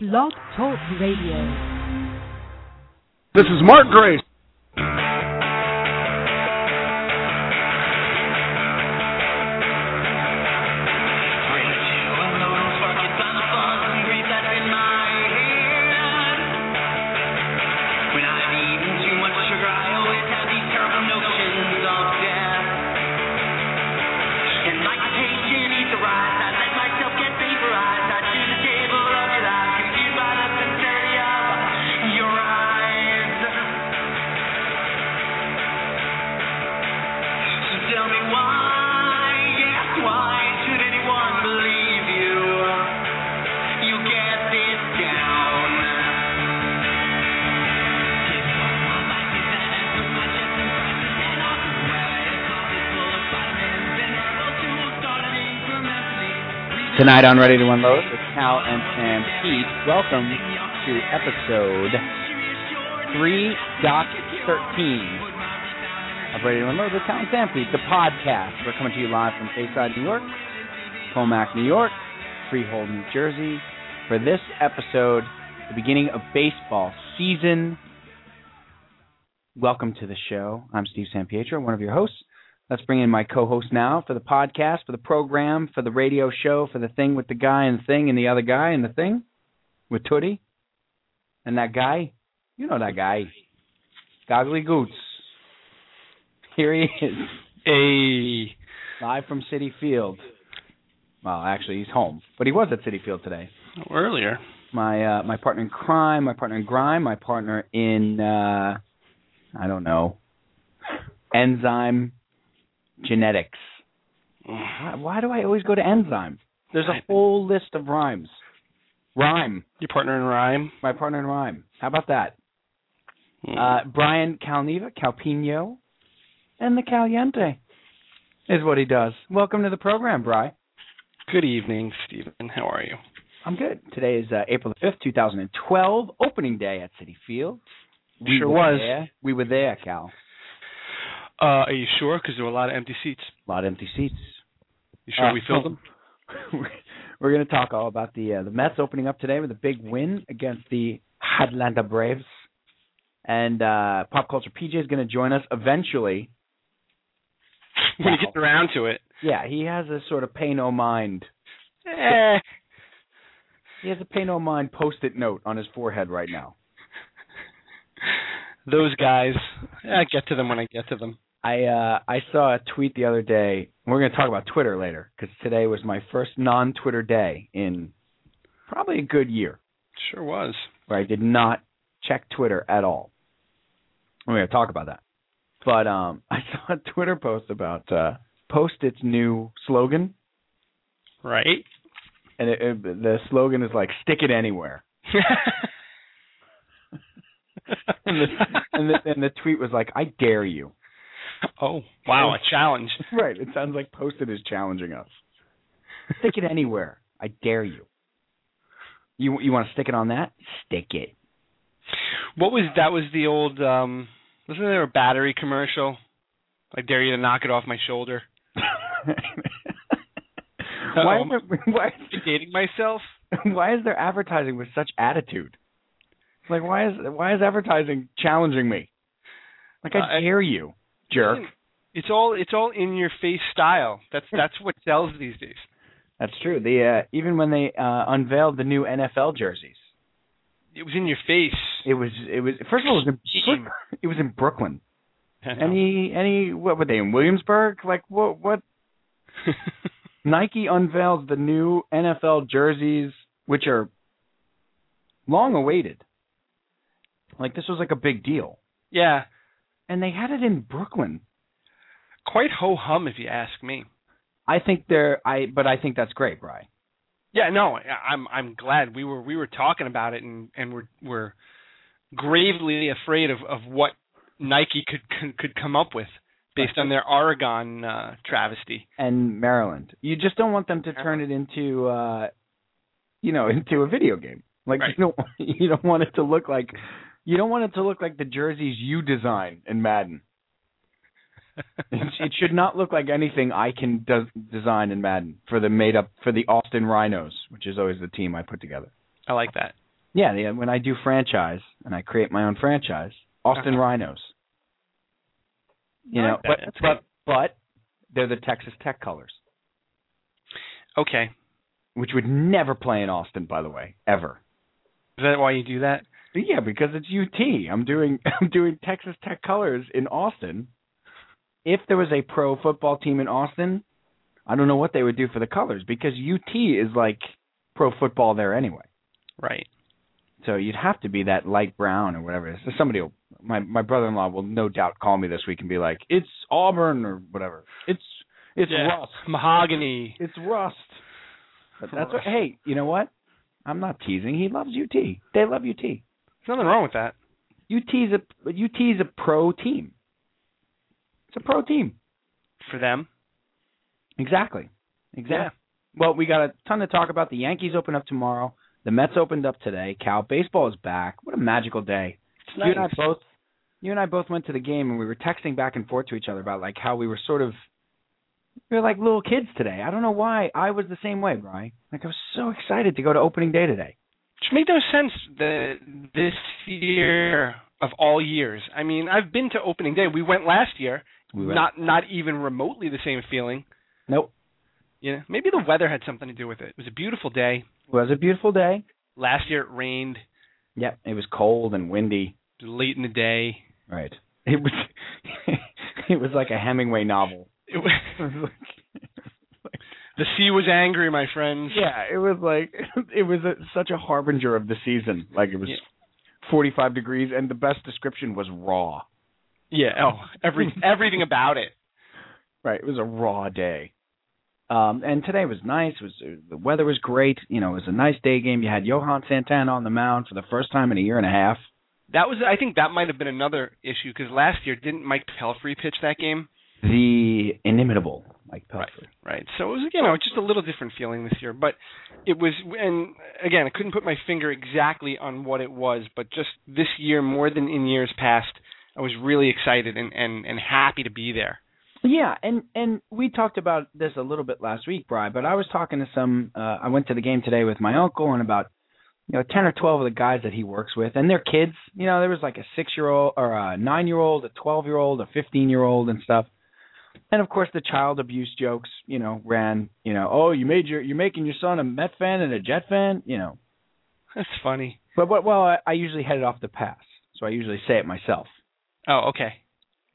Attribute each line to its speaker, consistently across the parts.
Speaker 1: Blog Talk Radio.
Speaker 2: This is Mark Grace.
Speaker 3: Tell me why, yes, why should anyone believe you? You get this down.
Speaker 4: Tonight on Ready to Unload with Cal and Sam Pete. Welcome to episode 3.13 of Ready to Unload with Cal and Sam Pete, the podcast. We're coming to you live from Bayside, New York, Comac, New York, Freehold, New Jersey, for this episode, the beginning of baseball season. Welcome to the show. I'm Steve Sampietro, one of your hosts. Let's bring in my co-host now for the podcast, for the program, for the radio show, for the thing with the guy and the thing and the other guy and the thing with Tootie and that guy. You know that guy, Goggly Goots. Here he is,
Speaker 5: Hey,
Speaker 4: live from City Field. Well, actually, he's home, but he was at City Field today.
Speaker 5: earlier.
Speaker 4: My uh, my partner in crime, my partner in grime, my partner in uh, I don't know enzyme genetics. Why- Why do I always go to enzyme? There's a whole list of rhymes. Rhyme.
Speaker 5: Your partner in rhyme.
Speaker 4: My partner in rhyme. How about that?
Speaker 5: Mm.
Speaker 4: Uh, Brian Calneva, Calpino, and the Caliente is what he does. Welcome to the program, Bry.
Speaker 5: Good evening, Stephen. How are you?
Speaker 4: I'm good. Today is uh, April the 5th, 2012, opening day at City Field. We
Speaker 5: Sure
Speaker 4: were
Speaker 5: was.
Speaker 4: there. We were there, Cal.
Speaker 5: Uh, are you sure? Because there were a lot of empty seats.
Speaker 4: A lot of empty seats.
Speaker 5: You sure
Speaker 4: Uh,
Speaker 5: we filled them?
Speaker 4: We're going to talk all about the uh, the Mets opening up today with a big win against the Atlanta Braves, and uh, pop culture PJ is going to join us eventually.
Speaker 5: when you get around to it.
Speaker 4: Yeah, he has a sort of pay no mind.
Speaker 5: Eh.
Speaker 4: He has a pay no mind post-it note on his forehead right now.
Speaker 5: Those guys. I get to them when I get to them.
Speaker 4: I uh, I saw a tweet the other day. We're going to talk about Twitter later because today was my first non-Twitter day in probably a good year.
Speaker 5: Sure was.
Speaker 4: where I did not check Twitter at all. We're going to talk about that. But um, I saw a Twitter post about uh, Post-its new slogan,
Speaker 5: Right?
Speaker 4: and it, it, the slogan is like "Stick it anywhere." And the, and, the, and the tweet was like, "I dare you."
Speaker 5: oh, wow, a challenge.
Speaker 4: Right? It sounds like Post-it is challenging us. Stick it anywhere. I dare you. You you want to stick it on that? Stick it.
Speaker 5: What was that was the old um wasn't there a battery commercial? I dare you to knock it off my shoulder.
Speaker 4: why,
Speaker 5: Uh-oh.
Speaker 4: is there- why
Speaker 5: Am I Dating myself?
Speaker 4: why is their advertising with such attitude? Like why is why is advertising challenging me? Like I Hmm.
Speaker 5: Uh, I-
Speaker 4: dare you, jerk.
Speaker 5: It's all it's all in your face style. That's that's what sells these days.
Speaker 4: That's true. The uh, even when they uh, unveiled the new NFL jerseys,
Speaker 5: It was in your face.
Speaker 4: it was it was first of all it was in, it was in Brooklyn. Any any what were they in Williamsburg? Like what what Nike unveils the new NFL jerseys, which are long awaited. Like this was like a big deal,
Speaker 5: yeah,
Speaker 4: and they had it in Brooklyn.
Speaker 5: quite ho hum if you ask me.
Speaker 4: I think they're I but I think that's great, Bry.
Speaker 5: Yeah, no, I- I'm I'm glad we were we were talking about it and and we're we're gravely afraid of of what Nike could could, could come up with based on their Oregon uh, travesty.
Speaker 4: And Maryland. You just don't want them to turn it into uh you know, into a video game. Like
Speaker 5: Right.
Speaker 4: you don't you don't want it to look like you don't want it to look like the jerseys you design in Madden. It, it should not look like anything I can des- design in Madden for the made up for the Austin Rhinos, which is always the team I put together.
Speaker 5: I like that.
Speaker 4: Yeah, yeah, when I do franchise and I create my own franchise, Austin Rhinos. You know,
Speaker 6: Okay,
Speaker 4: but
Speaker 6: that's
Speaker 4: but but they're the Texas Tech colors,
Speaker 5: Okay.
Speaker 4: which would never play in Austin, by the way, ever.
Speaker 5: Is that why you do that?
Speaker 4: Yeah, because it's UT. I'm doing I'm doing Texas Tech colors in Austin. If there was a pro football team in Austin, I don't know what they would do for the colors because UT is like pro football there anyway.
Speaker 5: Right.
Speaker 4: So you'd have to be that light brown or whatever. So somebody, will, my my brother-in-law will no doubt call me this week and be like, "It's Auburn or whatever. It's it's rust.
Speaker 5: Mahogany.
Speaker 4: It's rust." But that's what,
Speaker 5: Rust.
Speaker 4: hey, you know what? I'm not teasing. He loves UT. They love UT.
Speaker 5: There's nothing wrong with that.
Speaker 4: UT's a UT's a pro team. It's a pro team.
Speaker 5: For them.
Speaker 4: Exactly. Exactly. Well, we got a ton to talk about. The Yankees open up tomorrow. The Mets opened up today. Cal baseball is back. What a magical day.
Speaker 6: It's
Speaker 4: You and I both you and I both went to the game and we were texting back and forth to each other about like how we were sort of we were like little kids today. I don't know why I was the same way, Brian. Like I was so excited to go to opening day today.
Speaker 5: Which made no sense the this year of all years. I mean, I've been to opening day. We went last year.
Speaker 4: We went-
Speaker 5: Not not even remotely the same feeling.
Speaker 4: Nope.
Speaker 5: You know, maybe the weather had something to do with it. It was a beautiful day.
Speaker 4: It was a beautiful day.
Speaker 5: Last year it rained
Speaker 4: Yep, it was cold and windy.
Speaker 5: late in the day.
Speaker 4: Right. It was it was like a Hemingway novel.
Speaker 5: It was, the sea was angry, my friends.
Speaker 4: yeah, it was like it was a, such a harbinger of the season. Like it was
Speaker 5: Yeah.
Speaker 4: 45 degrees and the best description was raw.
Speaker 5: Yeah. Oh, every everything about it.
Speaker 4: Right, it was a raw day. Um and today was nice. It was uh, the weather was great. You know, it was a nice day game. You had Johan Santana on the mound for the first time in a year and a half.
Speaker 5: That was. I think that might have been another issue because last year didn't Mike Pelfrey pitch that game?
Speaker 4: The inimitable Mike Pelfrey.
Speaker 5: Right. So it was you know just a little different feeling this year, but it was and again I couldn't put my finger exactly on what it was, but just this year more than in years past, I was really excited and and and happy to be there.
Speaker 4: Yeah, and and we talked about this a little bit last week, Brian. But I was talking to some. Uh, I went to the game today with my uncle and about you know ten or twelve of the guys that he works with and their kids. You know, there was like a six year old or a nine year old, a twelve year old, a fifteen year old, and stuff. And of course, the child abuse jokes. You know, ran. You know, oh, you made your you're making your son a Met fan and a Jet fan. You know,
Speaker 5: That's funny.
Speaker 4: but what? Well, I, I usually head it off the pass, so I usually say it myself.
Speaker 5: Oh, okay.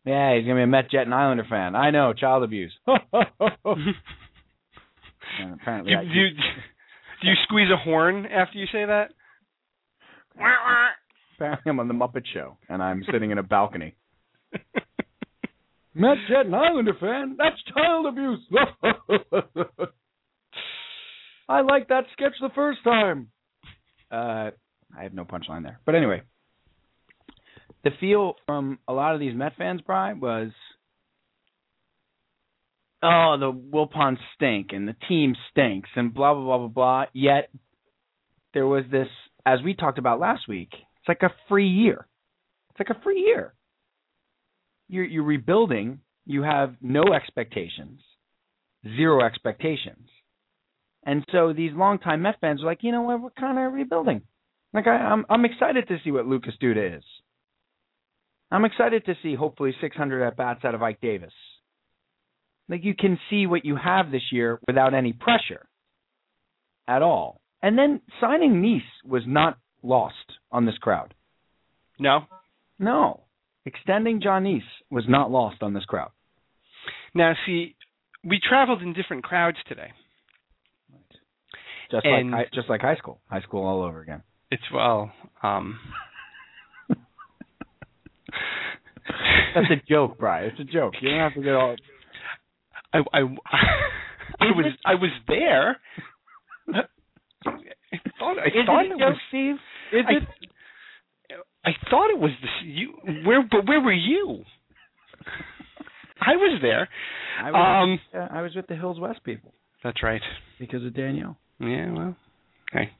Speaker 4: Yeah, he's gonna be a Met, Jet, and Islander fan. I know, child abuse. And apparently,
Speaker 5: Do,
Speaker 4: I-
Speaker 5: do, you- do you squeeze a horn after you say that?
Speaker 4: Apparently, I'm on the Muppet Show, and I'm sitting in a balcony. Matt Jet, an Islander fan. That's child abuse. I liked that sketch the first time. Uh, I have no punchline there, but anyway, the feel from a lot of these Met fans, Bry, was, oh, the Wilpons stink and the team stinks and blah blah blah blah blah. Yet there was this, as we talked about last week, it's like a free year. It's like a free year. You're, you're rebuilding. You have no expectations, zero expectations. And so these longtime Met fans are like, you know what, we're kind of rebuilding. Like I, I'm, I'm excited to see what Lucas Duda is. I'm excited to see hopefully 600 at bats out of Ike Davis. Like you can see what you have this year without any pressure at all. And then signing Nice was not lost on this crowd.
Speaker 5: No.
Speaker 4: No, extending John Nice was not lost on this crowd.
Speaker 5: Now, see, we traveled in different crowds today.
Speaker 4: Just
Speaker 5: And-
Speaker 4: like hi- just like high school, high school all over again.
Speaker 5: It's well, um,
Speaker 4: That's a joke, Brian. It's a joke. You don't have to get all.
Speaker 5: I, I, I was, I was there. I thought, I
Speaker 4: Is
Speaker 5: thought
Speaker 4: it a
Speaker 5: it
Speaker 4: joke,
Speaker 5: was.
Speaker 4: Steve? Is
Speaker 5: I,
Speaker 4: it?
Speaker 5: I thought it was the you. Where, but where were you? I was there.
Speaker 4: I was,
Speaker 5: Um,
Speaker 4: yeah, I was with the Hills West people
Speaker 5: that's right.
Speaker 4: because of Danielle.
Speaker 5: Yeah. Well. Hey,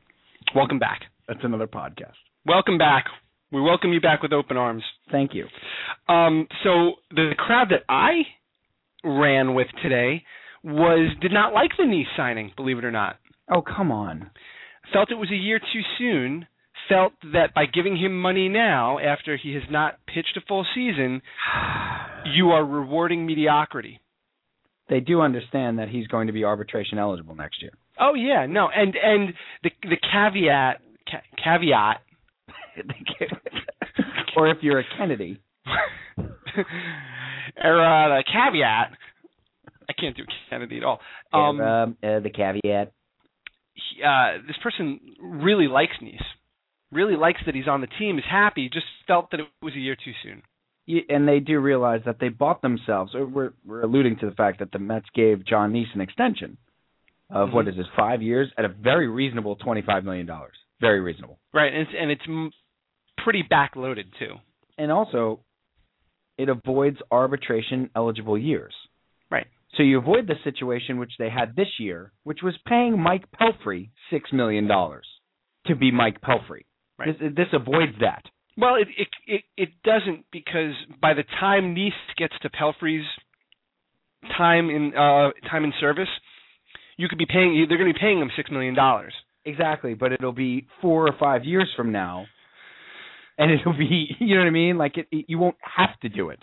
Speaker 5: welcome back.
Speaker 4: That's another podcast.
Speaker 5: Welcome back. We welcome you back with open arms.
Speaker 4: Thank you.
Speaker 5: Um, so the crowd that I ran with today was did not like the knee signing, believe it or not.
Speaker 4: Oh come on.
Speaker 5: Felt it was a year too soon. felt that by giving him money now, after he has not pitched a full season, you are rewarding mediocrity.
Speaker 4: They do understand that he's going to be arbitration eligible next year.
Speaker 5: Oh yeah, no, and and the the caveat ca- caveat
Speaker 4: or if you're a Kennedy,
Speaker 5: or uh, the caveat. I can't do Kennedy at all. Um,
Speaker 4: yeah, um, uh, the caveat.
Speaker 5: he- uh, this person really likes Nice, really likes that he's on the team, is happy. Just felt that it was a year too soon.
Speaker 4: Y- and they do realize that they bought themselves. Or we're we're alluding to the fact that the Mets gave John Neese an extension of what
Speaker 5: Mhm.
Speaker 4: is this five years at a very reasonable twenty five million dollars. Very reasonable.
Speaker 5: Right, and it's, and it's m- pretty backloaded too.
Speaker 4: And also, it avoids arbitration eligible years.
Speaker 5: Right.
Speaker 4: So you avoid the situation which they had this year, which was paying Mike Pelfrey six million dollars to be Mike Pelfrey.
Speaker 5: Right.
Speaker 4: This, this avoids that.
Speaker 5: Well, it it it, it doesn't because by the time Nice gets to Pelfrey's time in uh time in service, you could be paying they're going to be paying him six million dollars.
Speaker 4: Exactly, but it'll be four or five years from now, and it'll be you know what I mean. Like it, it- you won't have to do it.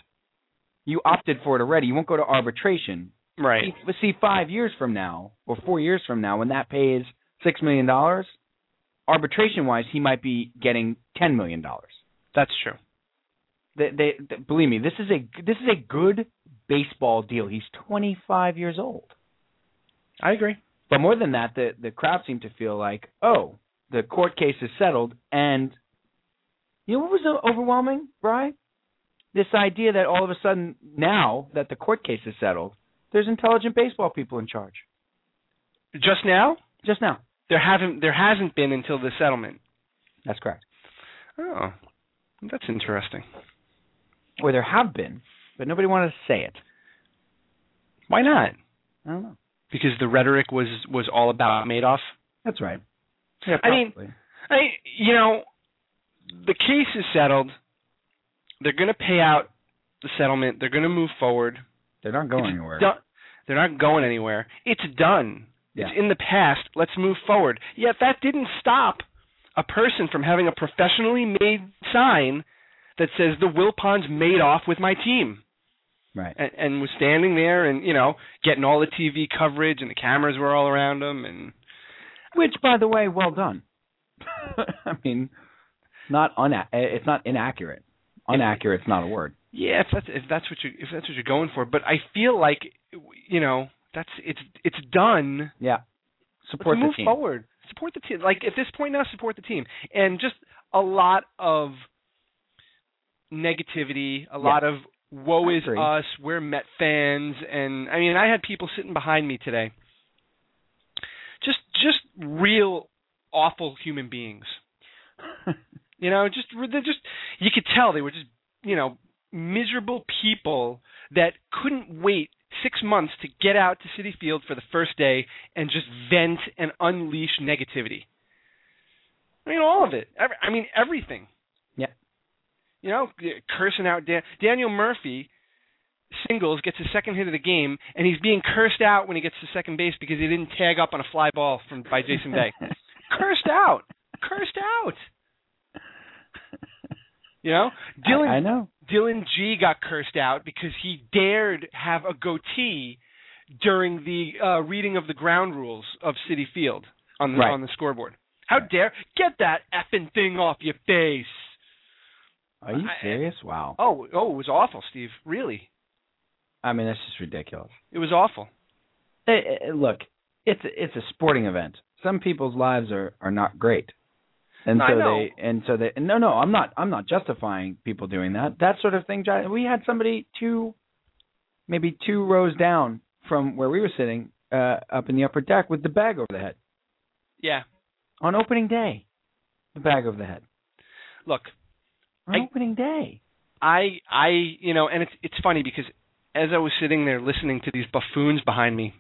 Speaker 4: You opted for it already. You won't go to arbitration.
Speaker 5: Right.
Speaker 4: See, but see, five years from now or four years from now, when that pays six million dollars, arbitration-wise, he might be getting ten million dollars.
Speaker 5: That's true.
Speaker 4: They, they, they- believe me, this is a this is a good baseball deal. He's 25 years old.
Speaker 5: I agree.
Speaker 4: But more than that, the the crowd seemed to feel like, oh, the court case is settled, and you know what was overwhelming, Brian? This idea that all of a sudden now that the court case is settled, there's intelligent baseball people in charge.
Speaker 5: Just now,
Speaker 4: Just now,
Speaker 5: there haven't there hasn't been until the settlement.
Speaker 4: that's correct.
Speaker 5: Oh, that's interesting.
Speaker 4: Or there have been, but nobody wanted to say it.
Speaker 5: Why not?
Speaker 4: I don't know.
Speaker 5: Because the rhetoric was was all about Madoff.
Speaker 4: That's right. Yeah,
Speaker 5: I mean-
Speaker 4: probably.
Speaker 5: I you know, the case is settled. They're going to pay out the settlement. They're going to move forward.
Speaker 4: they're not going
Speaker 5: It's
Speaker 4: anywhere.
Speaker 5: done- They're not going anywhere. It's done.
Speaker 4: Yeah.
Speaker 5: It's in the past. Let's move forward. Yet that didn't stop a person from having a professionally made sign that says the Wilpons made off with my team
Speaker 4: Right.
Speaker 5: and, and was standing there and, you know, getting all the TV coverage and the cameras were all around him and
Speaker 4: Which, by the way, well done. I mean, not una- eh, It's not inaccurate. Inaccurate's not a word.
Speaker 5: yeah, if that's if that's what you if that's what you're going for, but I feel like you know, that's it's it's done.
Speaker 4: Yeah. Support
Speaker 5: Let's
Speaker 4: the
Speaker 5: move
Speaker 4: team.
Speaker 5: forward. Support the team. Like at this point now, support the team. And just a lot of negativity, a lot of woe
Speaker 4: I
Speaker 5: is
Speaker 4: agree.
Speaker 5: us, we're Met fans, and I mean I had people sitting behind me today. Just just real awful human beings. You know, just they're just you could tell they were just you know miserable people that couldn't wait six months to get out to City Field for the first day and just vent and unleash negativity. I mean, all of it. Every, I mean, everything.
Speaker 4: Yeah.
Speaker 5: You know, cursing out Dan- Daniel Murphy singles gets his second hit of the game and he's being cursed out when he gets to second base because he didn't tag up on a fly ball from by Jason Day. cursed out. Cursed out. You know, Dylan
Speaker 4: I, I know.
Speaker 5: Dylan G got cursed out because he dared have a goatee during the uh, reading of the ground rules of City Field on the
Speaker 4: Right.
Speaker 5: on the scoreboard. How dare get that effing thing off your face?
Speaker 4: Are you
Speaker 5: I-
Speaker 4: serious? Wow.
Speaker 5: Oh, oh, it was awful, Steve. Really,
Speaker 4: I mean, that's just ridiculous.
Speaker 5: it was awful.
Speaker 4: Eh, eh, look, it's a- it's a sporting event. Some people's lives are are not great, and
Speaker 5: I
Speaker 4: so
Speaker 5: know.
Speaker 4: they and so they. No, no, I'm not. I'm not justifying people doing that. That sort of thing. John, We had somebody two, maybe two rows down from where we were sitting, uh, up in the upper deck with the bag over the head
Speaker 5: Yeah.
Speaker 4: on opening day. The bag over the head
Speaker 5: Look,
Speaker 4: on
Speaker 5: I-
Speaker 4: opening day.
Speaker 5: I I you know, and it's it's funny because as I was sitting there listening to these buffoons behind me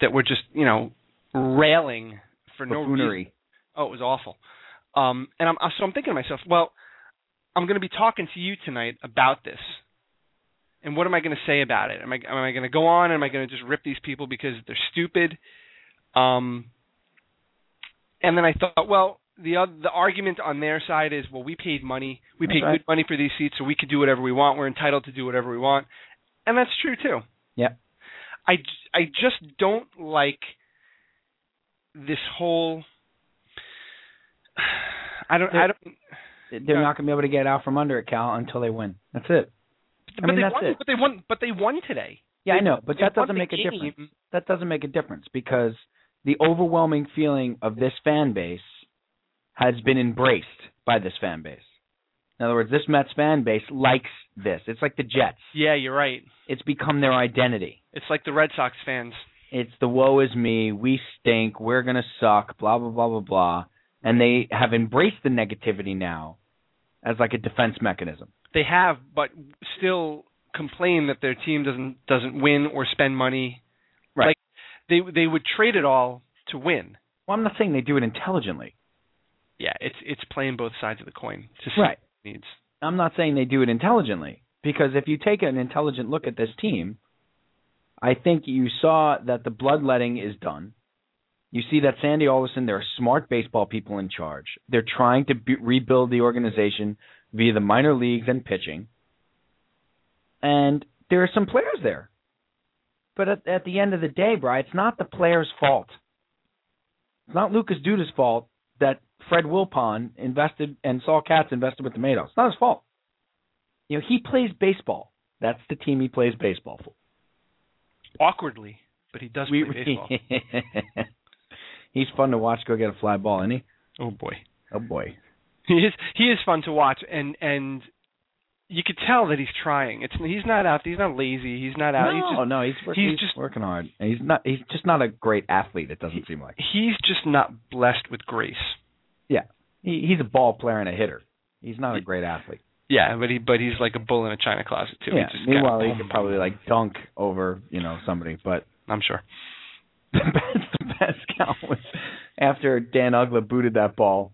Speaker 5: that were just you know railing for no reason.
Speaker 4: Buffoonery.
Speaker 5: Oh, it was awful. Um, and I'm so I'm thinking to myself, well, I'm going to be talking to you tonight about this, and what am I going to say about it? Am I am I going to go on? Am I going to just rip these people because they're stupid? Um, and then I thought, well, the oth- the argument on their side is, well, we paid money, we
Speaker 4: That's
Speaker 5: paid
Speaker 4: right.
Speaker 5: good money for these seats, so we could do whatever we want. We're entitled to do whatever we want, and that's true too.
Speaker 4: Yep.
Speaker 5: I j- I just don't like this whole. I don't. I
Speaker 4: There-
Speaker 5: don't.
Speaker 4: They're
Speaker 5: Yeah.
Speaker 4: not going to be able to get out from under it, Cal, until they win. That's it. I
Speaker 5: But
Speaker 4: mean,
Speaker 5: they
Speaker 4: that's
Speaker 5: won.
Speaker 4: it.
Speaker 5: But they won. But they won today.
Speaker 4: Yeah, I
Speaker 5: They-
Speaker 4: know, but
Speaker 5: they
Speaker 4: that
Speaker 5: won
Speaker 4: doesn't
Speaker 5: the
Speaker 4: make a
Speaker 5: game.
Speaker 4: difference. That doesn't make a difference because the overwhelming feeling of this fan base has been embraced by this fan base. In other words, this Mets fan base likes this. It's like the Jets.
Speaker 5: Yeah, you're right.
Speaker 4: It's become their identity.
Speaker 5: It's like the Red Sox fans.
Speaker 4: It's the woe is me, we stink, we're gonna suck, blah blah blah blah blah. And they have embraced the negativity now as like a defense mechanism.
Speaker 5: They have, but still complain that their team doesn't doesn't win or spend money.
Speaker 4: Right.
Speaker 5: Like they they would trade it all to win.
Speaker 4: Well, I'm not saying they do it intelligently.
Speaker 5: Yeah, it's it's playing both sides of the coin. To see
Speaker 4: Right.
Speaker 5: what it needs.
Speaker 4: I'm not saying they do it intelligently because if you take an intelligent look at this team, I think you saw that the bloodletting is done. You see that Sandy Alderson, there are smart baseball people in charge. They're trying to be- rebuild the organization via the minor leagues and pitching. And there are some players there. But at, at the end of the day, Bry, it's not the players' fault. It's not Lucas Duda's fault that Fred Wilpon invested and Saul Katz invested with tomatoes. It's not his fault. You know, he plays baseball. That's the team he plays baseball for.
Speaker 5: Awkwardly, but he does play baseball.
Speaker 4: He's fun to watch go get a fly ball, isn't he?
Speaker 5: oh boy.
Speaker 4: Oh boy.
Speaker 5: He is he is fun to watch and and you could tell that he's trying. It's he's not out he's not lazy, he's not out.
Speaker 4: no, Oh, no, he's work,
Speaker 5: he's
Speaker 4: he's,
Speaker 5: just-
Speaker 4: working hard. And he's not he's just not a great athlete, it doesn't seem like.
Speaker 5: He's just he's just not blessed with grace.
Speaker 4: He, he's a ball player and a hitter. He's not a great athlete.
Speaker 5: Yeah, but he but he's like a bull in a china closet too.
Speaker 4: yeah.
Speaker 5: He just kinda-
Speaker 4: Meanwhile, he could probably like dunk over, you know, somebody, but
Speaker 5: I'm sure.
Speaker 4: the best the best count was after Dan Ugla booted that ball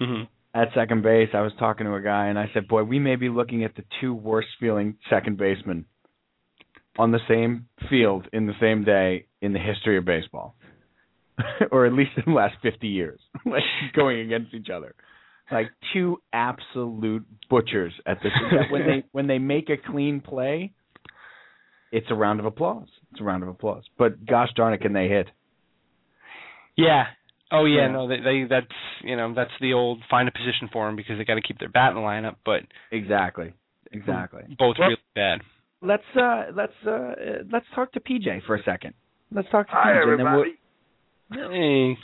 Speaker 5: hmm
Speaker 4: at second base, I was talking to a guy and I said, "Boy, we may be looking at the two worst feeling second basemen on the same field in the same day in the history of baseball, or at least in the last 50 years, like going against each other, like two absolute butchers at this. that when they when they make a clean play, it's a round of applause. It's a round of applause. But gosh darn it, can they hit?
Speaker 5: Yeah. Oh yeah,
Speaker 4: Yeah.
Speaker 5: no, they, they that's you know that's the old find a position for him because they got to keep their bat in the lineup, but
Speaker 4: Exactly. Exactly.
Speaker 5: both
Speaker 4: Well-
Speaker 5: really bad.
Speaker 4: let's uh let's uh uh, let's talk to PJ for a second. Let's talk to
Speaker 2: Hi,
Speaker 4: PJ. And then we'll,
Speaker 2: everybody.
Speaker 5: Hey.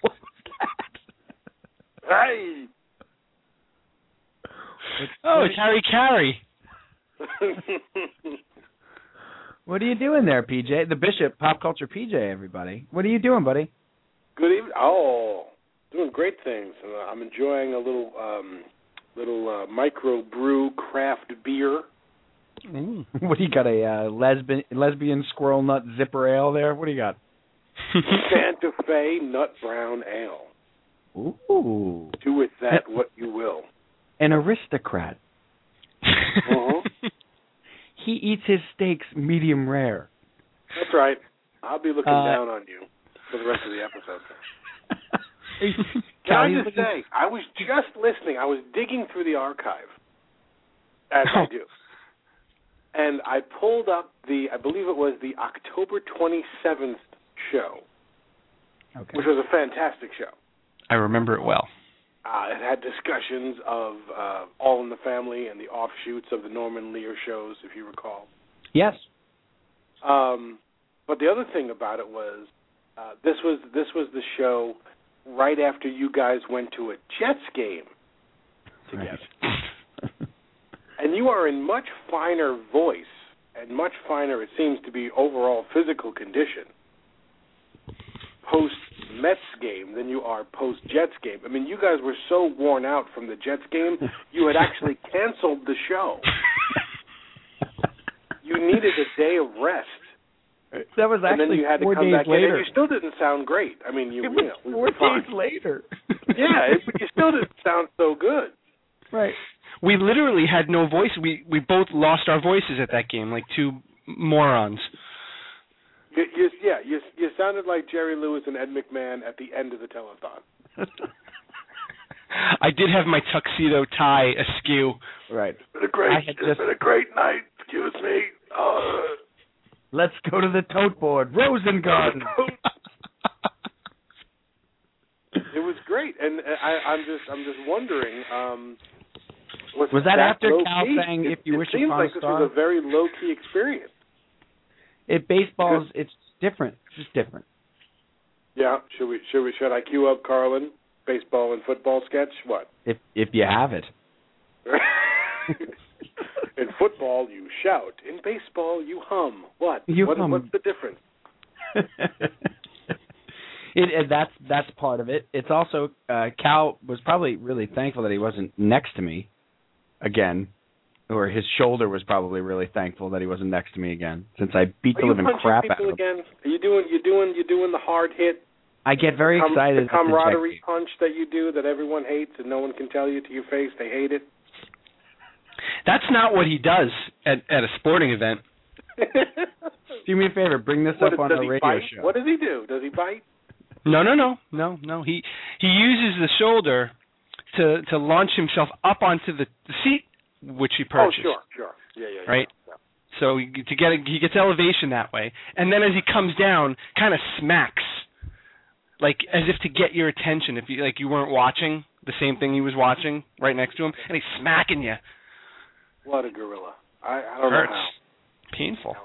Speaker 4: what was that?
Speaker 2: Hey.
Speaker 5: Oh, carry carry.
Speaker 4: What are you doing there, PJ? The Bishop, pop culture PJ. Everybody, what are you doing, buddy?
Speaker 6: Good evening. Oh, doing great things. Uh, I'm enjoying a little um, little uh, micro brew craft beer.
Speaker 5: Mm-hmm.
Speaker 4: What do you got? A uh, lesbian lesbian squirrel nut zipper ale there? What do you got?
Speaker 6: Santa Fe Nut Brown Ale.
Speaker 4: Ooh,
Speaker 6: Do with that what you will.
Speaker 4: an aristocrat. He eats his steaks medium rare.
Speaker 6: That's right. I'll be looking
Speaker 4: Uh,
Speaker 6: down on you for the rest of the episode. Can
Speaker 4: Cal,
Speaker 6: I
Speaker 4: he's
Speaker 6: just
Speaker 4: looking-
Speaker 6: say, I was just listening. I was digging through the archive, as I do, and I pulled up the, I believe it was the October 27th show,
Speaker 4: Okay.
Speaker 6: which was a fantastic show.
Speaker 5: I remember it well.
Speaker 6: Uh, it had discussions of uh, All in the Family and the offshoots of the Norman Lear shows, if you recall.
Speaker 4: Yes.
Speaker 6: Um, but the other thing about it was uh, this was this was the show right after you guys went to a Jets game together, and you are in much finer voice and much finer it seems to be overall physical condition post Mets game than you are post Jets game. I mean, you guys were so worn out from the Jets game, you had actually canceled the show. You needed a day of rest.
Speaker 4: That was
Speaker 6: and then
Speaker 4: actually
Speaker 6: you had to
Speaker 4: four
Speaker 6: come
Speaker 4: days
Speaker 6: back in,
Speaker 4: later.
Speaker 6: and you still didn't sound great. I mean, you,
Speaker 4: It
Speaker 6: you
Speaker 4: was
Speaker 6: know, we
Speaker 4: four
Speaker 6: were fine.
Speaker 4: days later.
Speaker 6: Yeah, it, but you still didn't sound so good.
Speaker 4: right.
Speaker 5: We literally had no voice. We we both lost our voices at that game, like two morons.
Speaker 6: You, you, yeah, you, you sounded like Jerry Lewis and Ed McMahon at the end of the telethon.
Speaker 5: I did have my tuxedo tie askew.
Speaker 4: Right.
Speaker 6: been a great,
Speaker 4: I had just-
Speaker 6: it's been a great night. Excuse me. Uh,
Speaker 4: Let's go to the tote board, Rosengarten.
Speaker 6: it was great, and uh, I, I'm just, I'm just wondering. Um, was,
Speaker 4: Was
Speaker 6: it
Speaker 4: that after
Speaker 6: low
Speaker 4: Cal
Speaker 6: key?
Speaker 4: sang
Speaker 6: It-
Speaker 4: If You
Speaker 6: it
Speaker 4: Wish
Speaker 6: seems
Speaker 4: Upon a
Speaker 6: like this
Speaker 4: Star?
Speaker 6: was a very low key experience.
Speaker 4: it baseball's it's different. It's just different.
Speaker 6: Yeah. Should we, should we, should I queue up Carlin baseball and football sketch? What?
Speaker 4: If if you have it.
Speaker 6: in football you shout. In baseball you hum. What?
Speaker 4: You
Speaker 6: what
Speaker 4: hum.
Speaker 6: What's the difference?
Speaker 4: it, and that's that's part of it. It's also uh, Cal was probably really thankful that he wasn't next to me again, or his shoulder was probably really thankful that he wasn't next to me again, since I beat
Speaker 6: Are
Speaker 4: the
Speaker 6: you
Speaker 4: living
Speaker 6: punching
Speaker 4: crap out
Speaker 6: people
Speaker 4: of him.
Speaker 6: again? Are you doing you doing you doing the hard hit
Speaker 4: I get very
Speaker 6: com-
Speaker 4: excited.
Speaker 6: the
Speaker 4: at the Jet
Speaker 6: camaraderie
Speaker 4: game.
Speaker 6: punch that you do that everyone hates and no one can tell you to your face they hate it?
Speaker 5: That's not what he does at at a sporting event.
Speaker 4: Do me a favor, bring this
Speaker 6: What
Speaker 4: up
Speaker 6: is-
Speaker 4: on
Speaker 6: does
Speaker 4: our
Speaker 6: he
Speaker 4: radio
Speaker 6: bite?
Speaker 4: show.
Speaker 6: What does he do? Does he bite?
Speaker 5: No, no, no, no, no. He he uses the shoulder to to launch himself up onto the, the seat which he purchased.
Speaker 6: Oh, sure, sure. Yeah, yeah, yeah.
Speaker 5: Right.
Speaker 6: Yeah.
Speaker 5: So he- to get he gets elevation that way, and then as he comes down, kind of smacks, like as if to get your attention. If you like you weren't watching the same thing he was watching right next to him, and he's smacking you.
Speaker 6: What a gorilla. I, I don't
Speaker 5: Hurts.
Speaker 6: know how.
Speaker 5: Painful.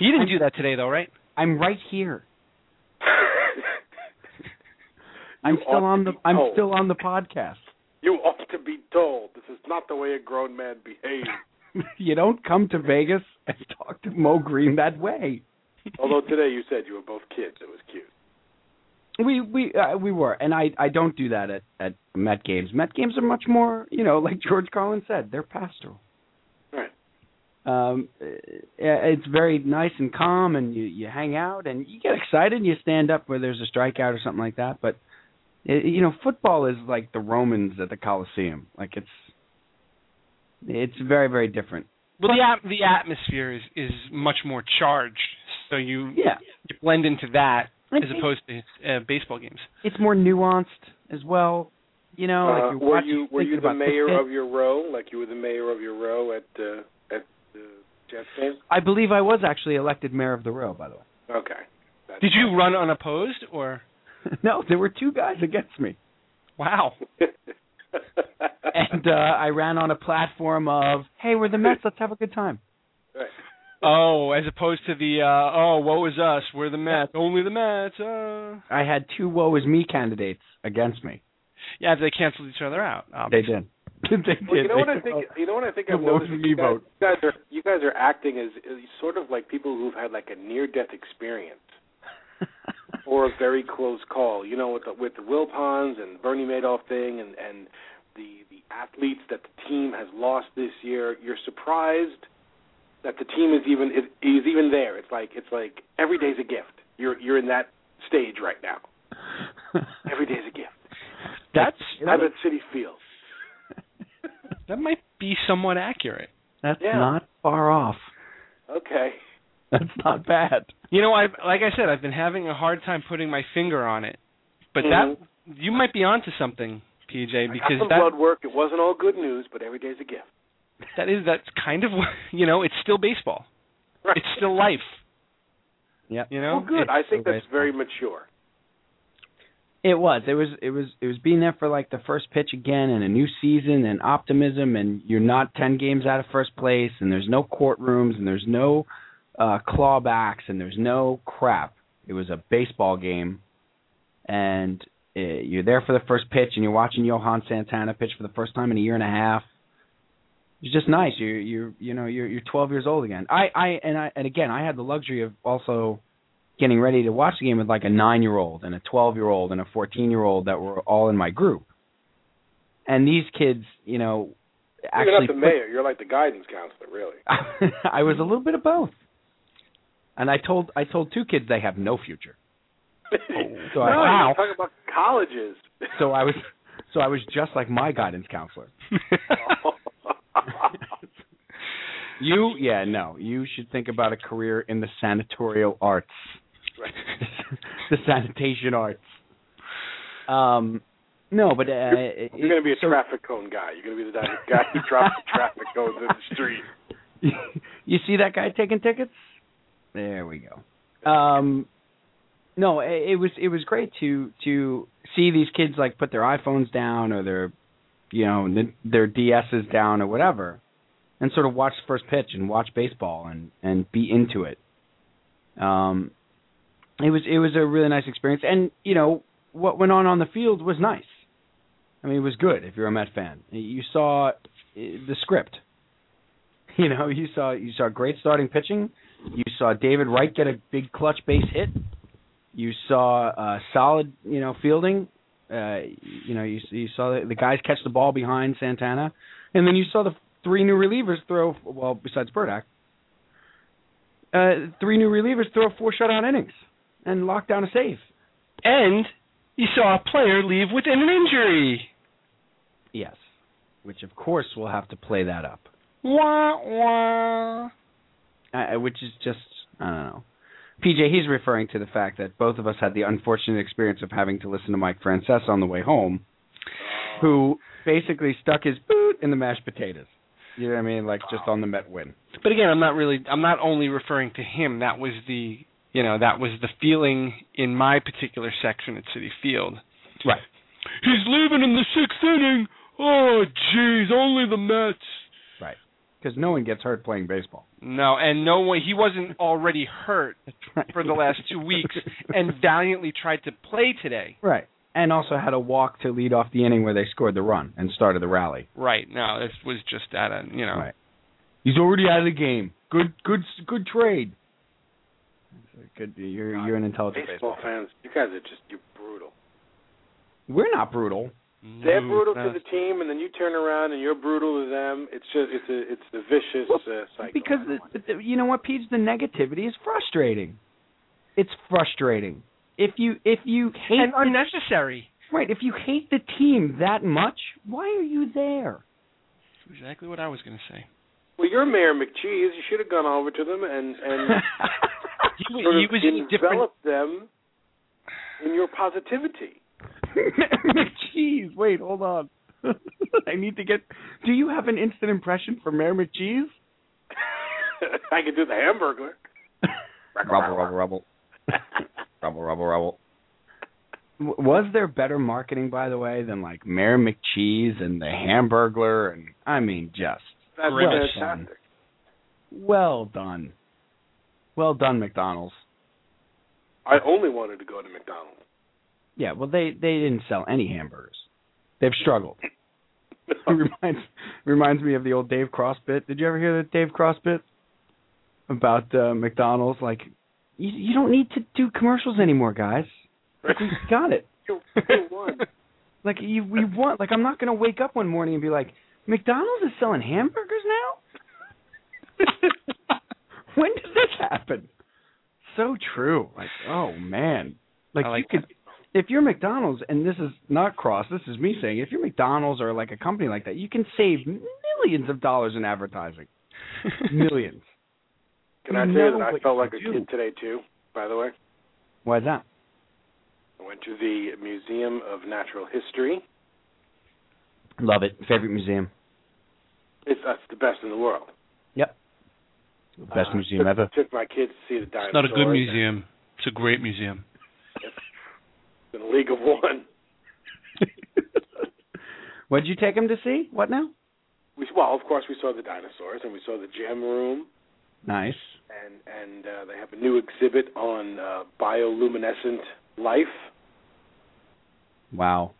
Speaker 5: You didn't do that today though, right?
Speaker 4: I'm right here. I'm
Speaker 6: You ought
Speaker 4: still
Speaker 6: to
Speaker 4: on the
Speaker 6: be
Speaker 4: I'm
Speaker 6: told.
Speaker 4: still on the podcast.
Speaker 6: You ought to be told this is not the way a grown man behaves.
Speaker 4: you don't come to Vegas and talk to Mo Green that way.
Speaker 6: Although today you said you were both kids. It was cute.
Speaker 4: We we uh, we were, and I I don't do that at at Met games. Met games are much more, you know, like George Carlin said, they're pastoral.
Speaker 6: Right.
Speaker 4: Um, uh, it's very nice and calm, and you you hang out and you get excited, and you stand up where there's a strikeout or something like that. But uh, you know, football is like the Romans at the Coliseum. Like it's it's very very different.
Speaker 5: Well, the at- the atmosphere is is much more charged, so you
Speaker 4: Yeah,
Speaker 5: you blend into that
Speaker 4: I
Speaker 5: as
Speaker 4: think
Speaker 5: opposed to uh, baseball games.
Speaker 4: it's more nuanced as well. You know, like
Speaker 6: Uh,
Speaker 4: you're
Speaker 6: were
Speaker 4: watching,
Speaker 6: you were
Speaker 4: thinking
Speaker 6: you the
Speaker 4: about
Speaker 6: mayor
Speaker 4: pitch.
Speaker 6: of your row? Like you were the mayor of your row at uh, at uh, Jets game?
Speaker 4: I believe I was actually elected mayor of the row, by the way.
Speaker 6: Okay. That's
Speaker 5: Did you run unopposed or?
Speaker 4: no, there were two guys against me,
Speaker 5: Wow.
Speaker 4: and uh, I ran on a platform of, "Hey, we're the Mets. Let's have a good time."
Speaker 6: Right.
Speaker 5: Oh, as opposed to the uh, oh, what was us? We're the Mets, only the Mets. Uh.
Speaker 4: I had two "woe is me" candidates against me.
Speaker 5: Yeah, they canceled each other out. obviously.
Speaker 4: They did. they did.
Speaker 6: Well, you know what I
Speaker 4: They-
Speaker 6: think. You know what I think.
Speaker 4: The
Speaker 6: I've
Speaker 4: woe is
Speaker 6: noticed.
Speaker 4: me
Speaker 6: You guys,
Speaker 4: vote.
Speaker 6: you guys are you guys are acting as, as sort of like people who've had like a near death experience or a very close call. You know, with the, with the Wilpons and Bernie Madoff thing, and and the the athletes that the team has lost this year. You're surprised that the team is even is, is even there. It's like it's like every day's a gift. You're you're in that stage right now. Every day's a gift.
Speaker 5: That's
Speaker 6: How does City feel?
Speaker 5: that might be somewhat accurate.
Speaker 4: That's
Speaker 6: Yeah.
Speaker 4: not far off.
Speaker 6: Okay.
Speaker 4: That's not bad.
Speaker 5: You know, I like I said, I've been having a hard time putting my finger on it, but
Speaker 6: Mhm.
Speaker 5: that you might be onto something, PJ,
Speaker 6: Mm-hmm. I got
Speaker 5: because
Speaker 6: some
Speaker 5: that
Speaker 6: blood work. It wasn't all good news, but every day's a gift.
Speaker 5: that is that's kind of what- you know, it's still baseball,
Speaker 6: Right.
Speaker 5: it's still life.
Speaker 4: Yeah.
Speaker 5: You
Speaker 6: well,
Speaker 5: know,
Speaker 6: good.
Speaker 4: it's
Speaker 6: I think
Speaker 4: so
Speaker 6: that's
Speaker 4: baseball.
Speaker 6: very mature.
Speaker 4: It was. It was. It was. It was being there for like the first pitch again, and a new season, and optimism, and you're not ten games out of first place, and there's no courtrooms, and there's no uh clawbacks, and there's no crap. It was a baseball game, and uh you're there for the first pitch, and you're watching Johan Santana pitch for the first time in a year and a half. It's just nice. You you you know you're you're 12 years old again. I I and I and again I had the luxury of also getting ready to watch the game with like a nine year old and a twelve year old and a fourteen year old that were all in my group. And these kids, you know,
Speaker 6: you're
Speaker 4: actually
Speaker 6: not the
Speaker 4: put-
Speaker 6: mayor. You're like the guidance counselor, really.
Speaker 4: I was a little bit of both. And I told I told two kids they have no future.
Speaker 5: Oh,
Speaker 4: so I-
Speaker 6: no,
Speaker 4: wow.
Speaker 6: you're talking about colleges.
Speaker 4: So I was so I was just like my guidance counselor. You yeah, no. You should think about a career in the sanatorial arts.
Speaker 6: Right.
Speaker 4: the sanitation arts. Um No, but uh, it,
Speaker 6: You're going to be a
Speaker 4: so-
Speaker 6: traffic cone guy. You're going to be the type of guy who drops the traffic cones in the street.
Speaker 4: you see that guy taking tickets? There we go. Um, no, it, it was it was great to to see these kids like put their iPhones down or their you know n- their DSs down or whatever, and sort of watch the first pitch and watch baseball and and be into it. Um, it was it was a really nice experience, and you know what went on on the field was nice. I mean, it was good if you're a Met fan. You saw uh, the script. You know, you saw you saw great starting pitching. You saw David Wright get a big clutch base hit. You saw uh, solid, you know, fielding. Uh, you know, you, you saw the, the guys catch the ball behind Santana, and then you saw the three new relievers throw. Well, besides Burdock, uh, three new relievers throw four shutout innings and lock down a save.
Speaker 5: And you saw a player leave with an injury.
Speaker 4: Yes, which of course we'll have to play that up.
Speaker 5: Wah wah.
Speaker 4: uh, which is just I don't know. PJ, he's referring to the fact that both of us had the unfortunate experience of having to listen to Mike Frances on the way home, who basically stuck his boot in the mashed potatoes. You know what I mean? Like just on the Met win.
Speaker 5: But again, I'm not really. I'm not only referring to him. That was the. You know, that was the feeling in my particular section at City Field.
Speaker 4: Right.
Speaker 5: He's leaving in the sixth inning. Oh, jeez, only the Mets.
Speaker 4: Because no one gets hurt playing baseball.
Speaker 5: No, and no one. He wasn't already hurt for the last two weeks, and valiantly tried to play today.
Speaker 4: right. And also had a walk to lead off the inning where they scored the run and started the rally.
Speaker 5: Right. No, this was just at a. You know.
Speaker 4: Right. He's already out of the game. Good, good, good trade. Good, you're you're an intelligent
Speaker 6: Baseball fans, you guys are just you're brutal.
Speaker 4: We're not brutal.
Speaker 6: They're
Speaker 5: No,
Speaker 6: brutal
Speaker 5: no.
Speaker 6: to the team, and then you turn around and you're brutal to them. It's just it's a it's a vicious uh, cycle.
Speaker 4: Because
Speaker 6: I don't
Speaker 4: the,
Speaker 6: like
Speaker 4: but the, you know what, Pete? The negativity is frustrating. It's frustrating. If you if you hate
Speaker 5: and
Speaker 4: the-
Speaker 5: unnecessary.
Speaker 4: right, if you hate the team that much, why are you there?
Speaker 5: Exactly what I was going to say.
Speaker 6: Well, you're Mayor McCheese. You should have gone over to them and and
Speaker 5: He,
Speaker 6: sort
Speaker 5: he
Speaker 6: of
Speaker 5: was in a different.
Speaker 6: envelop them in your positivity.
Speaker 4: McCheese, wait, hold on. I need to get. Do you have an instant impression for Mayor McCheese?
Speaker 6: I could do the Hamburglar.
Speaker 4: rubble, rubble, rubble, rubble, rubble, rubble. W- Was there better marketing, by the way, than like Mayor McCheese and the Hamburglar? And I mean, just
Speaker 6: That's
Speaker 5: Well
Speaker 6: fantastic.
Speaker 4: Well done. Well done, McDonald's.
Speaker 6: I only wanted to go to McDonald's.
Speaker 4: Yeah, well they they didn't sell any hamburgers. They've struggled. It reminds reminds me of the old Dave Cross bit. Did you ever hear the Dave Cross bit about uh, McDonald's? Like, you, you don't need to do commercials anymore, guys. Like we got it.
Speaker 6: You, you won.
Speaker 4: Like you we want. Like I'm not gonna wake up one morning and be like, McDonald's is selling hamburgers now. when did this happen? So true. Like oh man. Like,
Speaker 5: I like
Speaker 4: you could. If you're McDonald's, and this is not cross, this is me saying, if you're McDonald's or like a company like that, you can save millions of dollars in advertising. millions.
Speaker 6: Can I
Speaker 4: You
Speaker 5: Mm,
Speaker 6: tell you
Speaker 4: know
Speaker 6: that I
Speaker 4: what
Speaker 6: felt
Speaker 4: you
Speaker 6: like a
Speaker 4: do.
Speaker 6: kid today too? By the way,
Speaker 4: Why is that?
Speaker 6: I went to the Museum of Natural History.
Speaker 4: Love it. Favorite museum.
Speaker 6: It's that's the best in the world.
Speaker 4: Best
Speaker 6: Uh,
Speaker 4: museum
Speaker 6: took-
Speaker 4: ever.
Speaker 6: Took my kids to see the dinosaurs.
Speaker 5: It's not a good museum. It's a great museum.
Speaker 6: In a league of one.
Speaker 4: What'd you take him to see? What now?
Speaker 6: We well, of course, we saw the dinosaurs and we saw the gem room,
Speaker 4: Nice.
Speaker 6: and and uh, they have a new exhibit on uh, bioluminescent life.
Speaker 4: Wow.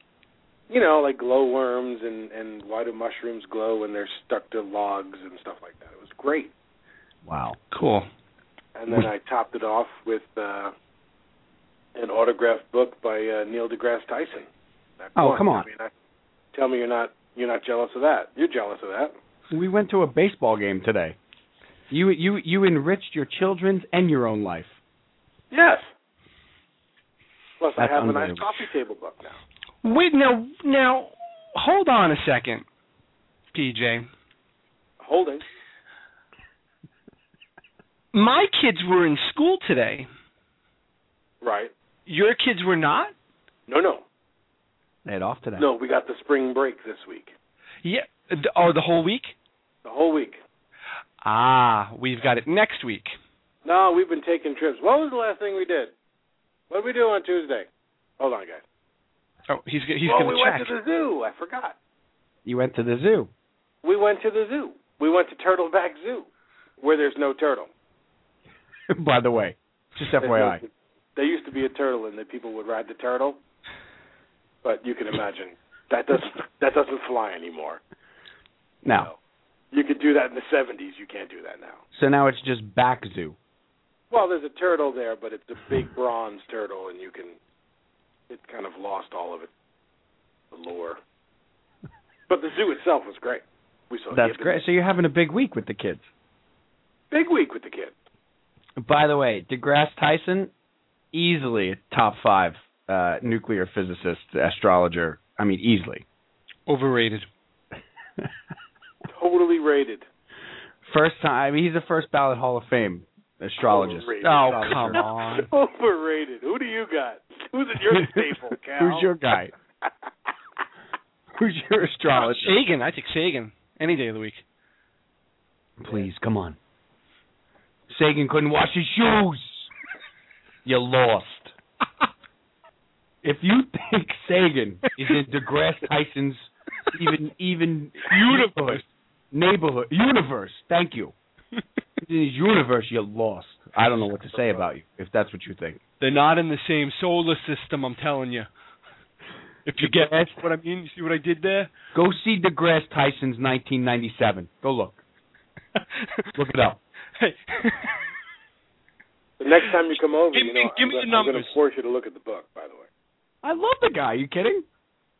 Speaker 6: You know, like glowworms and and why do mushrooms glow when they're stuck to logs and stuff like that. It was great.
Speaker 4: Wow.
Speaker 5: Cool.
Speaker 6: and then I topped it off with uh, an autographed book by uh, Neil deGrasse Tyson. That
Speaker 4: Oh,
Speaker 6: one.
Speaker 4: come on.
Speaker 6: I mean, I, tell me you're not you're not jealous of that. You're jealous of that.
Speaker 4: We went to a baseball game today. You you you enriched your children's and your own life.
Speaker 6: Yes. Plus,
Speaker 4: That's
Speaker 6: I have a nice
Speaker 4: unbelievable.
Speaker 6: coffee table book now.
Speaker 5: Wait now, now hold on a second, PJ.
Speaker 6: Holding.
Speaker 5: My kids were in school today.
Speaker 6: Right.
Speaker 5: Your kids were not.
Speaker 6: No, no.
Speaker 4: They had off today.
Speaker 6: No, we got the spring break this week.
Speaker 5: Yeah. d- Oh, the whole week?
Speaker 6: The whole week.
Speaker 5: Ah, we've got it next week.
Speaker 6: No, we've been taking trips. What was the last thing we did? What did we do on Tuesday? Hold on, guys.
Speaker 5: Oh, he's g- he's
Speaker 6: oh,
Speaker 5: going
Speaker 6: we
Speaker 5: to check.
Speaker 6: went to the zoo. I forgot.
Speaker 4: You went to the zoo.
Speaker 6: We went to the zoo. We went to Turtleback Zoo, where there's no turtle.
Speaker 4: By the way, just
Speaker 6: There's
Speaker 4: FYI.
Speaker 6: no- There used to be a turtle, and the people would ride the turtle. But you can imagine that doesn't that doesn't fly anymore.
Speaker 4: Now,
Speaker 6: You could do that in the 70s. You can't do that now.
Speaker 4: so now it's just back zoo.
Speaker 6: Well, there's a turtle there, but it's a big bronze turtle, and you can. It kind of lost all of it, the lore. But the zoo itself was great. We saw
Speaker 4: That's
Speaker 6: gibbons.
Speaker 4: great. So you're having a big week with the kids.
Speaker 6: Big week with the kids.
Speaker 4: By the way, DeGrasse Tyson, easily top five uh, nuclear physicist, astrologer. I mean, easily.
Speaker 5: Overrated.
Speaker 6: Totally rated.
Speaker 4: First time. I mean, he's a first ballot Hall of Fame astrologist.
Speaker 6: Overrated.
Speaker 5: Oh,
Speaker 4: Astrologer.
Speaker 5: come on.
Speaker 6: Overrated. Who do you got? Who's at your staple, Cal?
Speaker 4: Who's your guy? Who's your astrologer?
Speaker 5: Sagan. I take Sagan any day of the week.
Speaker 4: Please, come on. Sagan couldn't wash his shoes. You lost. If you think Sagan is in DeGrasse Tyson's even even universe neighborhood universe, thank you. In his universe, you lost. I don't know what to say about you if that's what you think.
Speaker 5: They're not in the same solar system. I'm telling you. If you get
Speaker 4: DeGrasse-
Speaker 5: what I mean, you see what I did there.
Speaker 4: Go see DeGrasse Tyson's 1997. Go look. Look it up.
Speaker 5: Hey.
Speaker 6: The next time you come over,
Speaker 5: Give
Speaker 6: you
Speaker 5: me-
Speaker 6: know,
Speaker 5: give me
Speaker 6: I'm,
Speaker 5: the
Speaker 6: I'm going
Speaker 5: numbers.
Speaker 6: to force you to look at the book. By the way,
Speaker 4: I love the guy. you kidding?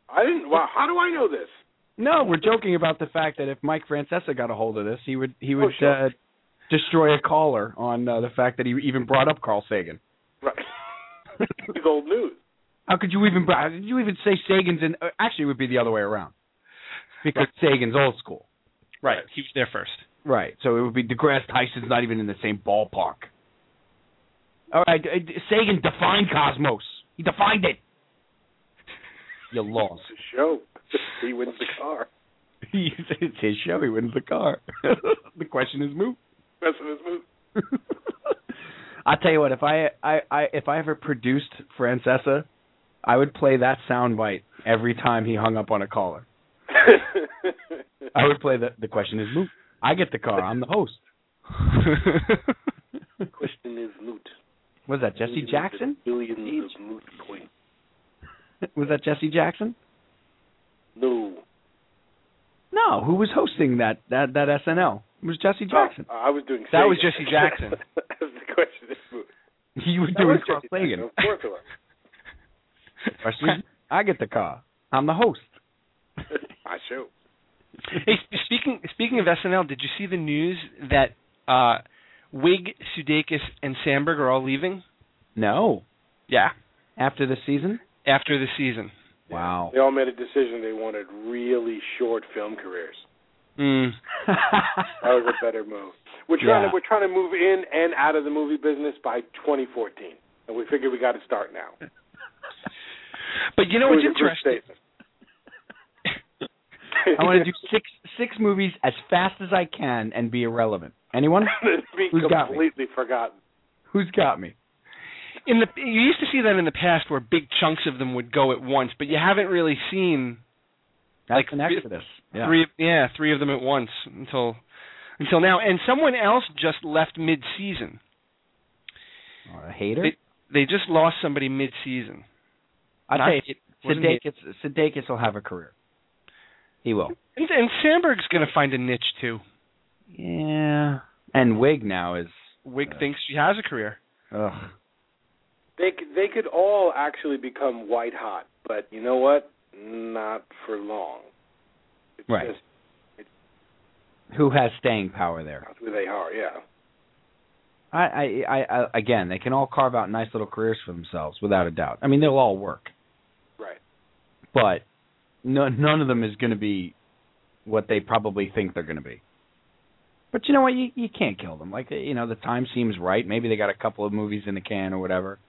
Speaker 6: I didn't. Wow, how do I know this?
Speaker 4: No, we're joking about the fact that if Mike Francesa got a hold of this, he would he would
Speaker 6: Oh, sure.
Speaker 4: uh, destroy a caller on uh, the fact that he even brought up Carl Sagan.
Speaker 6: Right, it's old news.
Speaker 4: How could you even br- how did you even say Sagan's in? uh, Actually, it would be the other way around because Sagan's old school.
Speaker 5: right. He was there first.
Speaker 4: Right. So it would be DeGrasse Tyson's not even in the same ballpark. All right, uh, d- Sagan defined cosmos. He defined it. You lost.
Speaker 6: It's a show. he wins the car.
Speaker 4: it's his show. He wins the car. the question is moot.
Speaker 6: That's what it's movie.
Speaker 4: I tell you what, if I, I, I if I ever produced Francesa, I would play that sound bite every time he hung up on a caller. I would play the the question is moot. I get the car. I'm the host.
Speaker 6: Question is moot.
Speaker 4: Was that Jesse Jackson?
Speaker 6: Billions of moot points.
Speaker 4: Was that Jesse Jackson?
Speaker 6: No.
Speaker 4: No, who was hosting that that that SNL? It was Jesse Jackson.
Speaker 6: Oh, I was doing.
Speaker 5: That was
Speaker 6: Sagan.
Speaker 5: Jesse Jackson.
Speaker 6: That's the question is moot.
Speaker 4: You were
Speaker 6: That
Speaker 4: doing
Speaker 6: was
Speaker 4: Carl
Speaker 6: Jesse Jackson,
Speaker 4: Sagan.
Speaker 6: Of course it was.
Speaker 4: Question is- I get the car. I'm the host.
Speaker 6: My show.
Speaker 5: Hey, sp- speaking speaking of SNL, did you see the news that uh Wig, Sudeikis, and Sandberg are all leaving?
Speaker 4: No,
Speaker 5: Yeah,
Speaker 4: after the season.
Speaker 5: after the season.
Speaker 4: Wow.
Speaker 6: They all made a decision they wanted really short film careers.
Speaker 5: Mm.
Speaker 6: That was a better move. We're trying
Speaker 4: Yeah.
Speaker 6: to we're trying to move in and out of the movie business by 2014, and we figure we got to start now.
Speaker 5: But you know what's
Speaker 6: It was a good
Speaker 5: interesting?
Speaker 6: statement.
Speaker 4: I want to do six six movies as fast as I can and be irrelevant. Anyone?
Speaker 6: It's been
Speaker 4: Who's got me?
Speaker 6: completely forgotten.
Speaker 4: Who's got me?
Speaker 5: In the you used to see that in the past where big chunks of them would go at once, but you haven't really seen
Speaker 4: That's
Speaker 5: Like
Speaker 4: an
Speaker 5: three-
Speaker 4: Exodus. Yeah.
Speaker 5: three yeah, three of them at once until until now. And someone else just left mid-season.
Speaker 4: Or a hater.
Speaker 5: It- They just lost somebody mid-season.
Speaker 4: I
Speaker 5: not-
Speaker 4: tell you,
Speaker 5: wasn't he-
Speaker 4: Sudeikis, Sudeikis will have a career. He will.
Speaker 5: And, and Sandberg's going to find a niche too.
Speaker 4: Yeah. And Wig now is.
Speaker 5: Wig
Speaker 4: Yeah.
Speaker 5: thinks she has a career.
Speaker 4: Ugh.
Speaker 6: They c- they could all actually become white hot, but you know what? Not for long. It's
Speaker 4: Right.
Speaker 6: just
Speaker 4: Who has staying power there?
Speaker 6: not who they are. Yeah.
Speaker 4: I, I, I, I, again, they can all carve out nice little careers for themselves, without a doubt. I mean, they'll all work,
Speaker 6: Right.
Speaker 4: but no, none of them is going to be what they probably think they're going to be. But you know what? You you can't kill them. Like you know, the time seems right. Maybe they got a couple of movies in the can or whatever.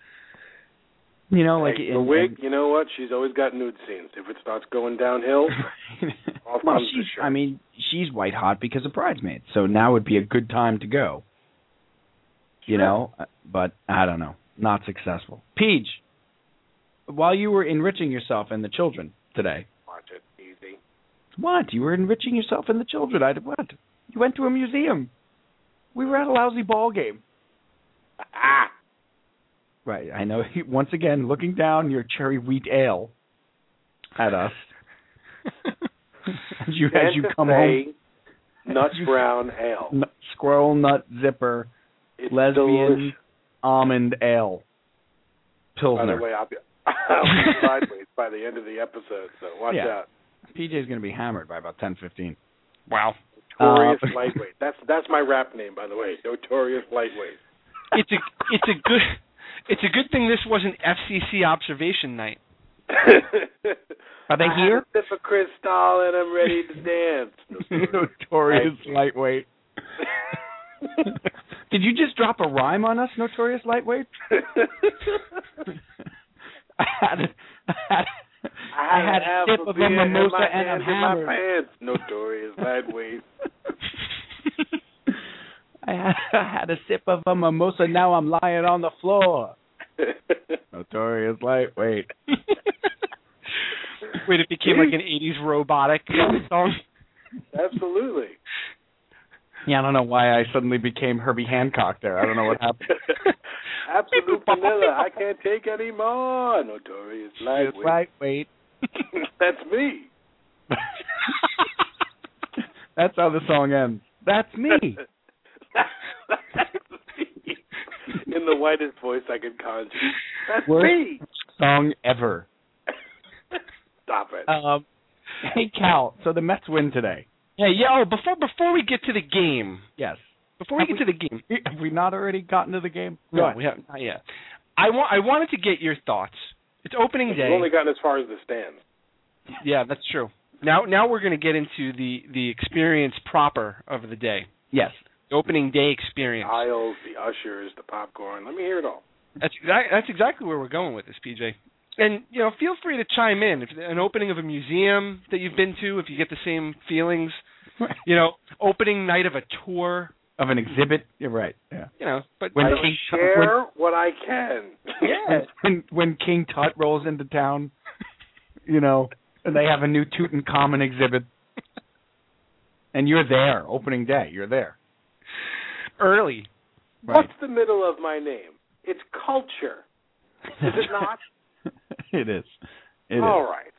Speaker 4: You know, like
Speaker 6: hey,
Speaker 4: and-
Speaker 6: the wig.
Speaker 4: and-
Speaker 6: you know what? She's always got nude scenes. If it starts going downhill, off
Speaker 4: well,
Speaker 6: comes the
Speaker 4: she's.
Speaker 6: shirt.
Speaker 4: I mean, she's white hot because of bridesmaids, so now would be a good time to go. You know, uh, but I don't know. Not successful. Peach, while you were enriching yourself and the children today,
Speaker 6: watch it easy.
Speaker 4: what? You were enriching yourself and the children. I did what? You went to a museum. We were at a lousy ball game.
Speaker 6: Ah,
Speaker 4: Right. I know. Once again, looking down your cherry wheat ale at us. as you as you
Speaker 6: Santa
Speaker 4: come
Speaker 6: Fe
Speaker 4: home,
Speaker 6: Nuts
Speaker 4: You-
Speaker 6: brown ale.
Speaker 4: n- squirrel nut zipper,
Speaker 6: It's
Speaker 4: lesbian
Speaker 6: delicious.
Speaker 4: almond ale,
Speaker 6: By the
Speaker 4: pilsner.
Speaker 6: way, I'll be, I'll be sideways by the end of the episode, so watch
Speaker 4: Yeah.
Speaker 6: out.
Speaker 4: PJ's going to be hammered by about ten fifteen.
Speaker 5: Wow.
Speaker 6: Notorious
Speaker 4: Uh,
Speaker 6: lightweight. That's that's my rap name, by the way. Notorious lightweight.
Speaker 5: It's a it's a good it's a good thing this wasn't FCC observation night.
Speaker 4: Are they
Speaker 6: I
Speaker 4: here?
Speaker 6: Have a sip of crystal and I'm ready to dance. Notorious.
Speaker 4: Notorious lightweight.
Speaker 6: Lightweight.
Speaker 4: Did you just drop a rhyme on us, Notorious Lightweight? I had, I had,
Speaker 6: I
Speaker 4: had a
Speaker 6: half
Speaker 4: sip
Speaker 6: a
Speaker 4: of
Speaker 6: beer
Speaker 4: a
Speaker 6: and
Speaker 4: mimosa
Speaker 6: my
Speaker 4: and
Speaker 6: hand
Speaker 4: I'm
Speaker 6: in my
Speaker 4: hammered.
Speaker 6: pants. Notorious lightweight.
Speaker 4: I had, I had a sip of a mimosa. Now I'm lying on the floor. Notorious lightweight.
Speaker 5: Wait, it became like an '80s robotic song.
Speaker 6: Absolutely.
Speaker 4: Yeah, I don't know why I suddenly became Herbie Hancock there. I don't know what happened.
Speaker 6: Absolute vanilla. I can't take any more. Notorious
Speaker 4: It's
Speaker 6: lightweight.
Speaker 4: lightweight.
Speaker 6: That's me.
Speaker 4: That's how the song ends. That's me.
Speaker 6: In the whitest voice I could conjure. That's
Speaker 4: Worst
Speaker 6: me.
Speaker 4: song ever.
Speaker 6: Stop it.
Speaker 4: Um, hey Cal, so the Mets win today.
Speaker 5: Hey, yeah. Oh, before before we get to the game,
Speaker 4: Yes.
Speaker 5: before we
Speaker 4: Have
Speaker 5: get to the game,
Speaker 4: Have we not already gotten to the game? Go
Speaker 5: no,
Speaker 4: ahead.
Speaker 5: we haven't. Not yet. I want I wanted to get your thoughts. It's opening
Speaker 6: We've
Speaker 5: day.
Speaker 6: only gotten as far as the stands.
Speaker 5: Yeah, that's true. Now now we're going to get into the the experience proper of the day,
Speaker 4: Yes.
Speaker 5: the opening day experience.
Speaker 6: Aisles, the ushers, the popcorn. Let me hear it all.
Speaker 5: That's exact, that's exactly where we're going with this, PJ. And you know, feel free to chime in if an opening of a museum that you've been to, if you get the same feelings. You know, opening night of a tour.
Speaker 4: Of an exhibit. You're right. Yeah.
Speaker 5: You know, but
Speaker 4: When
Speaker 6: I
Speaker 4: King when,
Speaker 6: share what I can.
Speaker 4: when when King Tut rolls into town, you know, and they have a new Tutankhamun exhibit, and you're there opening day. You're there.
Speaker 5: early.
Speaker 4: Right.
Speaker 6: What's the middle of my name? It's culture. Is it not?
Speaker 4: it is. It
Speaker 6: All
Speaker 4: is.
Speaker 6: right.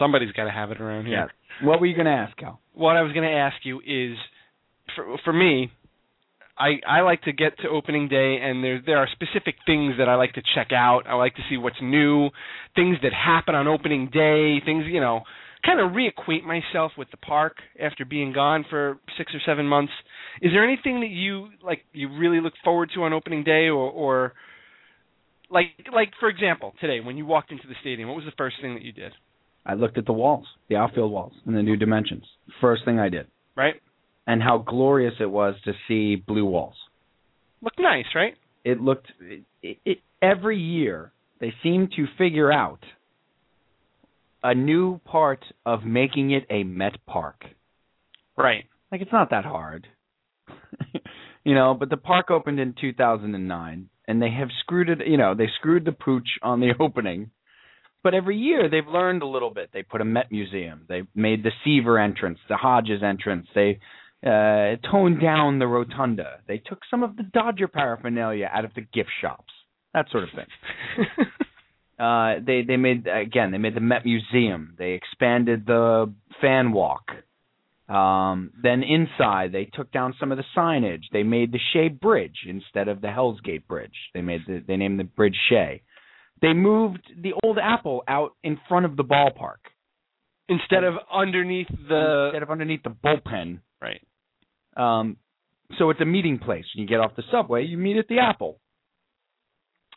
Speaker 5: Somebody's got to have it around here.
Speaker 4: Oh, Yes. What were you going to ask, Cal?
Speaker 5: What I was going to ask you is, for for me, I I like to get to opening day, and there there are specific things that I like to check out. I like to see what's new, things that happen on opening day, things you know, kind of reacquaint myself with the park after being gone for six or seven months. Is there anything that you like you really look forward to on opening day, or or like like for example today when you walked into the stadium, what was the first thing that you did?
Speaker 4: I looked at the walls, the outfield walls, and the new dimensions. First thing I did,
Speaker 5: Right,
Speaker 4: and how glorious it was to see blue walls.
Speaker 5: looked nice, right?
Speaker 4: It looked it, it, every year they seem to figure out a new part of making it a Met Park.
Speaker 5: Right.
Speaker 4: Like it's not that hard. you know, but the park opened in 2009 and they have screwed it, you know, they screwed the pooch on the opening. But every year they've learned a little bit. They put a Met Museum. They made the Seaver entrance, the Hodges entrance. They uh, toned down the rotunda. They took some of the Dodger paraphernalia out of the gift shops. That sort of thing. Uh, they they made again they made the Met Museum. They expanded the fan walk. Um, then inside they took down some of the signage. They made the Shea Bridge instead of the Hell's Gate Bridge. They made the, they named the bridge Shea. They moved the old apple out in front of the ballpark
Speaker 5: Instead of underneath the
Speaker 4: instead of underneath the bullpen.
Speaker 5: Right.
Speaker 4: Um, so it's a meeting place. You get off the subway, you meet at the Apple.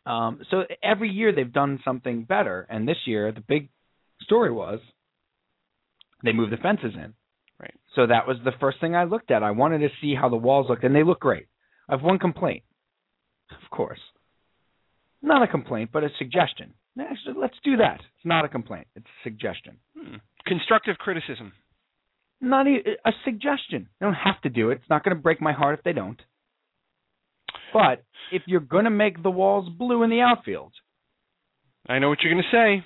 Speaker 4: Um, so every year they've done something better, and this year the big story was they moved the fences in.
Speaker 5: Right.
Speaker 4: So that was the first thing I looked at. I wanted to see how the walls looked, and they look great. I have one complaint, of course, not a complaint, but a suggestion. Actually, let's do that. It's not a complaint. It's a suggestion.
Speaker 5: Hmm. Constructive criticism.
Speaker 4: Not e a suggestion. They don't have to do it. It's not going to break my heart if they don't. But if you're going to make the walls blue in the outfield,
Speaker 5: I know what you're going to say.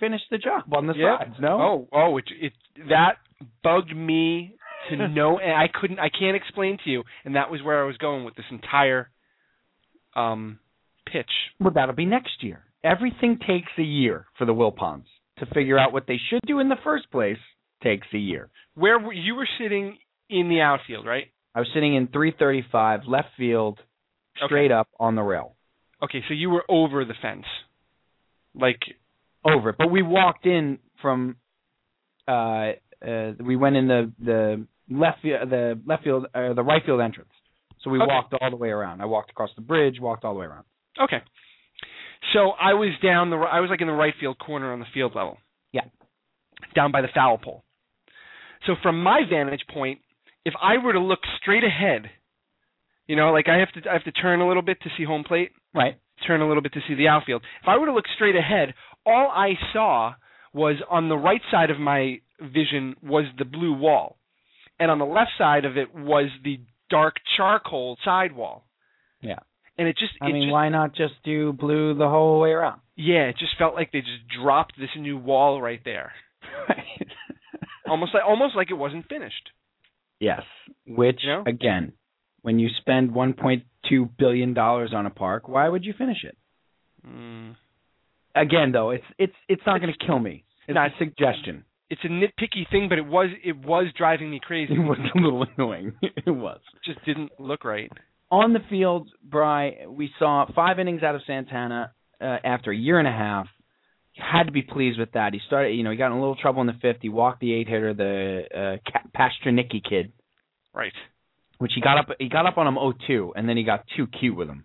Speaker 4: finish the job on the
Speaker 5: Yep.
Speaker 4: sides. No,
Speaker 5: Oh, oh, it, it that bugged me to no and I couldn't I can't explain to you and that was where I was going with this entire um pitch.
Speaker 4: well, that'll be next year. Everything takes a year for the Wilpons to figure out what they should do in the first place. Takes a year.
Speaker 5: Where were, you were sitting in the outfield, right?
Speaker 4: I was sitting in 335 left field, straight up on the rail
Speaker 5: Okay, so you were over the fence. Like
Speaker 4: over it. But we walked in from, uh, uh, we went in the the left fi- the left field uh, the right field entrance. So we
Speaker 5: Okay.
Speaker 4: walked all the way around. I walked across the bridge, walked all the way around.
Speaker 5: okay. So I was down the I was like in the right field corner on the field level.
Speaker 4: Yeah.
Speaker 5: Down by the foul pole. So from my vantage point, if I were to look straight ahead, you know, like I have to I have to turn a little bit to see home plate.
Speaker 4: Right.
Speaker 5: turn a little bit to see the outfield. If I were to look straight ahead, all I saw was on the right side of my vision was the blue wall, and on the left side of it was the dark charcoal sidewall.
Speaker 4: Yeah.
Speaker 5: And it just,
Speaker 4: I
Speaker 5: it
Speaker 4: mean,
Speaker 5: just
Speaker 4: why not just do blue the whole way around?
Speaker 5: yeah, it just felt like they just dropped this new wall right there, almost like almost like it wasn't finished.
Speaker 4: yes. Which
Speaker 5: You know?
Speaker 4: again, when you spend 1.2 billion dollars on a park, why would you finish it? Hmm.
Speaker 5: Mm.
Speaker 4: Again, though, it's it's it's not going
Speaker 5: It's-
Speaker 4: to kill me. It's
Speaker 5: No,
Speaker 4: a suggestion.
Speaker 5: It's a nitpicky thing, but it was it was driving me crazy.
Speaker 4: It was a little annoying. it was.
Speaker 5: It just didn't look right.
Speaker 4: on the field, Bry, we saw five innings out of Santana uh, after a year and a half. Had to be pleased with that. He started, you know, he got in a little trouble in the fifth. He walked the eight hitter, the uh, Ka- Pasternicki kid,
Speaker 5: Right.
Speaker 4: which he got up. He got up on him 0-2, and then he got too cute with him,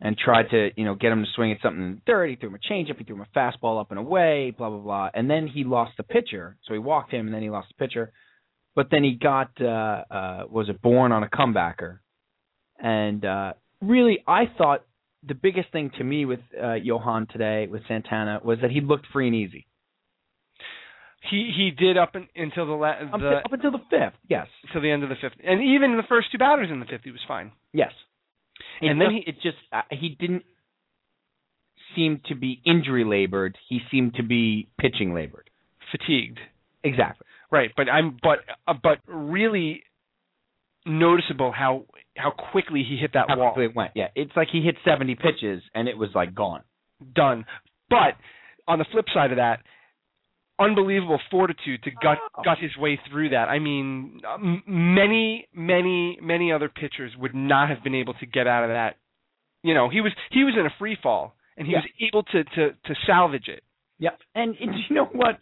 Speaker 4: and tried to, you know, get him to swing at something in the third. He threw him a changeup. He threw him a fastball up and away. Blah blah blah. And then he lost the pitcher, so he walked him, and then he lost the pitcher. But then he got uh, uh, was it born on a comebacker, and uh, really, I thought the biggest thing to me with uh, Johan today with Santana was that he looked free and easy
Speaker 5: He he did up in, until the, la-
Speaker 4: up,
Speaker 5: the
Speaker 4: up until the fifth. Yes,
Speaker 5: till the end of the fifth, and even the first two batters in the fifth, he was fine.
Speaker 4: yes.
Speaker 5: And then he-
Speaker 4: it just uh, he didn't seem to be injury labored. He seemed to be pitching labored.
Speaker 5: Fatigued,
Speaker 4: Exactly.
Speaker 5: right? But I'm but uh, but really noticeable how how quickly he hit that
Speaker 4: How
Speaker 5: wall.
Speaker 4: quickly it went. Yeah, it's like he hit seventy pitches and it was like gone.
Speaker 5: Done. But on the flip side of that, unbelievable fortitude to gut
Speaker 4: Oh.
Speaker 5: gut his way through that. I mean, um, many many many other pitchers would not have been able to get out of that. You know, he was he was in a free fall, and he
Speaker 4: Yeah.
Speaker 5: was able to to to salvage it.
Speaker 4: Yeah, and, and you know what?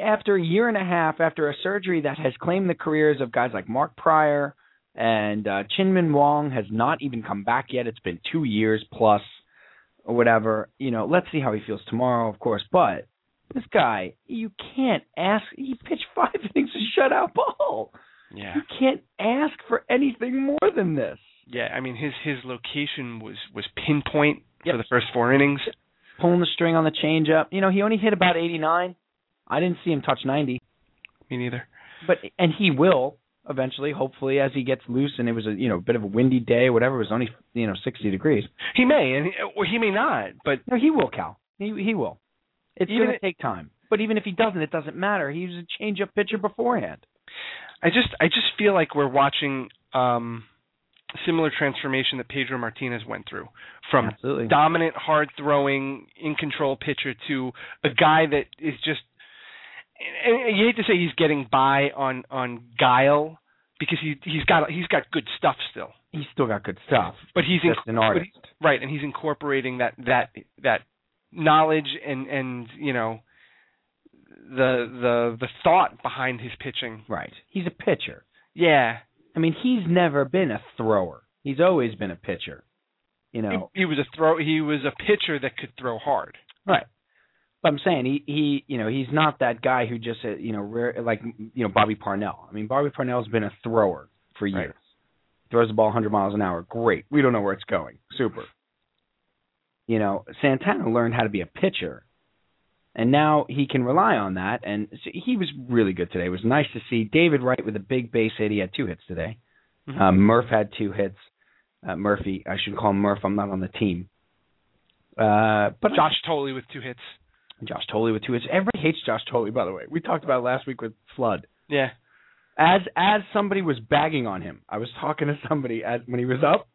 Speaker 4: After a year and a half, after a surgery that has claimed the careers of guys like Mark Pryor and uh, Chinman Wong has not even come back yet. It's been two years plus, or whatever. You know, let's see how he feels tomorrow, of course. But this guy, you can't ask. He pitched five innings of shutout ball.
Speaker 5: Yeah.
Speaker 4: You can't ask for anything more than this.
Speaker 5: Yeah, I mean his his location was was pinpoint
Speaker 4: Yep.
Speaker 5: for the first four innings.
Speaker 4: Pulling the string on the changeup. You know, he only hit about 89. I didn't see him touch 90.
Speaker 5: Me neither.
Speaker 4: but and he will eventually, hopefully, as he gets loose and it was a you know bit of a windy day, whatever. It was only you know sixty degrees.
Speaker 5: He may and or he may not, but
Speaker 4: No, he will, Cal. He he will. It's
Speaker 5: Even
Speaker 4: going to
Speaker 5: if-
Speaker 4: take time. But even if he doesn't, it doesn't matter. He was a change-up pitcher beforehand.
Speaker 5: I just I just feel like we're watching um a similar transformation that Pedro Martinez went through from
Speaker 4: Absolutely.
Speaker 5: dominant, hard throwing, in control pitcher to a guy that is just. And and you hate to say he's getting by on on guile because he he's got he's got good stuff still,
Speaker 4: He's still got good stuff.
Speaker 5: but he's in,
Speaker 4: Just an artist.
Speaker 5: right and he's incorporating that that that knowledge and and you know the the the thought behind his pitching
Speaker 4: Right. He's a pitcher.
Speaker 5: yeah
Speaker 4: I mean, he's never been a thrower. He's always been a pitcher. You know.
Speaker 5: he, he was a throw he was a pitcher that could throw hard
Speaker 4: Right. But I'm saying he he you know he's not that guy who just uh, you know rare, like you know Bobby Parnell. I mean Bobby Parnell's been a thrower for years.
Speaker 5: Right.
Speaker 4: Throws the ball 100 miles an hour. Great. We don't know where it's going. Super. you know, Santana learned how to be a pitcher, and now he can rely on that. And so he was really good today. It was nice to see David Wright with a big base hit. He had two hits today.
Speaker 5: Mhm.
Speaker 4: Uh, Murph had two hits. Uh, Murphy, I should call him Murph. I'm not on the team. Uh, but
Speaker 5: Josh Tolley with two hits.
Speaker 4: Josh Tolley with two hits. Everybody hates Josh Tolley, by the way. We talked about it last week with Flood.
Speaker 5: Yeah.
Speaker 4: As as somebody was bagging on him, I was talking to somebody as when he was up,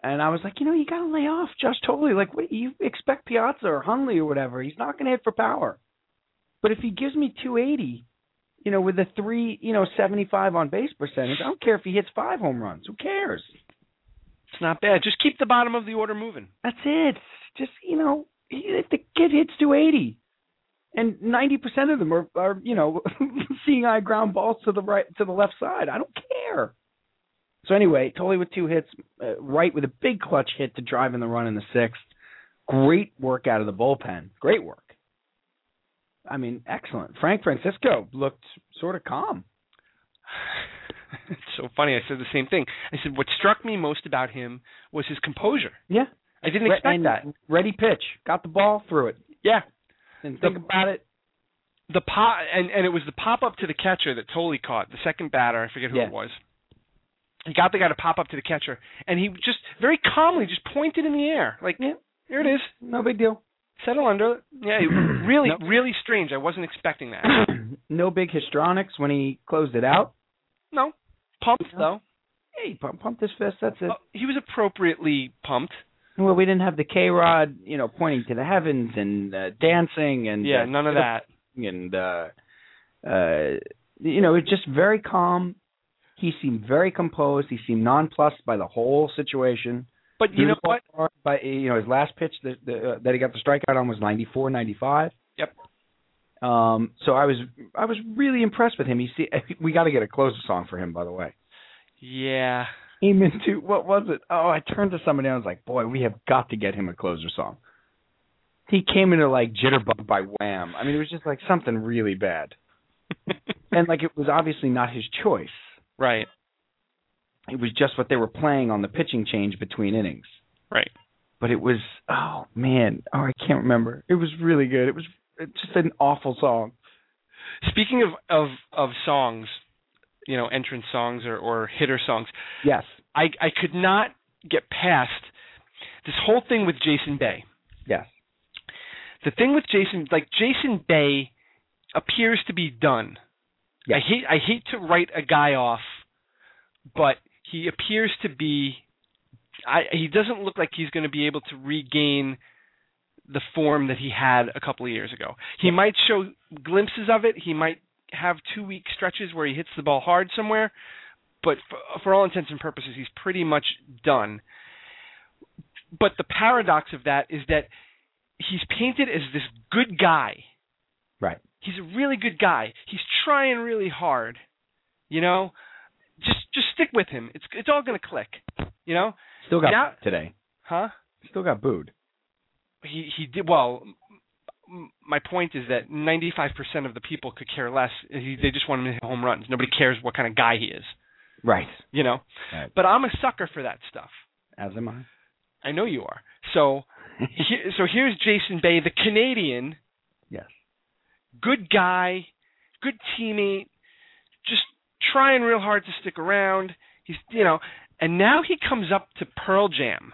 Speaker 4: and I was like, you know, you got to lay off Josh Tolley. Like, what you expect Piazza or Hunley or whatever? He's not going to hit for power. But if he gives me 280, you know, with a three, you know, 75 on base percentage, I don't care if he hits five home runs. Who cares?
Speaker 5: It's not bad. Just keep the bottom of the order moving.
Speaker 4: That's it. Just you know, if the kid hits 280, and 90 percent of them are, are you know, seeing eye ground balls to the right to the left side. I don't care. So anyway, Tolley with two hits, uh, right with a big clutch hit to drive in the run in the sixth. Great work out of the bullpen. Great work. I mean, excellent. Frank Francisco looked sort of calm.
Speaker 5: it's so funny. I said the same thing. I said what struck me most about him was his composure.
Speaker 4: Yeah,
Speaker 5: I didn't expect that.
Speaker 4: Ready pitch, got the ball, threw it.
Speaker 5: Yeah.
Speaker 4: And think about it.
Speaker 5: The pop and and it was the pop up to the catcher that Tolley caught. The second batter, I forget who
Speaker 4: Yeah.
Speaker 5: it was. He got the guy to pop up to the catcher, and he just very calmly just pointed in the air, like
Speaker 4: Yeah.
Speaker 5: here it is,
Speaker 4: No big deal.
Speaker 5: settle under. it." Yeah, it was really,
Speaker 4: Nope.
Speaker 5: really strange. I wasn't expecting that.
Speaker 4: no big histrionics when he closed it out.
Speaker 5: no, pumped though.
Speaker 4: Hey, pump, pumped his fist. That's it.
Speaker 5: Uh, he was appropriately pumped.
Speaker 4: Well, we didn't have the K Rod, you know, pointing to the heavens and uh, dancing and
Speaker 5: yeah,
Speaker 4: uh,
Speaker 5: none of that.
Speaker 4: and uh, uh, you know, it's just very calm. He seemed very composed. He seemed nonplussed by the whole situation.
Speaker 5: But you know what?
Speaker 4: By you know, his last pitch that the, uh, that he got the strikeout on was 94, 95.
Speaker 5: Yep.
Speaker 4: Um, so I was I was really impressed with him. He see, we got to get a closer song for him, by the way.
Speaker 5: Yeah.
Speaker 4: came into what was it? Oh, I turned to somebody and I was like, "Boy, we have got to get him a closer song." He came into like "Jitterbug" by Wham. I mean, it was just like something really bad, and like it was obviously not his choice.
Speaker 5: right.
Speaker 4: It was just what they were playing on the pitching change between innings.
Speaker 5: Right.
Speaker 4: But it was oh man, oh I can't remember. It was really good. It was it's just an awful song.
Speaker 5: Speaking of of of songs, you know, entrance songs or or hitter songs,
Speaker 4: Yes.
Speaker 5: I I could not get past this whole thing with Jason Bay.
Speaker 4: Yes.
Speaker 5: The thing with Jason, like Jason Bay, appears to be done.
Speaker 4: Yeah.
Speaker 5: I hate I hate to write a guy off, but he appears to be. I he doesn't look like he's going to be able to regain the form that he had a couple of years ago. He might show glimpses of it. He might have two week stretches where he hits the ball hard somewhere, but for, for all intents and purposes, he's pretty much done. But the paradox of that is that he's painted as this good guy.
Speaker 4: Right.
Speaker 5: He's a really good guy. He's trying really hard. You know, just just stick with him. It's it's all going to click. You know?
Speaker 4: Still got
Speaker 5: Yeah.
Speaker 4: booed today.
Speaker 5: Huh?
Speaker 4: Still got booed.
Speaker 5: he he did well. m- My point is that 95% of the people could care less. He, they just want him to hit home runs. Nobody cares what kind of guy he is,
Speaker 4: Right.
Speaker 5: you know.
Speaker 4: Right.
Speaker 5: But I'm a sucker for that stuff.
Speaker 4: As am I.
Speaker 5: I know you are. So, he, so here's Jason Bay, the Canadian,
Speaker 4: Yes.
Speaker 5: good guy, good teammate, just trying real hard to stick around. He's, you know, and now he comes up to Pearl Jam.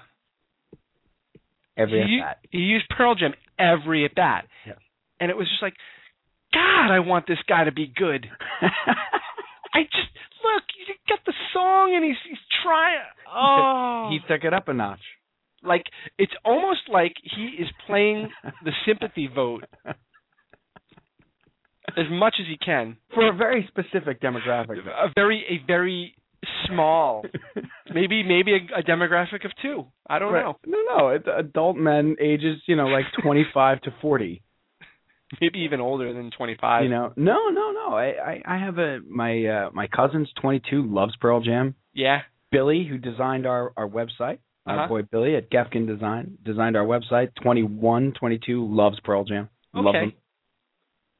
Speaker 4: Every
Speaker 5: he, u-
Speaker 4: at bat.
Speaker 5: he used Pearl Jam every at bat.
Speaker 4: Yeah.
Speaker 5: And it was just like, God, I want this guy to be good. I just look, you got the song and he's he's trying. Oh,
Speaker 4: He took it up a notch.
Speaker 5: like it's almost like he is playing the sympathy vote as much as he can.
Speaker 4: for a very specific demographic. though.
Speaker 5: A very a very small, maybe maybe a, a demographic of two. I don't
Speaker 4: Right.
Speaker 5: know.
Speaker 4: No, no, it's adult men ages you know like twenty five to forty.
Speaker 5: Maybe even older than twenty five.
Speaker 4: You know, no, no, no. I, I, I have a my uh, my cousin's twenty two loves Pearl Jam.
Speaker 5: yeah.
Speaker 4: Billy, who designed our our website,
Speaker 5: Uh-huh.
Speaker 4: our boy Billy at Gefkin Design designed our website. 21, 22 loves Pearl Jam. Loves
Speaker 5: Okay.
Speaker 4: them.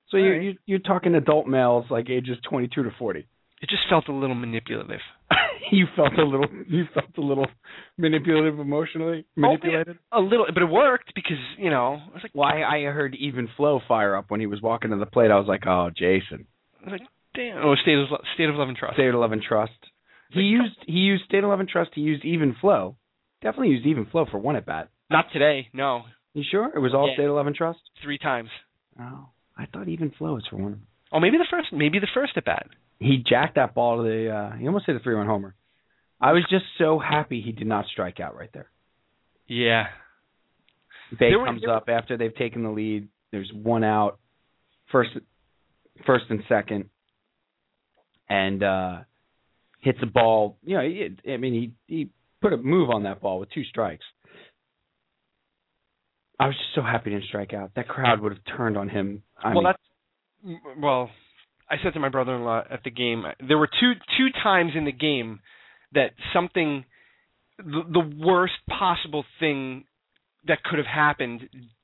Speaker 4: So you,
Speaker 5: Alright.
Speaker 4: you you're talking adult males like ages twenty two to forty.
Speaker 5: It just felt a little manipulative.
Speaker 4: you felt a little you felt a little manipulative emotionally manipulated.
Speaker 5: a little, but it worked because you know I was like,
Speaker 4: Why I heard even Flo fire up when he was walking to the plate. I was like, oh, Jason,
Speaker 5: I was like, damn. Oh, state of Lo- state of love and trust.
Speaker 4: state of love and trust. He used he used state of love and trust. He used even flow. Definitely used even flow for one at bat.
Speaker 5: Not today. No,
Speaker 4: You sure it was all
Speaker 5: Yeah.
Speaker 4: state of love and trust?
Speaker 5: three times.
Speaker 4: Oh, I thought even flow was for one.
Speaker 5: Oh, maybe the first. Maybe the first at bat.
Speaker 4: He jacked that ball to the. Uh, he almost hit a three-run homer. I was just so happy he did not strike out right there.
Speaker 5: Yeah.
Speaker 4: Bay
Speaker 5: There were-
Speaker 4: comes
Speaker 5: there-
Speaker 4: up after they've taken the lead. There's one out, first, first and second, and uh, hits a ball. You know, it, I mean, he he put a move on that ball with two strikes. I was just so happy he didn't strike out. That crowd would have turned on him. I
Speaker 5: well,
Speaker 4: mean,
Speaker 5: that's m- well. I said to my brother-in-law at the game, there were two two times in the game that something, the, the worst possible thing that could have happened,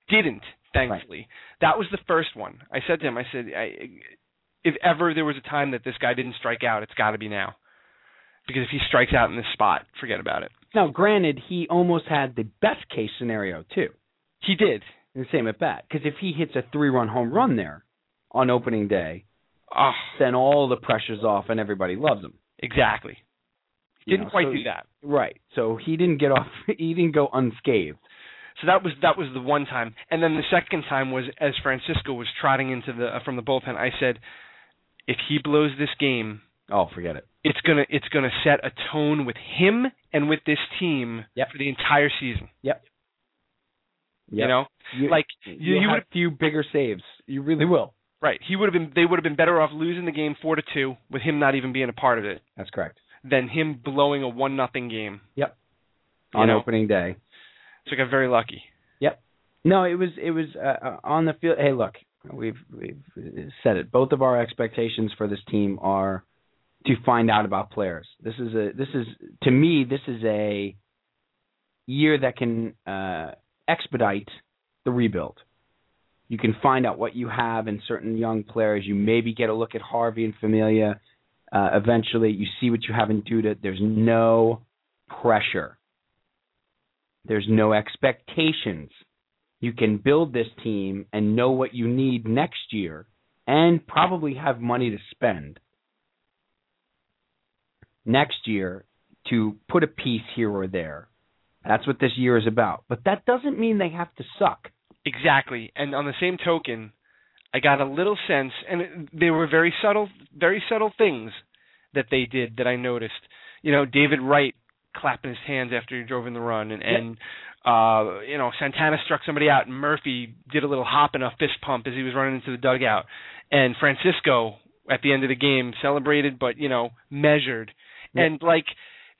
Speaker 5: didn't. Thankfully, that was the first one. I said to him, I said, I, if ever there was a time that this guy didn't strike out, it's got to be now, because if he strikes out in this spot, forget about it.
Speaker 4: now granted, he almost had the best case scenario too.
Speaker 5: He did.
Speaker 4: in the same at bat, because if he hits a three-run home run there on opening day,
Speaker 5: Oh,
Speaker 4: then all the pressure's off and everybody loves him.
Speaker 5: exactly. He
Speaker 4: You
Speaker 5: didn't
Speaker 4: know,
Speaker 5: quite
Speaker 4: so-
Speaker 5: do that.
Speaker 4: Right. So he didn't get off. He didn't go unscathed.
Speaker 5: So that was that was the one time, and then the second time was as Francisco was trotting into the uh, from the bullpen. I said, if he blows this game,
Speaker 4: Oh, forget it.
Speaker 5: it's gonna it's gonna set a tone with him and with this team
Speaker 4: Yep.
Speaker 5: for the entire season. You
Speaker 4: Yep.
Speaker 5: know,
Speaker 4: You-
Speaker 5: like
Speaker 4: you'll
Speaker 5: you
Speaker 4: have
Speaker 5: would've-
Speaker 4: few bigger saves. You really will.
Speaker 5: right, he would have been they would have been better off losing the game four to two with him not even being a part of it
Speaker 4: That's correct.
Speaker 5: than him blowing a one nothing game.
Speaker 4: Yep.
Speaker 5: You
Speaker 4: on
Speaker 5: know?
Speaker 4: opening day.
Speaker 5: So I got very lucky.
Speaker 4: No, it was it was uh, uh, on the field. Hey, look, we've we've said it. Both of our expectations for this team are to find out about players. This is a this is to me this is a year that can uh, expedite the rebuild. You can find out what you have in certain young players. You maybe get a look at Harvey and Familia. Uh, eventually, you see what you have in Duda. There's no pressure. There's no expectations you can build this team and know what you need next year and probably have money to spend next year to put a piece here or there. That's what this year is about. But that doesn't mean they have to suck.
Speaker 5: Exactly. And on the same token, I got a little sense, and it- they were very subtle, very subtle things that they did that I noticed. You know, David Wright clapping his hands after he drove in the run, and, and uh, you know Santana struck somebody out, and Murphy did a little hop and a fist pump as he was running into the dugout, and Francisco at the end of the game celebrated, but you know measured,
Speaker 4: Yeah.
Speaker 5: and like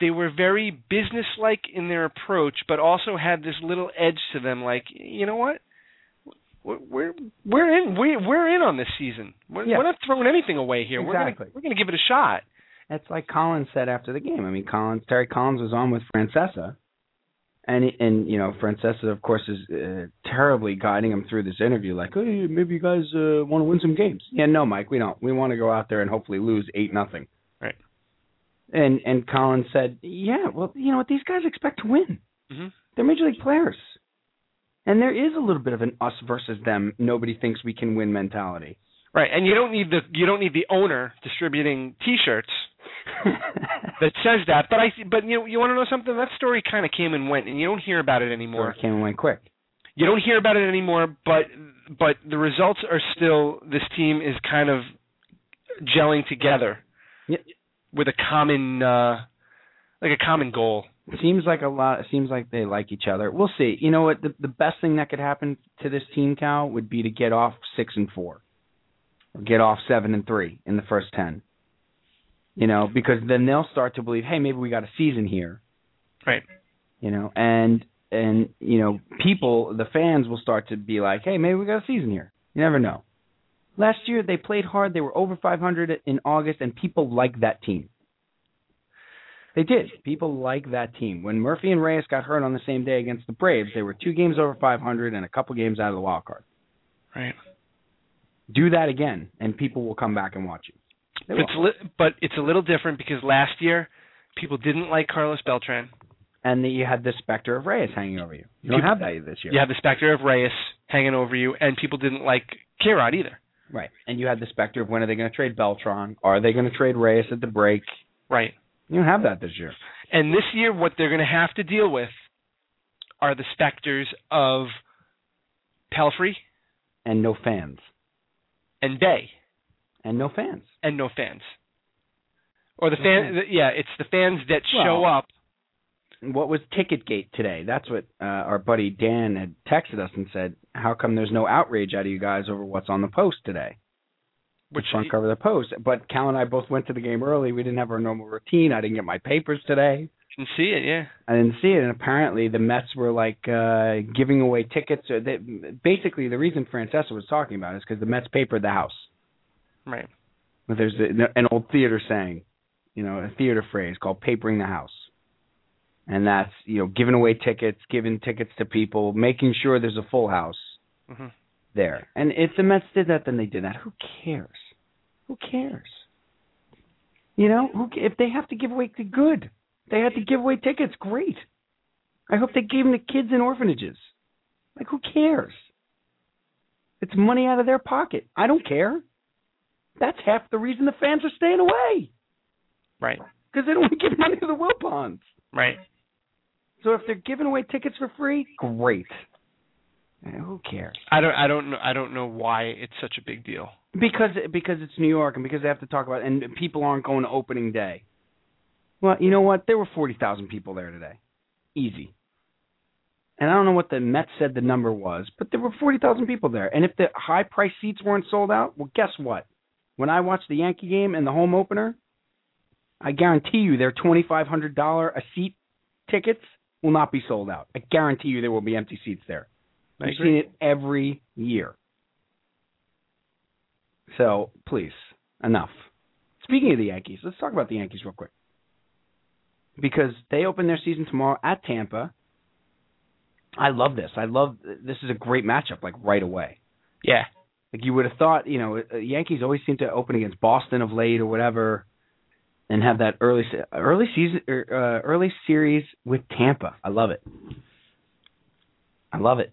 Speaker 5: they were very businesslike in their approach, but also had this little edge to them. Like, you know what? We're we're- we're in we we're in on this season. We're,
Speaker 4: Yeah.
Speaker 5: we're not throwing anything away here. We're
Speaker 4: Exactly.
Speaker 5: gonna we're gonna give it a shot.
Speaker 4: That's like Collins said after the game. I mean, Collins, Terry Collins was on with Francesa, and and you know, Francesa, of course, is uh, terribly guiding him through this interview. Like, hey, maybe you guys uh, want to win some games. Yeah, no, Mike, we don't. We want to go out there and hopefully lose eight nothing.
Speaker 5: Right.
Speaker 4: And and Collins said, yeah, well, you know what, these guys expect to win.
Speaker 5: Mhm.
Speaker 4: They're major league players, and there is a little bit of an us versus them. Nobody thinks we can win mentality.
Speaker 5: Right. And you don't need the you don't need the owner distributing T-shirts that says that. But I but you you want to know something? That story kind of came and went, and you don't hear about it anymore.
Speaker 4: Came and went quick.
Speaker 5: you don't hear about it anymore but but the results are still this team is kind of gelling together
Speaker 4: Yeah.
Speaker 5: with a common uh like a common goal
Speaker 4: seems like a lot it seems like they like each other we'll see you know what the, the best thing that could happen to this team cow would be to get off six and four or get off seven and three in the first ten you know because then they'll start to believe hey maybe we got a season here
Speaker 5: Right.
Speaker 4: you know and and you know people the fans will start to be like hey maybe we got a season here you never know last year they played hard they were over 500 in august and people liked that team they did. People like that team. When Murphy and Reyes got hurt on the same day against the Braves, they were two games over 500 and a couple games out of the wild card.
Speaker 5: Right.
Speaker 4: Do that again, and people will come back and watch you. They
Speaker 5: but it's,
Speaker 4: will.
Speaker 5: li- but it's a little different because last year people didn't like Carlos Beltran.
Speaker 4: and that you had the specter of Reyes hanging over you. You don't
Speaker 5: People-
Speaker 4: have that this year,
Speaker 5: You have the specter of Reyes hanging over you, and people didn't like Kirod either.
Speaker 4: right? And you had the specter of when are they going to trade Beltron? Are they going to trade Reyes at the break?
Speaker 5: Right.
Speaker 4: You don't have that this year.
Speaker 5: And this year, what they're going to have to deal with are the specters of Pelfrey
Speaker 4: and no fans
Speaker 5: and Day,
Speaker 4: and no fans.
Speaker 5: and no fans. Or the fan, the- yeah, it's the fans that show
Speaker 4: Mm-hmm. Well-
Speaker 5: up.
Speaker 4: What was Ticketgate today? That's what uh, our buddy Dan had texted us and said, "How come there's no outrage out of you guys over what's on the post today?"
Speaker 5: Which
Speaker 4: front cover of the post. But Cal and I both went to the game early. We didn't have our normal routine. I didn't get my papers today.
Speaker 5: you can see it, yeah.
Speaker 4: I didn't see it, and apparently the Mets were like uh giving away tickets. Or they, basically, the reason Francesa was talking about it is because the Mets papered the house.
Speaker 5: Right.
Speaker 4: But There's a, an old theater saying, you know, a theater phrase called "papering the house," and that's you know giving away tickets, giving tickets to people, making sure there's a full house
Speaker 5: Mhm.
Speaker 4: there. And if the Mets did that, then they did that. Who cares? Who cares? You know, who, ca- if they have to give away the good, they had to give away tickets. Great. I hope they gave them to kids in orphanages. Like, who cares? It's money out of their pocket. I don't care. That's half the reason the fans are staying away
Speaker 5: Right.
Speaker 4: because they don't want to give money to the Wilpons.
Speaker 5: Right.
Speaker 4: So if they're giving away tickets for free, great. Eh, Who cares?
Speaker 5: I don't. I don't know. I don't know why it's such a big deal.
Speaker 4: Because because it's New York and because they have to talk about it, and people aren't going to opening day. Well, you know what? There were forty thousand people there today, easy. And I don't know what the Mets said the number was, but there were forty thousand people there. And if the high price seats weren't sold out, well, guess what? When I watched the Yankee game and the home opener, I guarantee you their twenty five hundred dollar a seat tickets will not be sold out. I guarantee you there will be empty seats there.
Speaker 5: I
Speaker 4: We've seen
Speaker 5: agree.
Speaker 4: it every year. So please, enough. Speaking of the Yankees, let's talk about the Yankees real quick. Because they open their season tomorrow at Tampa. I love this. I love this is a great matchup like right away.
Speaker 5: Yeah.
Speaker 4: Like you would have thought, you know, uh, Yankees always seem to open against Boston of late or whatever and have that early se- early season er, uh, early series with Tampa. I love it. I love it.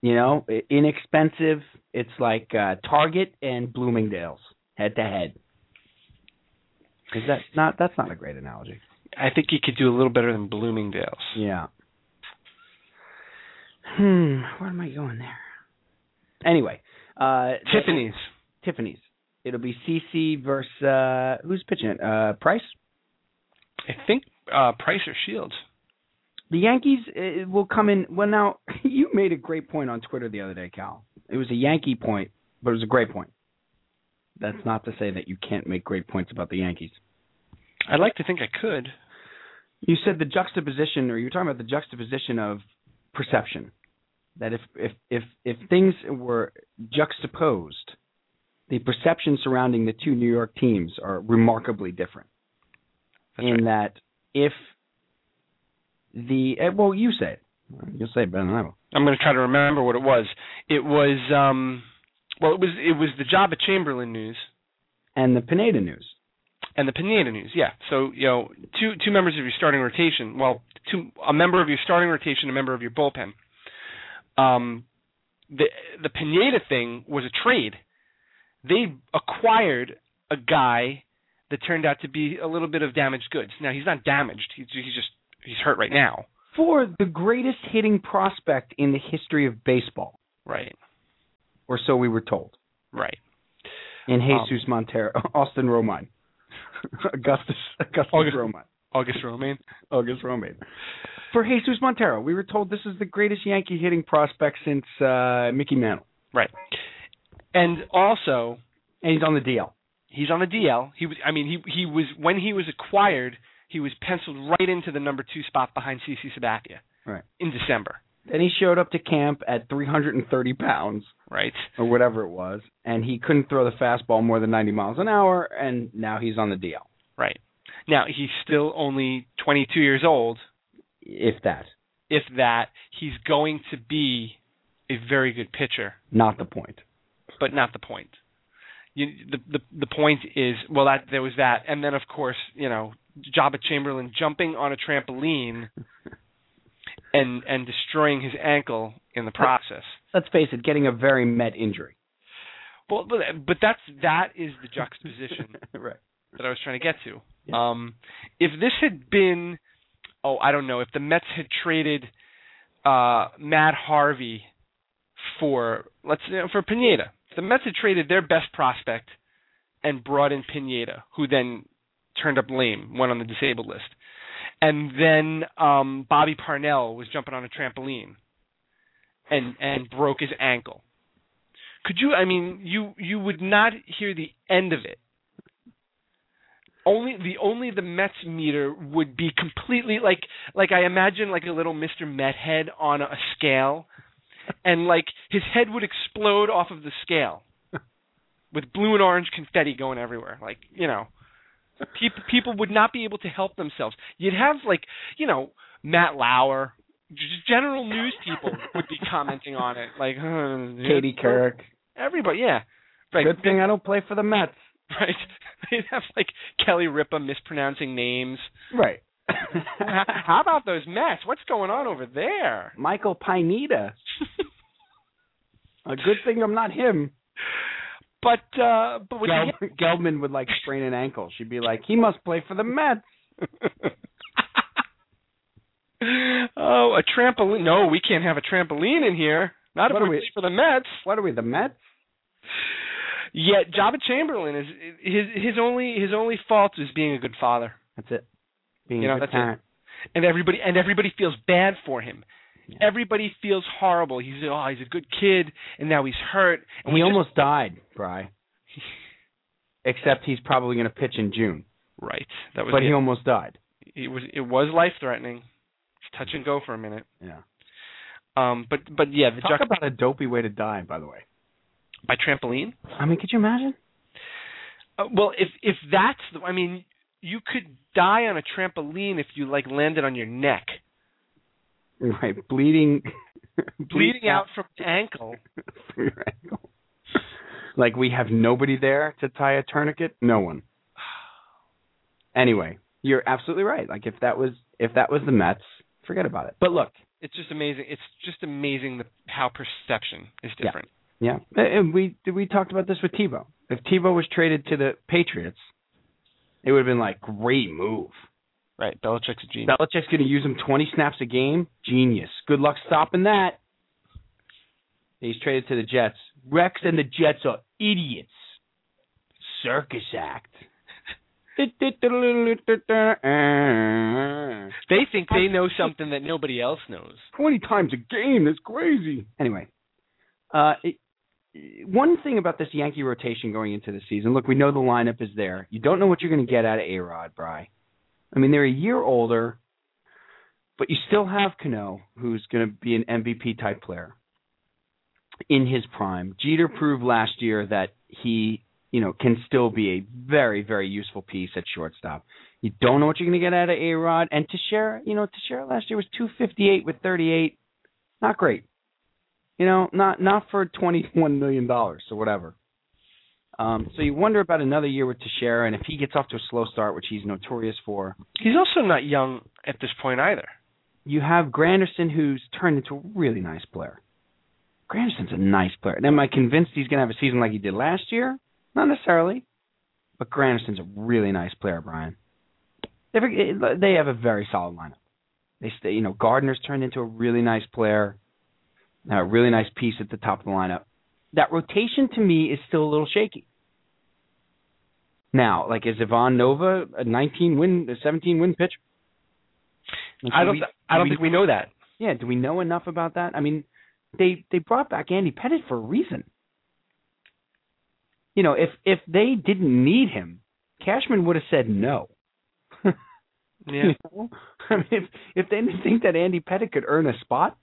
Speaker 4: You know, i- inexpensive. It's like uh, Target and Bloomingdale's head to head. Is that not that's not a great analogy?
Speaker 5: I think you could do a little better than Bloomingdale's.
Speaker 4: Yeah. Hmm, where am I going there? Anyway, uh
Speaker 5: Tiffany's.
Speaker 4: Tiffany's. It'll be CC versus uh, who's pitching it? Uh, Price.
Speaker 5: I think uh Price or Shields.
Speaker 4: The Yankees uh, will come in. Well, now you made a great point on Twitter the other day, Cal. It was a Yankee point, but it was a great point. That's not to say that you can't make great points about the Yankees.
Speaker 5: I'd like to think I could.
Speaker 4: You said the juxtaposition, or you were talking about the juxtaposition of perception. That if if if if things were juxtaposed, the perception surrounding the two New York teams are remarkably different.
Speaker 5: That's
Speaker 4: in
Speaker 5: right.
Speaker 4: that if the eh, well, you say it. You'll say it better than I will.
Speaker 5: I'm going to try to remember what it was. It was um well, it was it was the job at Chamberlain news
Speaker 4: And the Pineda news.
Speaker 5: and the Pineda news. Yeah. So, you know, two two members of your starting rotation, well, two a member of your starting rotation, a member of your bullpen. Um the the Pineda thing was a trade. They acquired a guy that turned out to be a little bit of damaged goods. Now, he's not damaged. He's he's just he's hurt right now.
Speaker 4: For the greatest hitting prospect in the history of baseball,
Speaker 5: Right.
Speaker 4: or so we were told.
Speaker 5: Right.
Speaker 4: In
Speaker 5: Um,
Speaker 4: Jesus Montero, Austin Romine, Augustus Augustus
Speaker 5: August-
Speaker 4: Romine,
Speaker 5: August Romaine.
Speaker 4: August Romine. For Jesus Montero, we were told this is the greatest Yankee hitting prospect since uh, Mickey Mantle,
Speaker 5: Right. And also,
Speaker 4: and he's on the DL.
Speaker 5: he's on the DL. He was I mean, he he was when he was acquired, he was penciled right into the number 2 spot behind CC Sabathia.
Speaker 4: Right.
Speaker 5: In December,
Speaker 4: Then he showed up to camp at 330 pounds,
Speaker 5: right?
Speaker 4: or whatever it was, and he couldn't throw the fastball more than 90 miles an hour, and now he's on the DL,
Speaker 5: Right. Now, he's still only 22 years old.
Speaker 4: if that.
Speaker 5: If that, he's going to be a very good pitcher,
Speaker 4: Not the point.
Speaker 5: but not the point. You, the the the point is well that there was that, and then of course you know Jabba Chamberlain jumping on a trampoline and and destroying his ankle in the process.
Speaker 4: Let's face it, getting a very met injury.
Speaker 5: Well, but but that's that is the juxtaposition
Speaker 4: right.
Speaker 5: that I was trying to get to.
Speaker 4: Yeah.
Speaker 5: Um, if this had been, oh, I don't know, if the Mets had traded uh, Matt Harvey for let's you know, for Pineda, if the Mets had traded their best prospect and brought in Pineda, who then turned up lame, went on the disabled list, and then um, Bobby Parnell was jumping on a trampoline and and broke his ankle. Could you? I mean, you you would not hear the end of it only the only the Mets meter would be completely like like I imagine like a little Mr. Met head on a scale, and like his head would explode off of the scale, with blue and orange confetti going everywhere. Like you know, people people would not be able to help themselves. You'd have like you know Matt Lauer, just general news people would be commenting on it. Like "Huh, dude."
Speaker 4: Katie Couric.
Speaker 5: everybody, yeah, right.
Speaker 4: Good thing I don't play for the Mets.
Speaker 5: Right. They'd have like Kelly Ripa mispronouncing names.
Speaker 4: Right.
Speaker 5: How about those Mets? What's going on over there?
Speaker 4: Michael Pineda. A good thing I'm not him.
Speaker 5: but uh but with
Speaker 4: Gel- Gelman would like sprain an ankle. She'd be like, he must play for the Mets.
Speaker 5: oh, a trampoline. No, we can't have a trampoline in here. Not if
Speaker 4: What are
Speaker 5: we're
Speaker 4: we-
Speaker 5: playing for the Mets.
Speaker 4: What are we, the Mets?
Speaker 5: Yet Jabba Chamberlain is his his only his only fault is being a good father.
Speaker 4: That's it. Being
Speaker 5: You know,
Speaker 4: a good
Speaker 5: that's it.
Speaker 4: parent.
Speaker 5: and everybody and everybody feels bad for him.
Speaker 4: Yeah.
Speaker 5: Everybody feels horrible. He's oh, he's a good kid, and now he's hurt. And
Speaker 4: He
Speaker 5: we just-
Speaker 4: almost died, Bry. Except he's probably going to pitch in June.
Speaker 5: right. That was
Speaker 4: But
Speaker 5: it.
Speaker 4: he almost died.
Speaker 5: it was it was life threatening. Touch and go for a minute.
Speaker 4: Yeah.
Speaker 5: Um, but but yeah, the
Speaker 4: Talk
Speaker 5: juxt-
Speaker 4: about a dopey way to die, by the way.
Speaker 5: by trampoline.
Speaker 4: I mean, could you imagine?
Speaker 5: Uh, well, if if that's the, I mean, you could die on a trampoline if you like landed on your neck,
Speaker 4: Right, bleeding,
Speaker 5: bleeding out from the ankle.
Speaker 4: from your ankle. like we have nobody there to tie a tourniquet. No one. Anyway, you're absolutely right. Like if that was if that was the Mets, forget about it. But look,
Speaker 5: It's just amazing. It's just amazing the, how perception is
Speaker 4: Yeah.
Speaker 5: different.
Speaker 4: yeah, and we we talked about this with Tebow. If Tebow was traded to the Patriots, it would have been like great move.
Speaker 5: Right, Belichick's a genius.
Speaker 4: Belichick's going to use him 20 snaps a game. Genius. Good luck stopping that. He's traded to the Jets. Rex and the Jets are idiots. Circus act. Twenty
Speaker 5: They think they know something that nobody else knows.
Speaker 4: times a game. That's crazy. Anyway, uh, it, one thing about this Yankee rotation going into the season. Look, we know the lineup is there. You don't know what you're going to get out of A Rod, Bry. I mean, they're a year older, but you still have Cano, who's going to be an MVP type player in his prime. Jeter proved last year that he, you know, can still be a very, very useful piece at shortstop. You don't know what you're going to get out of A Rod and Teixeira. You know, Teixeira last year was 258 with 38. Not great. You know, not not for 21 million dollars or whatever. Um, so you wonder about another year with Teixeira, and if he gets off to a slow start, which he's notorious for,
Speaker 5: He's also not young at this point either.
Speaker 4: you have Granderson, who's turned into a really nice player. Granderson's a nice player. And am I convinced he's going to have a season like he did last year? Not necessarily. But Granderson's a really nice player, Brian. They have- they have a very solid lineup. They stay, you know, Gardner's turned into a really nice player, a really nice piece at the top of the lineup. That rotation to me is still a little shaky. Now, like is Ivan Nova a 19 win, a 17 win pitcher? Like,
Speaker 5: I
Speaker 4: do
Speaker 5: don't.
Speaker 4: we-
Speaker 5: th- I don't
Speaker 4: we-
Speaker 5: think we know that.
Speaker 4: yeah, do we know enough about that? I mean, they they brought back Andy Pettit for a reason. You know, if if they didn't need him, Cashman would have said no.
Speaker 5: Yeah.
Speaker 4: You know? I mean, if if they didn't think that Andy Pettit could earn a spot,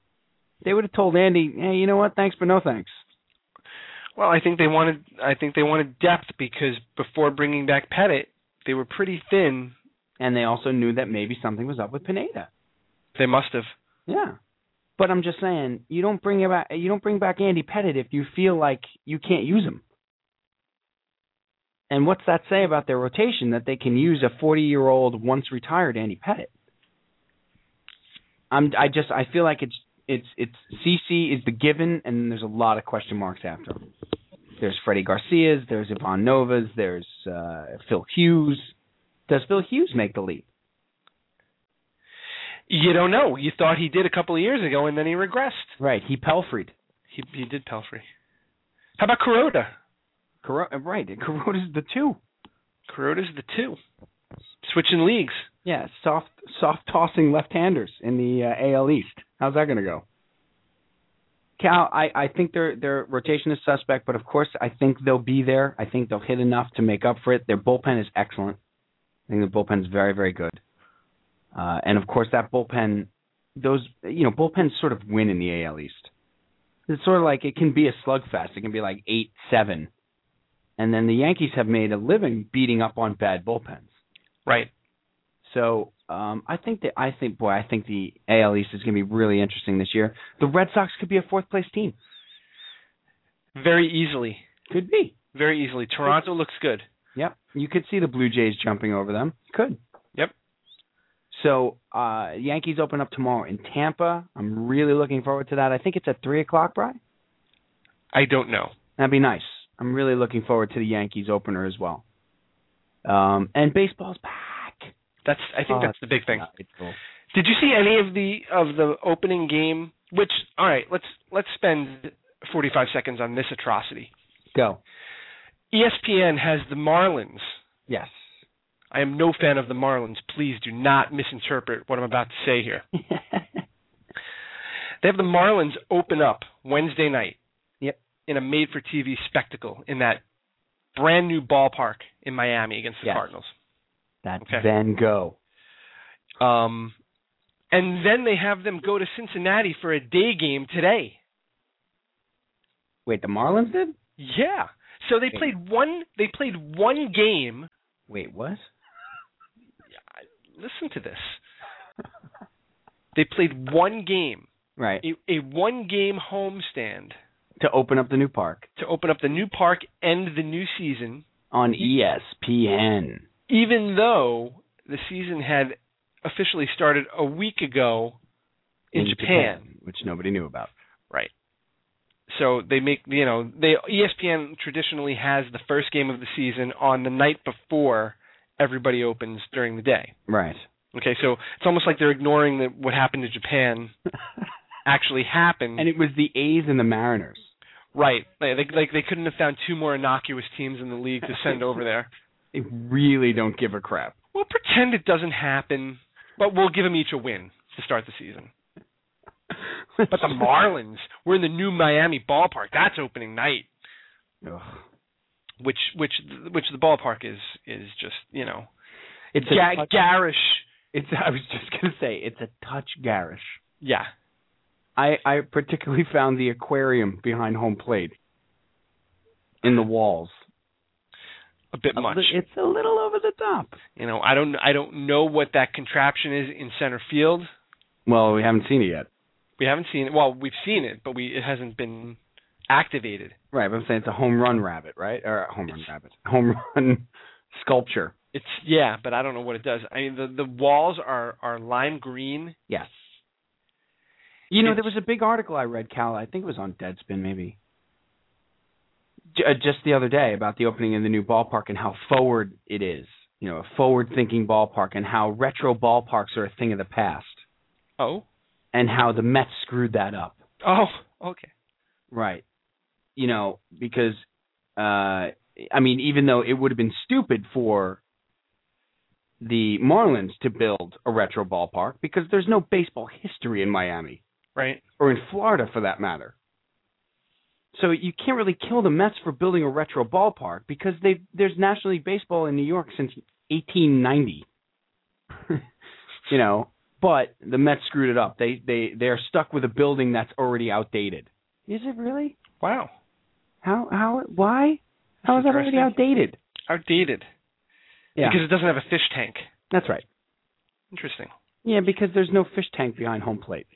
Speaker 4: they would have told Andy, "Hey, you know what? Thanks, but no thanks."
Speaker 5: Well, I think they wanted. I think they wanted depth because before bringing back Pettit, they were pretty thin.
Speaker 4: And they also knew that maybe something was up with Pineda.
Speaker 5: They must have.
Speaker 4: Yeah. But I'm just saying, you don't bring about you don't bring back Andy Pettit if you feel like you can't use him. And what's that say about their rotation that they can use a 40 year old once retired Andy Pettit? I'm I just I feel like it's it's it's CC is the given, and there's a lot of question marks after him. There's Freddie Garcia's, there's Ivan Nova's, there's uh, Phil Hughes. Does Phil Hughes make the leap?
Speaker 5: You don't know. You thought he did a couple of years ago, and then he regressed.
Speaker 4: Right, he Pelfreyed.
Speaker 5: He he did Pelfrey. How about Kuroda?
Speaker 4: Cor- right, Kuroda's the two.
Speaker 5: Kuroda's the two. Switching leagues.
Speaker 4: Yeah, soft soft tossing left-handers in the uh, AL East. How's that going to go? Cal, I, I think their their rotation is suspect, but of course I think they'll be there. I think they'll hit enough to make up for it. Their bullpen is excellent. I think the bullpen's very very good. Uh, and of course that bullpen, those you know bullpens sort of win in the AL East. It's sort of like it can be a slugfest. It can be like eight seven, and then the Yankees have made a living beating up on bad bullpens.
Speaker 5: Right.
Speaker 4: So um, I think that I think boy, I think the AL East is going to be really interesting this year. The Red Sox could be a fourth place team.
Speaker 5: Very easily.
Speaker 4: Could be.
Speaker 5: Very easily. Toronto looks good.
Speaker 4: Yep. You could see the Blue Jays jumping over them. Could.
Speaker 5: Yep.
Speaker 4: So uh Yankees open up tomorrow in Tampa. I'm really looking forward to that. I think it's at three o'clock, Brian.
Speaker 5: I don't know.
Speaker 4: That'd be nice. I'm really looking forward to the Yankees opener as well. Um and baseball's back.
Speaker 5: That's I think
Speaker 4: Oh,
Speaker 5: that's the big thing.
Speaker 4: Yeah, it's cool.
Speaker 5: Did you see any of the of the opening game? Which all right, let's let's spend 45 seconds on this atrocity.
Speaker 4: Go.
Speaker 5: E ESPN has the Marlins.
Speaker 4: Yes.
Speaker 5: I am no fan of the Marlins. Please do not misinterpret what I'm about to say here. They have the Marlins open up Wednesday night.
Speaker 4: Yep.
Speaker 5: In a made-for-TV spectacle in that brand new ballpark in Miami against the
Speaker 4: Yes.
Speaker 5: Cardinals.
Speaker 4: That's
Speaker 5: Okay.
Speaker 4: Van Gogh.
Speaker 5: Um, and then they have them go to Cincinnati for a day game today.
Speaker 4: Wait, the Marlins did?
Speaker 5: Yeah. So they played one. They played one game.
Speaker 4: Wait, what?
Speaker 5: Listen to this. They played one game,
Speaker 4: Right.
Speaker 5: a, a one-game homestand
Speaker 4: To open up the new park
Speaker 5: to open up the new park and the new season.
Speaker 4: on E ESPN.
Speaker 5: Even though the season had officially started a week ago in, Japan.
Speaker 4: which nobody knew about.
Speaker 5: so they make you know they E ESPN traditionally has the first game of the season on the night before everybody opens during the day.
Speaker 4: Right.
Speaker 5: Okay, so it's almost like they're ignoring that what happened to Japan actually happened.
Speaker 4: and it was the A's and the Mariners.
Speaker 5: right, like they, like they couldn't have found two more innocuous teams in the league to send over there.
Speaker 4: They really don't give a crap.
Speaker 5: We'll pretend it doesn't happen, but we'll give them each a win to start the season. But the Marlins, we're in the new Miami ballpark. That's opening night.
Speaker 4: Ugh.
Speaker 5: which which which the ballpark is is just you know
Speaker 4: It's a
Speaker 5: ga-
Speaker 4: touch-
Speaker 5: garish.
Speaker 4: It's. I was just gonna say it's a touch garish.
Speaker 5: Yeah,
Speaker 4: I I particularly found the aquarium behind home plate in the walls.
Speaker 5: a bit
Speaker 4: A
Speaker 5: much.
Speaker 4: li- It's a little over the top.
Speaker 5: you know, I don't I don't know what that contraption is in center field.
Speaker 4: Well, we haven't seen it yet.
Speaker 5: We haven't seen it. Well, we've seen it, but we it hasn't been activated.
Speaker 4: Right, but I'm saying it's a home run rabbit, right? Or a home run rabbit, home run sculpture.
Speaker 5: It's yeah, but I don't know what it does. I mean, the the walls are are lime green.
Speaker 4: Yes. You know,
Speaker 5: It's-
Speaker 4: there was a big article I read, Cal. I think it was on Deadspin, maybe, J- uh, just the other day about the opening in the new ballpark and how forward it is. You know, a forward-thinking ballpark and how retro ballparks are a thing of the past,
Speaker 5: Oh,
Speaker 4: and how the Mets screwed that up.
Speaker 5: oh, okay.
Speaker 4: Right. You know, because uh I mean, even though it would have been stupid for the Marlins to build a retro ballpark because there's no baseball history in Miami
Speaker 5: Right.
Speaker 4: or in Florida for that matter. So you can't really kill the Mets for building a retro ballpark because they there's National League baseball in New York since 1890. you know, but the Mets screwed it up. They they they're stuck with a building that's already outdated. Is it really?
Speaker 5: Wow.
Speaker 4: How how why? How is that already
Speaker 5: interesting.
Speaker 4: outdated?
Speaker 5: Outdated.
Speaker 4: Yeah,
Speaker 5: Because it doesn't have a fish tank.
Speaker 4: that's right.
Speaker 5: Interesting.
Speaker 4: Yeah, because there's no fish tank behind home plate.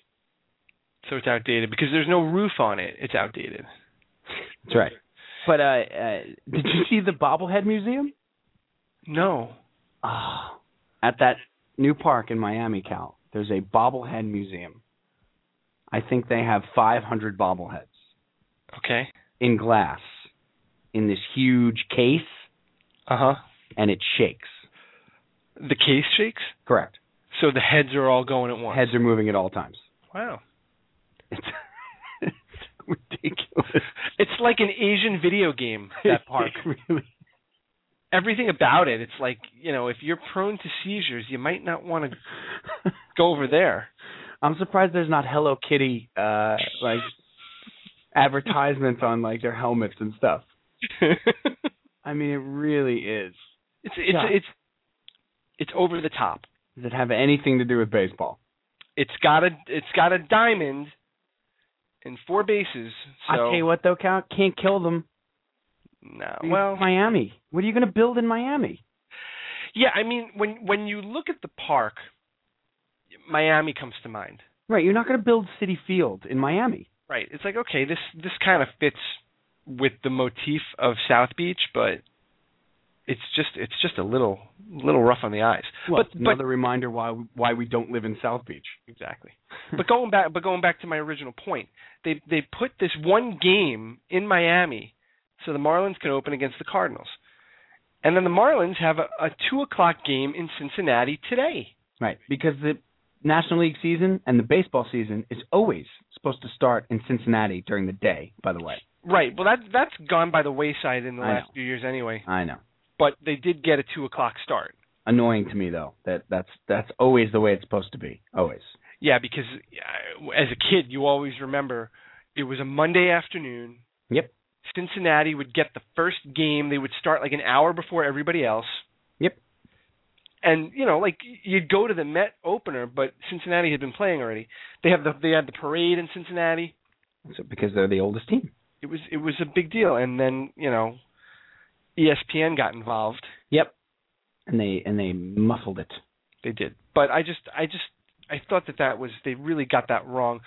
Speaker 5: So it's outdated because there's no roof on it. It's outdated.
Speaker 4: That's right. But uh, uh did you see the bobblehead museum?
Speaker 5: No.
Speaker 4: Oh, at that new park in Miami, Cal, there's a bobblehead museum. I think they have 500 bobbleheads
Speaker 5: Okay.
Speaker 4: in glass in this huge case,
Speaker 5: Uh huh.
Speaker 4: and it shakes.
Speaker 5: The case shakes,
Speaker 4: Correct.
Speaker 5: so the heads are all going at once.
Speaker 4: Heads are moving at all times.
Speaker 5: Wow.
Speaker 4: It's, it's ridiculous.
Speaker 5: It's like an Asian video game. That park.
Speaker 4: really.
Speaker 5: Everything about it. It's like you know, if you're prone to seizures, you might not want to go over there.
Speaker 4: I'm surprised there's not Hello Kitty uh like advertisements on like their helmets and stuff.
Speaker 5: it's
Speaker 4: I mean, it really is.
Speaker 5: it's
Speaker 4: Yeah.
Speaker 5: it's it's over the top.
Speaker 4: Does it have anything to do with baseball?
Speaker 5: It's got a it's got a diamond and four bases. So
Speaker 4: I tell you what, though, Cal, can't kill them.
Speaker 5: no.
Speaker 4: It's
Speaker 5: Uh, Well,
Speaker 4: Miami. What are you going to build in Miami?
Speaker 5: yeah. I mean, when when you look at the park, Miami comes to mind.
Speaker 4: Right, you're not going to build City Field in Miami.
Speaker 5: Right. It's like okay, this this kind of fits with the motif of South Beach, but it's just it's just a little little rough on the eyes.
Speaker 4: Well,
Speaker 5: but
Speaker 4: another reminder why why we don't live in South Beach.
Speaker 5: but exactly.
Speaker 4: Hmm.
Speaker 5: but going back but going back to my original point, they they put this one game in Miami so the Marlins can open against the Cardinals. And then the Marlins have a, a two o'clock game in Cincinnati today.
Speaker 4: Right, because the National League season and the baseball season is always supposed to start in Cincinnati during the day. By the way,
Speaker 5: Right. Well that that's gone by the wayside in the
Speaker 4: I
Speaker 5: last
Speaker 4: know.
Speaker 5: few years anyway.
Speaker 4: I know.
Speaker 5: But they did get a two o'clock start.
Speaker 4: Annoying to me though. That that's that's always the way it's supposed to be. Always.
Speaker 5: Yeah, because uh, as a kid, you always remember it was a Monday afternoon.
Speaker 4: Yep.
Speaker 5: Cincinnati would get the first game. They would start like an hour before everybody else.
Speaker 4: Yep.
Speaker 5: And you know, like you'd go to the Met opener, but Cincinnati had been playing already. They have the they had the parade in Cincinnati.
Speaker 4: So, because they're the oldest team.
Speaker 5: It was it was a big deal. And then you know, E ESPN got involved.
Speaker 4: Yep. And they and they muffled it.
Speaker 5: They did. But I just I just I thought that that was they really got that wrong.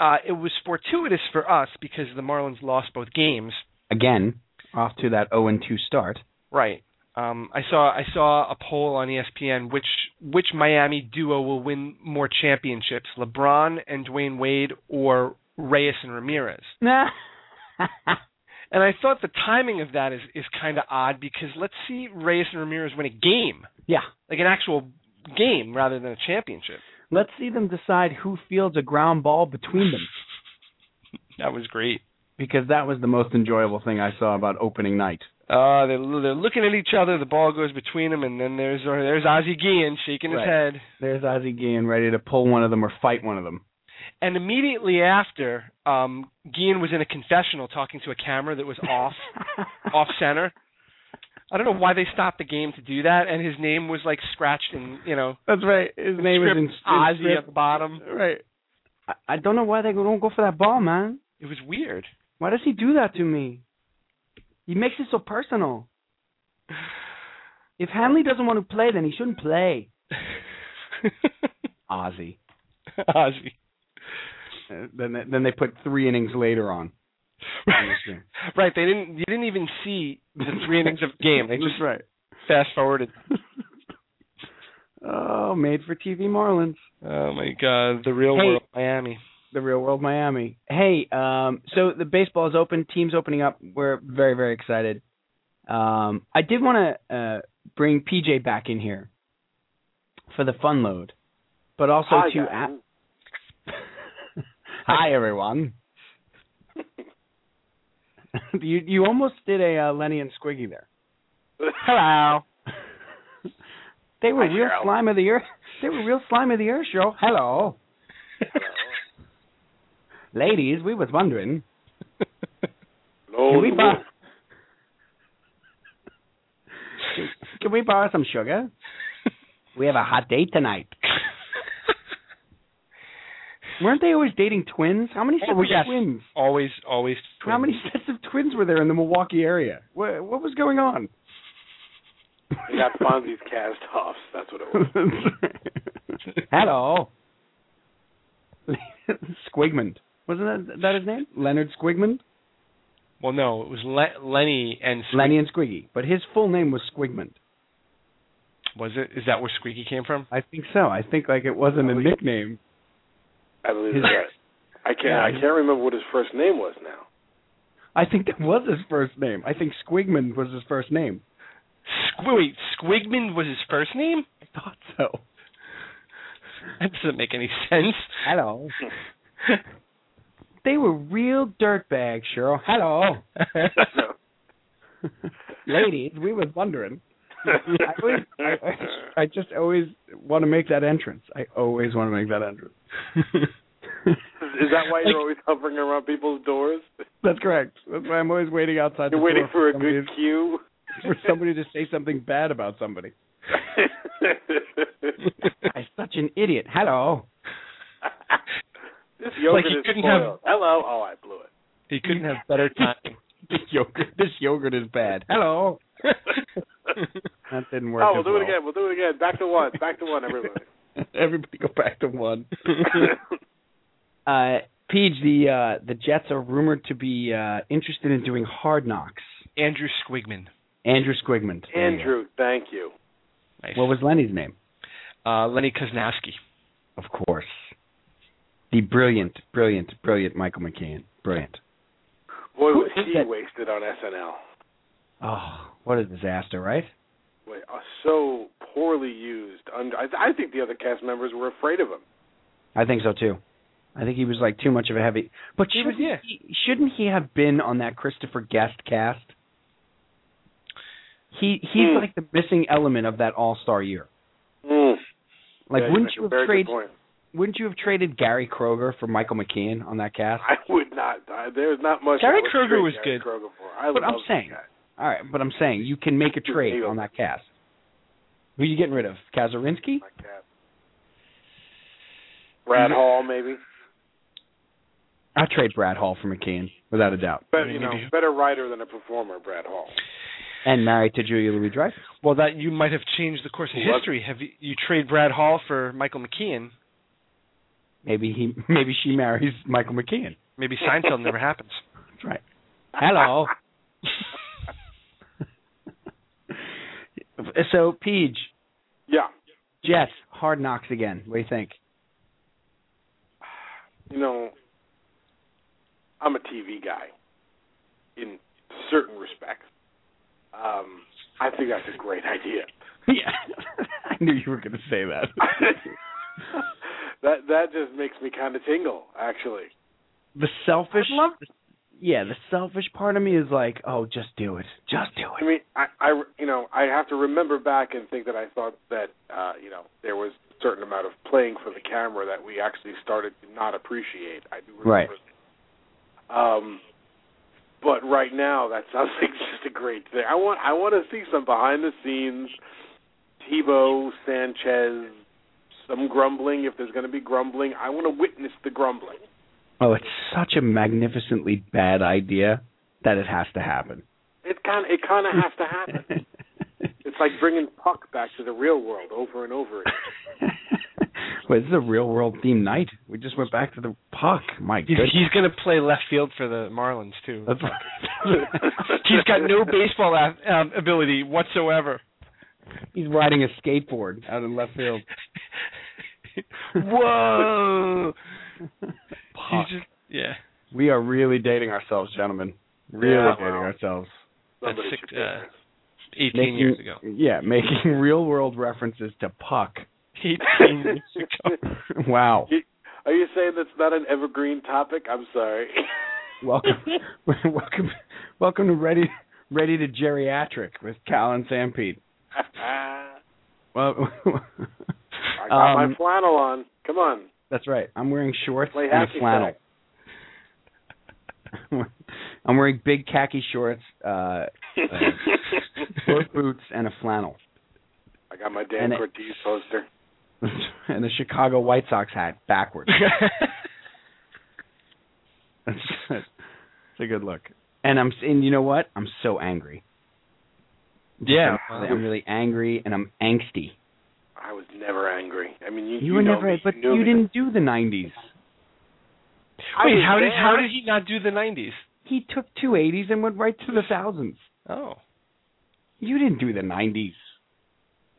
Speaker 5: Uh, it was fortuitous for us because the Marlins lost both games.
Speaker 4: again off to that 0 and 2 start.
Speaker 5: Right. Um, I saw I saw a poll on E ESPN which which Miami duo will win more championships, LeBron and Dwayne Wade or Reyes and Ramirez. And I thought the timing of that is is kind of odd because let's see Reyes and Ramirez win a game,
Speaker 4: yeah.
Speaker 5: like an actual game rather than a championship.
Speaker 4: Let's see them decide who fields a ground ball between them
Speaker 5: That was great.
Speaker 4: because that was the most enjoyable thing I saw about opening night.
Speaker 5: Uh, they're, they're looking at each other. The ball goes between them, and then there's there's Ozzie Guillen shaking his
Speaker 4: Right.
Speaker 5: head.
Speaker 4: There's Ozzie Guillen ready to pull one of them or fight one of them.
Speaker 5: And immediately after, um, Guillen was in a confessional talking to a camera that was off off center. I don't know why they stopped the game to do that, and his name was like scratched and you know
Speaker 4: That's right. His name is
Speaker 5: script
Speaker 4: in, in
Speaker 5: Ozzie at
Speaker 4: script.
Speaker 5: the bottom.
Speaker 4: Right. I, I don't know why they don't go for that ball, man.
Speaker 5: It was weird.
Speaker 4: Why does he do that to me? He makes it so personal. If Hanley doesn't want to play, then he shouldn't play. Ozzie.
Speaker 5: Ozzie,
Speaker 4: Uh, then they, then they put three innings later on.
Speaker 5: right? right? They didn't. You didn't even see the three innings of the game. They just
Speaker 4: right.
Speaker 5: fast forwarded.
Speaker 4: Oh, made for TV Marlins,
Speaker 5: Oh my God! The real
Speaker 4: Hey.
Speaker 5: world, Miami.
Speaker 4: the real world Miami. Hey, um, so the baseball is open, teams opening up. We're very very excited. Um, I did want to uh, bring PJ back in here for the fun load, but also
Speaker 6: Hi,
Speaker 4: to
Speaker 6: guys.
Speaker 4: a- hi everyone. you you almost did a uh, Lenny and Squiggy there. Hello. they were
Speaker 6: Hi,
Speaker 4: real
Speaker 6: Cheryl.
Speaker 4: slime of the earth. They were real slime of the earth show. Hello. Ladies, we was wondering.
Speaker 6: Lord,
Speaker 4: Can we
Speaker 6: Lord.
Speaker 4: borrow? Can- Can we borrow some sugar? We have a hot date tonight. Weren't they always dating twins? How many sets
Speaker 5: Oh,
Speaker 4: of
Speaker 5: yes.
Speaker 4: twins?
Speaker 5: always, always.
Speaker 4: How many sets of twins were there in the Milwaukee area? What, what was going on?
Speaker 6: They got Fonzie's cast offs. That's what it was.
Speaker 4: Hello. Squigmund. Wasn't that, that his name? Leonard Squigmund?
Speaker 5: Well, no, it was Le- Lenny and Squeak-
Speaker 4: Lenny and Squiggy, but his full name was Squigment.
Speaker 5: Was it? Is that where Squeaky came from?
Speaker 4: I think so. I think like it wasn't a nickname.
Speaker 6: I believe
Speaker 4: His-
Speaker 6: that. I can't.
Speaker 4: Yeah,
Speaker 6: I
Speaker 4: his-
Speaker 6: can't remember what his first name was now.
Speaker 4: I think that was his first name. I think Squigman was his first name.
Speaker 5: Squ- wait, Squigman was his first name?
Speaker 4: I thought so.
Speaker 5: That doesn't make any sense.
Speaker 4: Hello. They were real dirtbags, Cheryl. Hello. Ladies, we was wondering. I, always, I, I just always want to make that entrance. I always want to make that entrance.
Speaker 6: Is that why you're always hovering around people's doors?
Speaker 4: That's correct. That's why I'm always waiting outside. the
Speaker 6: You're waiting
Speaker 4: door
Speaker 6: for a
Speaker 4: somebody-
Speaker 6: good cue.
Speaker 4: for somebody to say something bad about somebody. I'm such an idiot. Hello.
Speaker 6: this
Speaker 5: Like
Speaker 6: yogurt
Speaker 5: you
Speaker 6: is
Speaker 5: couldn't
Speaker 6: spoiled.
Speaker 5: have-
Speaker 6: Hello. Oh, I blew it.
Speaker 5: He couldn't have better time.
Speaker 4: This yogurt. This yogurt is bad. Hello. That didn't work.
Speaker 6: oh, we'll
Speaker 4: as
Speaker 6: do
Speaker 4: well.
Speaker 6: it again. We'll do it again. Back to one. Back to one, everybody.
Speaker 4: Everybody go back to one. uh, Page, the uh, the Jets are rumored to be uh, interested in doing hard knocks.
Speaker 5: Andrew Squigman.
Speaker 4: Andrew Squigman. There you go.
Speaker 6: Andrew, thank you.
Speaker 5: Nice.
Speaker 4: What was Lenny's name?
Speaker 5: uh, Lenny Koznowski?
Speaker 4: Of course. The brilliant, brilliant, brilliant Michael McCann. Brilliant.
Speaker 6: Boy,
Speaker 4: Who
Speaker 6: was
Speaker 4: is
Speaker 6: he
Speaker 4: that?
Speaker 6: wasted on SNL.
Speaker 4: Oh, what a disaster, right?
Speaker 6: Wait, uh, so poorly used. Under, I, I think the other cast members were afraid of him.
Speaker 4: I think so too. I think he was like too much of a heavy. But
Speaker 5: He was,
Speaker 4: shouldn't
Speaker 5: yeah.
Speaker 4: he, shouldn't he have been on that Christopher Guest cast? He he's
Speaker 6: Hmm.
Speaker 4: like the missing element of that All Star year.
Speaker 6: Mm.
Speaker 4: Like
Speaker 6: Yeah,
Speaker 4: wouldn't
Speaker 6: make a
Speaker 4: you have
Speaker 6: very good
Speaker 4: traded?
Speaker 6: point.
Speaker 4: Wouldn't you have traded Gary Kroger for Michael McKeon on that cast?
Speaker 6: I would not. I, there's not much.
Speaker 5: Gary
Speaker 6: I would
Speaker 5: Kroger
Speaker 6: trade
Speaker 5: was
Speaker 6: Gary
Speaker 5: good.
Speaker 6: Kroger for. I
Speaker 4: But I'm
Speaker 6: love that
Speaker 4: saying-
Speaker 6: guy.
Speaker 4: All right, but I'm saying you can make a trade on that cast. Who are you getting rid of? Kazarinsky?
Speaker 6: Like that. Brad Hall, maybe.
Speaker 4: I trade Brad Hall for McKeon without a doubt,
Speaker 6: But you know,
Speaker 5: Maybe.
Speaker 6: better writer than a performer, Brad Hall.
Speaker 4: and married to Julia Louis Dreyfus.
Speaker 5: Well, that you might have changed the course of
Speaker 6: What?
Speaker 5: history. Have you, you trade Brad Hall for Michael McKean?
Speaker 4: Maybe he, maybe she marries Michael McKeon.
Speaker 5: Maybe Seinfeld never happens.
Speaker 4: That's right. Hello. so, Peach,
Speaker 6: Yeah.
Speaker 4: Jets, hard knocks again. What do you think?
Speaker 6: You know, I'm a TV guy in certain respects. Um, I think that's a great idea.
Speaker 4: Yeah, I knew you were going to say that.
Speaker 6: that that just makes me kind of tingle, actually.
Speaker 4: the selfish, yeah, the selfish part of me is like, oh, just do it, just do
Speaker 6: I
Speaker 4: it.
Speaker 6: mean, I, I you know, I have to remember back and think that I thought that uh, you know there was a certain amount of playing for the camera that we actually started to not appreciate. I do
Speaker 4: Right.
Speaker 6: remember. Um, but right now, that sounds like just a great thing. I want I want to see some behind the scenes, Tebow Sanchez, some grumbling if there's going to be grumbling. I want to witness the grumbling.
Speaker 4: Oh, it's such a magnificently bad idea that it has to happen.
Speaker 6: It kind it kind of has to happen. It's like bringing Puck back to the real world over and over again.
Speaker 4: Well, this is a real world theme night. We just went back to the puck. My
Speaker 5: He's,
Speaker 4: goodness.
Speaker 5: he's going to play left field for the Marlins too.
Speaker 4: That's right.
Speaker 5: He's got no baseball a- um, ability whatsoever.
Speaker 4: He's riding a skateboard out in left field.
Speaker 5: Whoa!
Speaker 4: Puck.
Speaker 5: He's just yeah.
Speaker 4: We are really dating ourselves, gentlemen. Really
Speaker 6: Yeah,
Speaker 4: dating
Speaker 6: wow.
Speaker 4: ourselves.
Speaker 5: That's
Speaker 6: Somebody
Speaker 5: six,
Speaker 6: should do
Speaker 5: uh,
Speaker 6: that.
Speaker 5: 18
Speaker 4: Making-
Speaker 5: years ago.
Speaker 4: Yeah, making real world references to puck.
Speaker 5: 18 years ago.
Speaker 4: Wow.
Speaker 6: Are you saying that's not an evergreen topic? I'm sorry.
Speaker 4: Welcome, welcome, welcome to ready, ready to geriatric with Cal and Sampede.
Speaker 6: I
Speaker 4: Well,
Speaker 6: got
Speaker 4: um,
Speaker 6: my flannel on. Come on.
Speaker 4: that's right. I'm wearing shorts
Speaker 6: Play
Speaker 4: and
Speaker 6: hacky
Speaker 4: a flannel. I'm wearing big khaki shorts, uh, work boots, and a flannel.
Speaker 6: I got my Dan
Speaker 4: And it-
Speaker 6: Cortez poster.
Speaker 4: and the Chicago White Sox hat backwards. it's a good look. And I'm and you know what? I'm so angry.
Speaker 5: Yeah.
Speaker 4: I'm really, I'm really angry and I'm angsty.
Speaker 6: I was never angry. I mean, you,
Speaker 4: You were
Speaker 6: know
Speaker 4: never,
Speaker 6: me.
Speaker 4: but
Speaker 6: you, knew
Speaker 4: you
Speaker 6: me.
Speaker 4: didn't do the '90s.
Speaker 6: I
Speaker 5: Wait,
Speaker 6: was
Speaker 5: how did
Speaker 6: there.
Speaker 5: how did he not do the 90s?
Speaker 4: He took two eighties and went right to the thousands.
Speaker 5: Oh.
Speaker 4: You didn't do the nineties.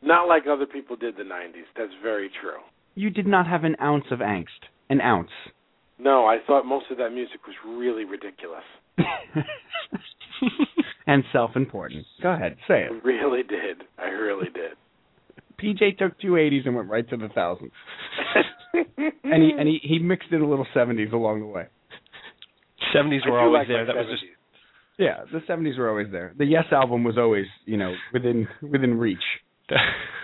Speaker 6: Not like other people did the 90s. That's very true.
Speaker 4: You did not have an ounce of angst. An ounce.
Speaker 6: No, I thought most of that music was really ridiculous.
Speaker 4: and self importance. Go ahead, say
Speaker 6: I
Speaker 4: it.
Speaker 6: really did. I really did.
Speaker 4: PJ took two eighties and went right to the thousands. and he and he, he mixed in a little seventies along the way.
Speaker 5: Seventies
Speaker 6: I
Speaker 5: were
Speaker 6: do
Speaker 5: always
Speaker 6: like my
Speaker 5: there. That was just
Speaker 6: 70s.
Speaker 4: Yeah, the seventies were always there. The Yes album was always, you know, within within reach.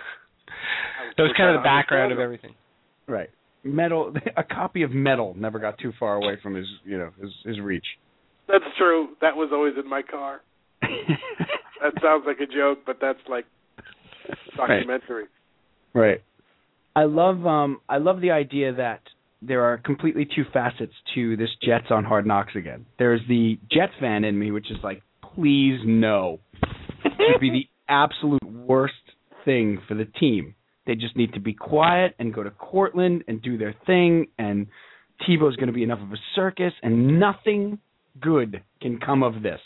Speaker 5: that was kind
Speaker 6: we're trying
Speaker 5: of
Speaker 6: to
Speaker 5: the background
Speaker 6: understand
Speaker 5: of
Speaker 6: them.
Speaker 5: everything.
Speaker 4: Right. Metal a copy of metal never got too far away from his you know, his his reach.
Speaker 6: That's true. That was always in my car. That sounds like a joke, but that's like
Speaker 4: Right.
Speaker 6: documentary.
Speaker 4: Right. I love um I love the idea that there are completely two facets to this Jets on Hard Knocks again. There's the Jets fan in me which is like, please no. It'd be the absolute worst thing for the team. They just need to be quiet and go to Cortland and do their thing and Tebow's gonna be enough of a circus and nothing good can come of this.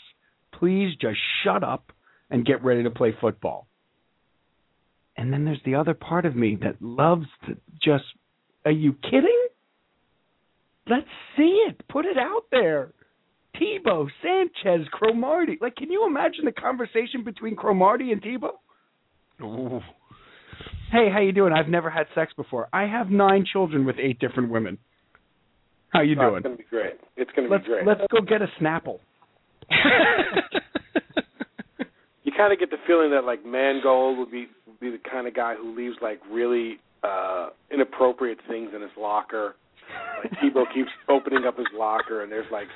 Speaker 4: Please just shut up and get ready to play football. And then there's the other part of me that loves to just, are you kidding? Let's see it. Put it out there. Tebow, Sanchez, Cromartie. Like, can you imagine the conversation between Cromartie and Tebow? Hey, how you doing? I've never had sex before. I have nine children with eight different women. How you
Speaker 6: Oh,
Speaker 4: doing?
Speaker 6: It's gonna be great. It's gonna
Speaker 4: Let's
Speaker 6: be great.
Speaker 4: let's go get a Snapple.
Speaker 6: you kind of get the feeling that like Mangold would be would be the kind of guy who leaves like really uh inappropriate things in his locker. Like Tebow keeps opening up his locker and there's like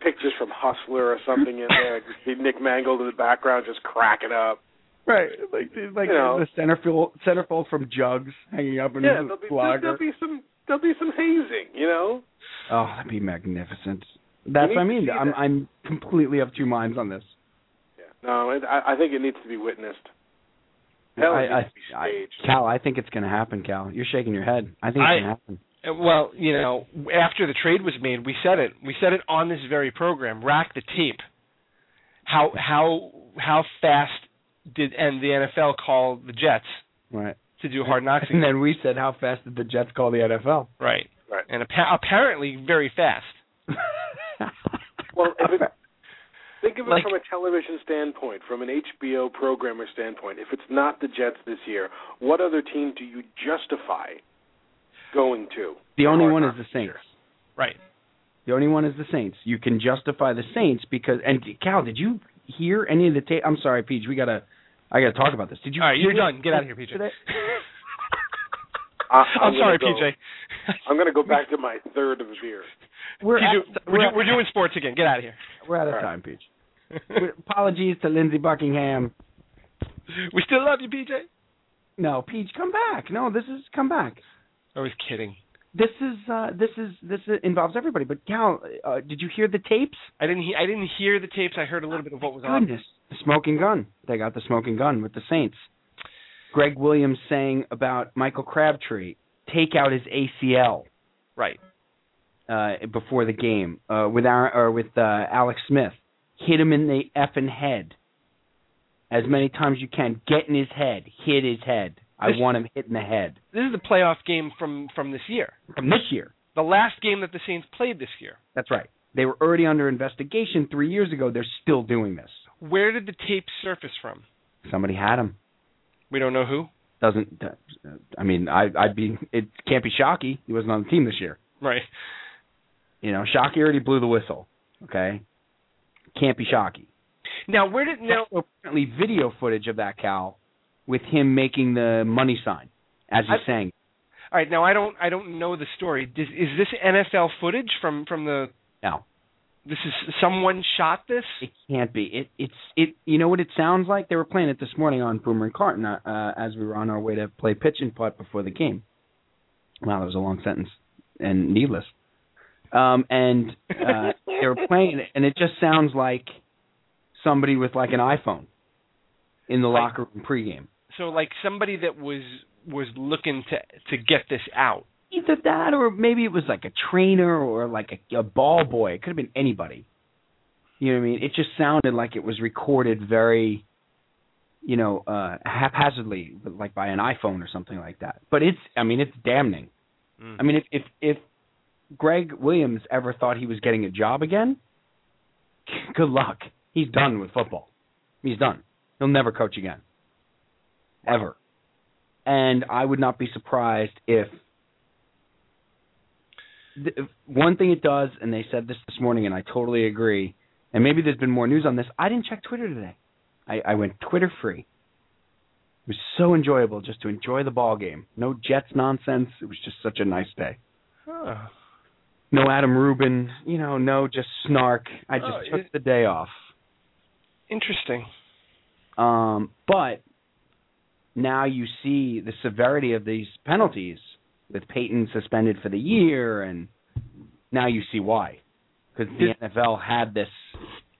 Speaker 6: pictures from Hustler or something in there. You see Nick Mangold in the background just cracking up.
Speaker 4: Right, like like
Speaker 6: You know.
Speaker 4: the centerfold centerfold from jugs hanging up in
Speaker 6: yeah,
Speaker 4: his
Speaker 6: there'll be
Speaker 4: locker.
Speaker 6: there'll be some there'll be some hazing, you know.
Speaker 4: Oh, that'd be magnificent. That's what
Speaker 6: need
Speaker 4: I
Speaker 6: to
Speaker 4: mean.
Speaker 6: see
Speaker 4: I'm
Speaker 6: that.
Speaker 4: I'm completely of two minds on this.
Speaker 6: Yeah. No, it, I, I think it needs to be witnessed. Hell, it
Speaker 4: I,
Speaker 6: needs to be
Speaker 4: I- I-
Speaker 6: staged.
Speaker 4: Cal, I think it's going to happen. Cal, you're shaking your head. I think it's
Speaker 5: I-
Speaker 4: going to happen.
Speaker 5: Uh, Well, you know, after the trade was made, we said it. We said it on this very program. Rack the tape. How how how fast did and the NFL call the Jets
Speaker 4: Right.
Speaker 5: to do hard knocks?
Speaker 4: And then we said, how fast did the Jets call the NFL?
Speaker 5: right.
Speaker 6: Right.
Speaker 5: And appa- apparently very fast.
Speaker 6: Well, if it, think of it
Speaker 5: Like-
Speaker 6: from a television standpoint, from an HBO programmer standpoint. If it's not the Jets this year, what other team do you justify going to?
Speaker 4: the only
Speaker 6: Hard
Speaker 4: one is
Speaker 6: Knocks
Speaker 4: the
Speaker 6: this year?
Speaker 4: Saints.
Speaker 5: Right.
Speaker 4: The only one is the Saints. You can justify the Saints because. And Cal, did you hear any of the tape? I'm sorry, Peach. We gotta. I gotta talk about this. Did you?
Speaker 5: All right, you're
Speaker 4: hear-
Speaker 5: done. Get out of here, PJ.
Speaker 4: Today-
Speaker 6: I,
Speaker 5: I'm sorry,
Speaker 6: gonna go-
Speaker 5: PJ.
Speaker 6: I'm going to go back to my third of beer.
Speaker 4: We're,
Speaker 5: PJ,
Speaker 4: at-
Speaker 5: we're,
Speaker 4: we're,
Speaker 5: do- we're doing sports again. Get out of here.
Speaker 4: we're out of time, Peach. Apologies to Lindsey Buckingham.
Speaker 5: we still love you, PJ.
Speaker 4: No, Peach, come back. No, this is come back.
Speaker 5: I was kidding.
Speaker 4: This is uh, this is this involves everybody. But Cal, uh, did you hear the tapes?
Speaker 5: I didn't. He- I didn't hear the tapes. I heard a little bit of what was on.
Speaker 4: Goodness, the smoking gun. They got the smoking gun with the Saints. Greg Williams saying about Michael Crabtree take out his ACL
Speaker 5: Right.
Speaker 4: uh, before the game uh, with our, or with uh, Alex Smith. Hit him in the effing head as many times you can. Get in his head. Hit his head. I
Speaker 5: This-
Speaker 4: want him hit in the head
Speaker 5: This is the playoff game from from this year.
Speaker 4: from this year.
Speaker 5: The last game that the Saints played this year.
Speaker 4: That's right. They were already under investigation three years ago. They're still doing this.
Speaker 5: Where did the tape surface from?
Speaker 4: Somebody had him.
Speaker 5: We don't know who.
Speaker 4: Doesn't. uh, I mean, I, I'd be. It can't be Shockey. He wasn't on the team this year.
Speaker 5: Right.
Speaker 4: You know, Shockey already blew the whistle. Okay. Can't be Shockey.
Speaker 5: Now where did now
Speaker 4: So apparently, video footage of that cow with him making the money sign as he
Speaker 5: I-
Speaker 4: sang.
Speaker 5: all right, now I don't I don't know the story. Does, is this NFL footage from from the
Speaker 4: No.
Speaker 5: This is someone shot this?
Speaker 4: It can't be. It it's it. You know what it sounds like? They were playing it this morning on Boomer and Carton uh, uh, as we were on our way to play pitch and putt before the game. Wow, that was a long sentence and needless. Um, and uh, they were playing it, and it just sounds like somebody with like an iPhone in the
Speaker 5: Right.
Speaker 4: locker room pregame.
Speaker 5: So like somebody that was was looking to to get this out.
Speaker 4: Either that, or maybe it was like a trainer or like a, a ball boy. It could have been anybody. You know what I mean? It just sounded like it was recorded very, you know, uh haphazardly, like by an iPhone or something like that. But it's, I mean, it's damning.
Speaker 5: Mm.
Speaker 4: I mean, if if if Greg Williams ever thought he was getting a job again, good luck. He's done with football. He's done. He'll never coach again. Ever. And I would not be surprised if th- if- one thing it does, and they said this this morning, and I totally agree. And maybe there's been more news on this. I didn't check Twitter today. I, I went Twitter free. It was so enjoyable just to enjoy the ball game. No Jets nonsense. It was just such a nice day.
Speaker 5: Huh.
Speaker 4: No Adam Rubin. You know, no just snark. I just
Speaker 5: Oh,
Speaker 4: took
Speaker 5: it-
Speaker 4: the day off.
Speaker 5: Interesting.
Speaker 4: Um, but now you see the severity of these penalties with Peyton suspended for the year, and now you see why. Because the
Speaker 5: Did-
Speaker 4: NFL had this.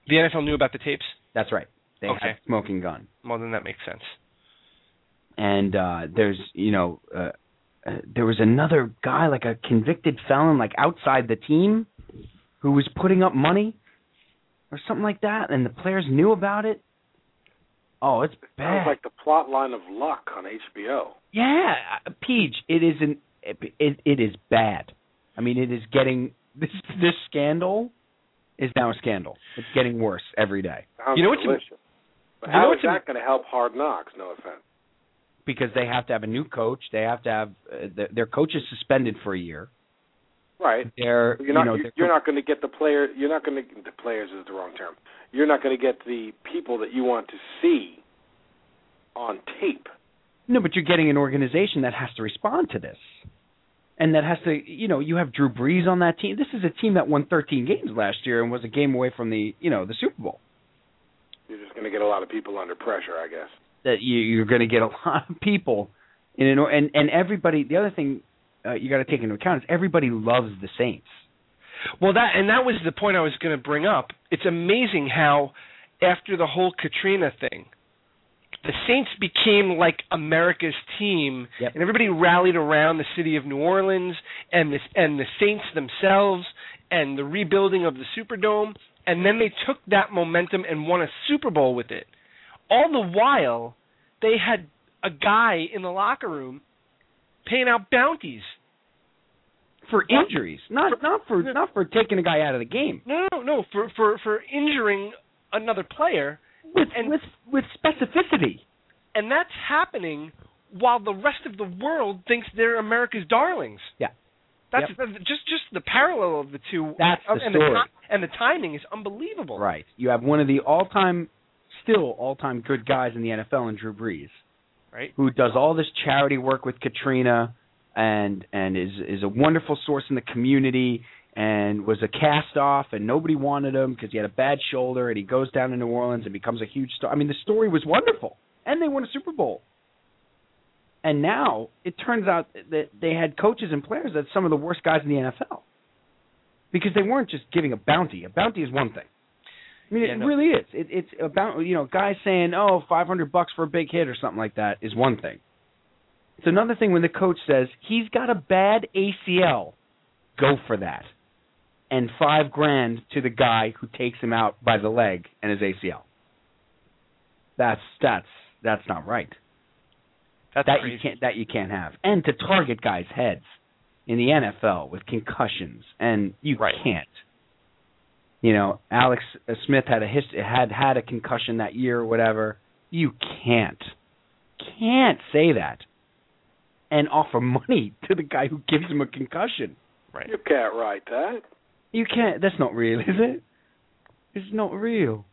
Speaker 5: The NFL knew about the tapes.
Speaker 4: That's right. They had
Speaker 5: Okay.
Speaker 4: smoking gun.
Speaker 5: Well, then that makes sense.
Speaker 4: and uh there's you know uh, uh there was another guy like a convicted felon like outside the team who was putting up money or something like that and the players knew about it oh it's
Speaker 6: Sounds
Speaker 4: bad
Speaker 6: like the plot line of Luck on HBO.
Speaker 4: yeah uh, peach it is an it, it it is bad i mean it is getting this this scandal is now a scandal it's getting worse every day
Speaker 6: Sounds
Speaker 5: You know what's-
Speaker 6: delicious. But
Speaker 5: you know
Speaker 6: how is
Speaker 5: what's-
Speaker 6: that going to help Hard Knocks? No offense.
Speaker 4: because they have to have a new coach they have to have uh, their, their coach is suspended for a year
Speaker 6: Right.
Speaker 4: they're
Speaker 6: You're
Speaker 4: you
Speaker 6: not
Speaker 4: know
Speaker 6: you-
Speaker 4: they're-
Speaker 6: you're not going to get the player. You're not going to the players is the wrong term. You're not going to get the people that you want to see on tape.
Speaker 4: No, but you're getting an organization that has to respond to this. And that has to, you know, you have Drew Brees on that team. This is a team that won 13 games last year and was a game away from the, you know, the Super Bowl.
Speaker 6: You're just going to get a lot of people under pressure, I guess.
Speaker 4: That you, you're going to get a lot of people, in an, or- and and everybody. The other thing uh, you got to take into account is everybody loves the Saints.
Speaker 5: Well, that and that was the point I was going to bring up. It's amazing how, after the whole Katrina thing, the Saints became like America's team,
Speaker 4: Yep.
Speaker 5: and everybody rallied around the city of New Orleans and the and the Saints themselves and the rebuilding of the Superdome, and then they took that momentum and won a Super Bowl with it. All the while, they had a guy in the locker room paying out bounties.
Speaker 4: For injuries, not not for not for taking a guy out of the game
Speaker 5: No, no, no, for for for injuring another player,
Speaker 4: with
Speaker 5: And-
Speaker 4: with with specificity.
Speaker 5: and that's happening while the rest of the world thinks they're America's darlings.
Speaker 4: Yeah.
Speaker 5: That's that's just just the parallel of the two.
Speaker 4: That's the
Speaker 5: and
Speaker 4: story.
Speaker 5: The ti- and the timing is unbelievable.
Speaker 4: Right. You have one of the all-time, still all-time good guys in the NFL, in Drew Brees,
Speaker 5: Right.
Speaker 4: Who does all this charity work with Katrina, and and is is a wonderful source in the community, and was a cast-off, and nobody wanted him because he had a bad shoulder, and he goes down to New Orleans and becomes a huge star. I mean, the story was wonderful, and they won a Super Bowl. And now it turns out that they had coaches and players that some of the worst guys in the NFL. Because they weren't just giving a bounty. A bounty is one thing. I mean,
Speaker 5: Yeah,
Speaker 4: it
Speaker 5: no.
Speaker 4: really is. It, it's about you know, guys saying, "Oh, five hundred bucks for a big hit" or something like that is one thing. It's another thing when the coach says he's got a bad ACL, go for that, and five grand to the guy who takes him out by the leg and his ACL. That's that's that's not right
Speaker 5: That's
Speaker 4: that
Speaker 5: crazy.
Speaker 4: you can't that you can't have, and to target guys' heads in the NFL with concussions, and you
Speaker 5: Right.
Speaker 4: can't. You know, Alex uh, Smith had a hist- had had a concussion that year or whatever. You can't can't say that and offer money to the guy who gives him a concussion.
Speaker 5: Right.
Speaker 6: You can't write that.
Speaker 4: You can't. That's not real, is it? It's not real.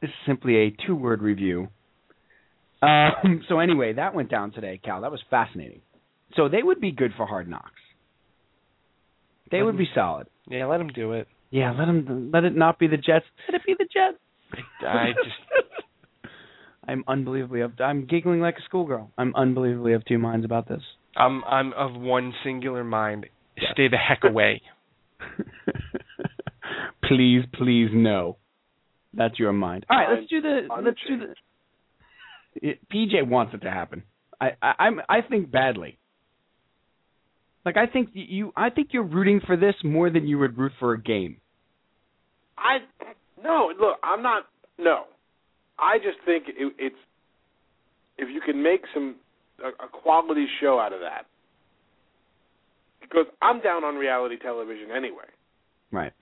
Speaker 4: This is simply a two-word review. Um, so anyway, that went down today, Cal. That was fascinating. So they would be good for Hard Knocks. They would be solid.
Speaker 5: Yeah, let him do it.
Speaker 4: Yeah, let them. Let it not be the Jets. Let it be the Jets.
Speaker 5: I just
Speaker 4: I'm unbelievably up. I'm giggling like a schoolgirl. I'm unbelievably of two minds about this.
Speaker 5: I'm I'm of one singular mind. Stay the heck away.
Speaker 4: please, please, no. That's your mind. All right, let's do the
Speaker 6: Mind
Speaker 4: let's do the. It, PJ wants it to happen. I, I I'm I think badly. Like I think you I think you're rooting for this more than you would root for a game.
Speaker 6: I No, look, I'm not. No, I just think it, it's if you can make some a, a quality show out of that, because I'm down on reality television anyway.
Speaker 4: Right.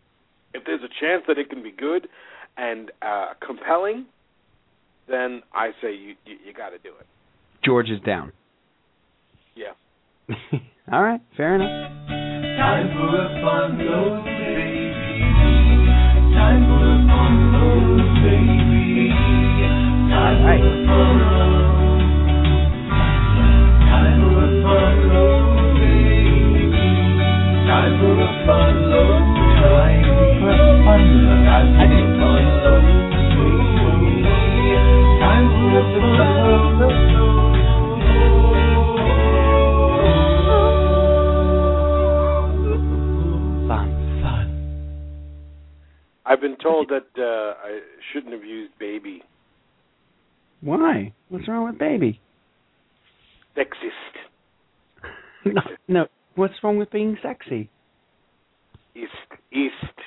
Speaker 6: If there's a chance that it can be good and uh, compelling, then I say you you, you got to do it.
Speaker 4: George is down.
Speaker 6: Yeah.
Speaker 4: All right, fair enough.
Speaker 3: Time for a fun load, baby. Time for a fun load, baby. Time for a fun load. Time for a fun load, baby. Time for a fun load. Time for a fun load. Time for a fun load, baby. Time for a fun load.
Speaker 4: Fun.
Speaker 6: I've been told that uh, I shouldn't have used baby.
Speaker 4: Why? What's wrong with baby?
Speaker 6: Sexist.
Speaker 4: no, no. What's wrong with being sexy?
Speaker 6: East. East.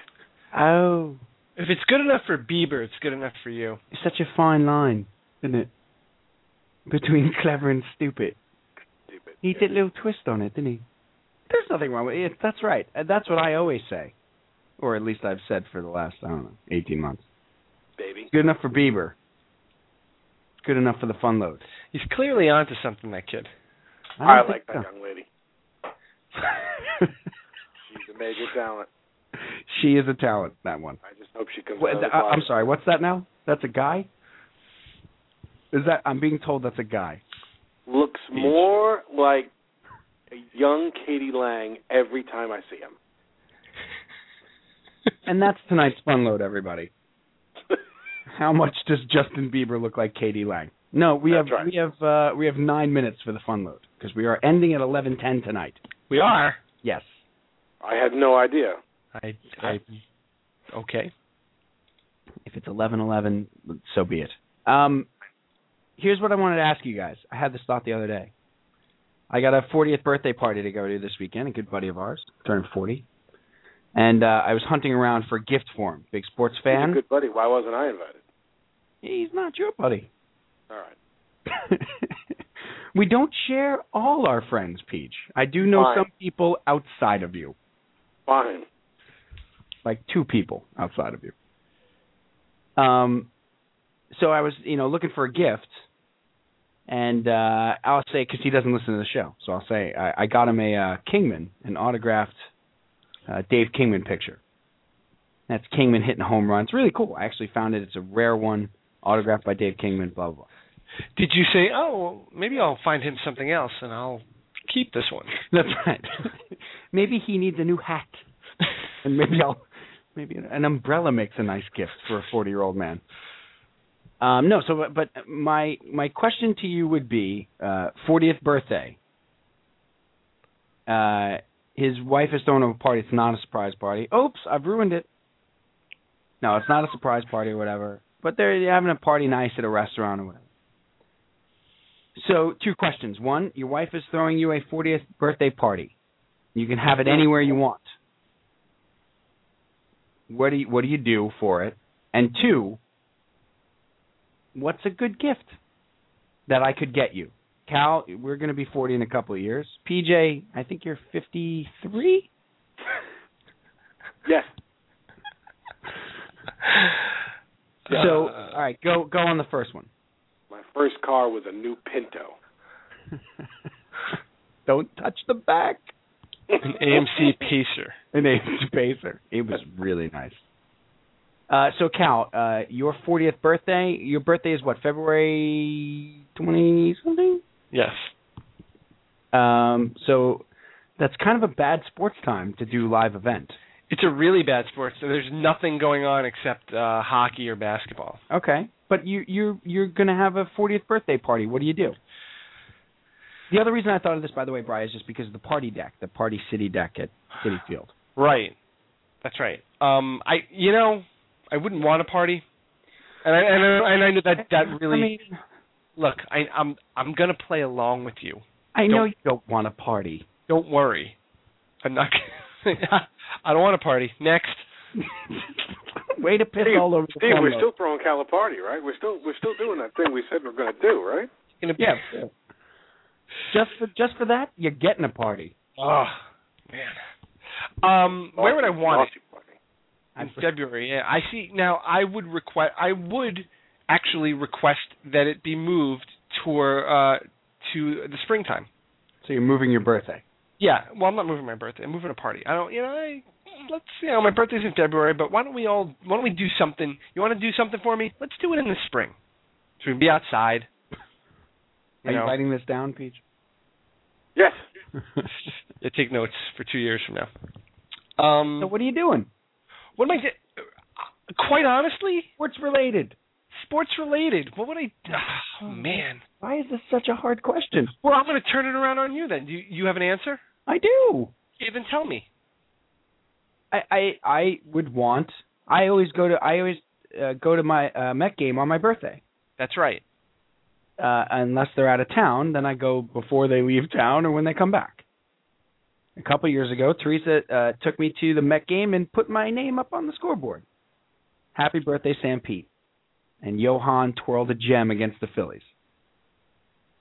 Speaker 4: Oh,
Speaker 5: If it's good enough for Bieber, it's good enough for you.
Speaker 4: it's such a fine line, isn't it? Between clever and stupid.
Speaker 6: Stupid.
Speaker 4: He did a little twist on it, didn't he? There's nothing wrong with it. That's right. Uh, That's what I always say, or at least I've said for the last I don't know, 18 months.
Speaker 6: Baby.
Speaker 4: Good enough for Bieber. Good enough for the fun load.
Speaker 5: He's clearly onto something, that kid.
Speaker 4: don't
Speaker 6: I
Speaker 4: think
Speaker 6: like that
Speaker 4: so.
Speaker 6: young lady. She's a major talent.
Speaker 4: she is a talent. That one.
Speaker 6: I just hope she comes.
Speaker 4: Wha-
Speaker 6: out of the
Speaker 4: I, I'm
Speaker 6: closet.
Speaker 4: sorry. What's that now? That's a guy. Is that? I'm being told that's a guy.
Speaker 6: Looks more like a young Katie Lang every time I see him.
Speaker 4: And that's tonight's fun load, everybody. How much does Justin Bieber look like Katie Lang? No, we
Speaker 6: That's
Speaker 4: have
Speaker 6: right.
Speaker 4: we have uh, we have nine minutes for the fun load because we are ending at eleven ten tonight.
Speaker 5: We are.
Speaker 4: Yes.
Speaker 6: I had no idea.
Speaker 5: I, I, okay.
Speaker 4: If it's eleven eleven, so be it. Um, here's what I wanted to ask you guys. I had this thought the other day. I got a 40th birthday party to go to this weekend. A good buddy of ours turned 40, and uh, I was hunting around for a gift for him. Big sports
Speaker 6: He's a
Speaker 4: fan.
Speaker 6: good buddy. Why wasn't I invited?
Speaker 4: He's not your buddy.
Speaker 6: All right.
Speaker 4: we don't share all our friends, Peach. I do know
Speaker 6: Fine.
Speaker 4: some people outside of you,
Speaker 6: Fine.
Speaker 4: like two people outside of you. Um, so I was, you know, looking for a gift, and uh, I'll say because he doesn't listen to the show, so I'll say I, I got him a uh, Kingman, an autographed uh, Dave Kingman picture. That's Kingman hitting a home run. It's really cool. I actually found it. It's a rare one, autographed by Dave Kingman. Blah blah. blah.
Speaker 5: Did you say, oh, well, maybe I'll find him something else and I'll keep this one?
Speaker 4: That's right. maybe he needs a new hat, and maybe I'll maybe an umbrella makes a nice gift for a forty-year-old man. Um, no, so but- but my my question to you would be uh, fortieth birthday. Uh, his wife is throwing a party. It's not a surprise party. Oops, I've ruined it. No, it's not a surprise party or whatever. But they're having a party nice at a restaurant or whatever. So, two questions. One, your wife is throwing you a 40th birthday party. You can have it anywhere you want. What do you, what do you do for it? And two, what's a good gift that I could get you? Cal, we're going to be 40 in a couple of years. PJ, I think you're 53.
Speaker 6: Yes.
Speaker 4: So, all
Speaker 5: Uh,
Speaker 4: right, go go on the first one.
Speaker 6: My first car was a new Pinto.
Speaker 4: Don't touch the back.
Speaker 5: An AMC pacer.
Speaker 4: an aged pacer. It was really nice. Uh, so Cal, uh, your 40th birthday. Your birthday is what? February 20 something.
Speaker 5: Yes.
Speaker 4: Um, so that's kind of a bad sports time to do live event.
Speaker 5: It's a really bad sport. So there's nothing going on except uh hockey or basketball.
Speaker 4: Okay, but you you're you're gonna have a 40th birthday party. What do you do? The other reason I thought of this, by the way, Brian, is just because of the party deck, the party city deck at City Field.
Speaker 5: Right. That's right. Um I you know, I wouldn't want a party. And I and I, and I know that that really
Speaker 4: I mean,
Speaker 5: look, I I'm I'm going to play along with you.
Speaker 4: I know
Speaker 5: Don't-
Speaker 4: you don't want a party.
Speaker 5: Don't worry. I'm not I don't want a party. Next.
Speaker 4: Way to piss
Speaker 6: Steve,
Speaker 4: all over the
Speaker 6: Steve,
Speaker 4: front
Speaker 6: we're
Speaker 4: load.
Speaker 6: still throwing Caliparty, right? We're still we're still doing that thing we said we're going to do, right?
Speaker 5: Gonna be-
Speaker 4: Yeah. Just for just for that, you're getting a party.
Speaker 5: Oh man. Um, where would I want it?
Speaker 6: Aussie party.
Speaker 5: In February. Yeah, I see. Now I would request. I would actually request that it be moved to uh, to the springtime.
Speaker 4: So you're moving your birthday.
Speaker 5: Yeah. Well, I'm not moving my birthday. I'm moving a party. I don't. You know. I, let's. You know, my birthday's in February, but why don't we all? Why don't we do something? You want to do something for me? Let's do it in the spring. So we can be outside.
Speaker 4: Are
Speaker 5: You
Speaker 4: you
Speaker 5: know,
Speaker 4: writing this down, Peach?
Speaker 6: Yes.
Speaker 5: Yeah, take notes for two years from now. Um,
Speaker 4: so what are you doing?
Speaker 5: what am I? di- uh, Quite honestly,
Speaker 4: What's related?
Speaker 5: sports related. What would I? Oh, man.
Speaker 4: Why is this such a hard question?
Speaker 5: Well, I'm going to turn it around on you then. Do you, you have an answer?
Speaker 4: I do.
Speaker 5: Okay, then tell me.
Speaker 4: I I, I would want. I always go to. I always uh, go to my uh, Met game on my birthday.
Speaker 5: That's right.
Speaker 4: Uh, unless they're out of town, then I go before they leave town or when they come back. A couple years ago, Teresa uh, took me to the Met game and put my name up on the scoreboard. Happy birthday, Sam Pete. And Johan twirled a gem against the Phillies.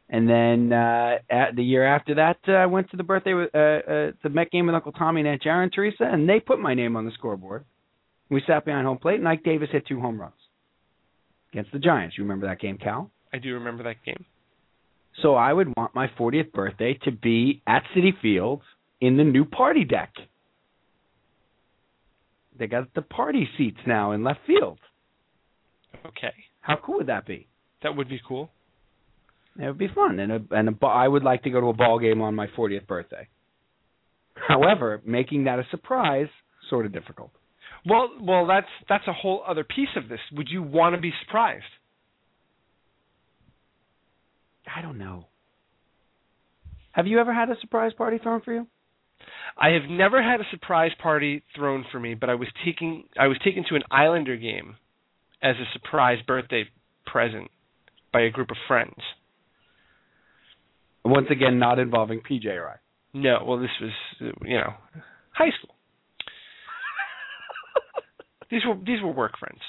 Speaker 4: And then uh, at the year after that, uh, I went to the birthday with, uh, uh, the Met game with Uncle Tommy and Aunt Jaren and Teresa, and they put my name on the scoreboard. We sat behind home plate, and Ike Davis hit two home runs against the Giants. You remember that game, Cal?
Speaker 5: I do remember that game.
Speaker 4: So I would want my 40th birthday to be at City Field in the new party deck. They got the party seats now in left field.
Speaker 5: Okay.
Speaker 4: How cool would that be?
Speaker 5: That would be cool.
Speaker 4: It would be fun, and a, and a, ba- I would like to go to a ball game on my 40th birthday. However, making that a surprise sort of difficult.
Speaker 5: Well, well, that's that's a whole other piece of this. Would you want to be surprised?
Speaker 4: I don't know. Have you ever had a surprise party thrown for you?
Speaker 5: I have never had a surprise party thrown for me, but I was taking I was taken to an Islander game as a surprise birthday present by a group of friends.
Speaker 4: Once again, not involving PJ or I.
Speaker 5: No, well, this was uh, you know high school. these were these were work friends.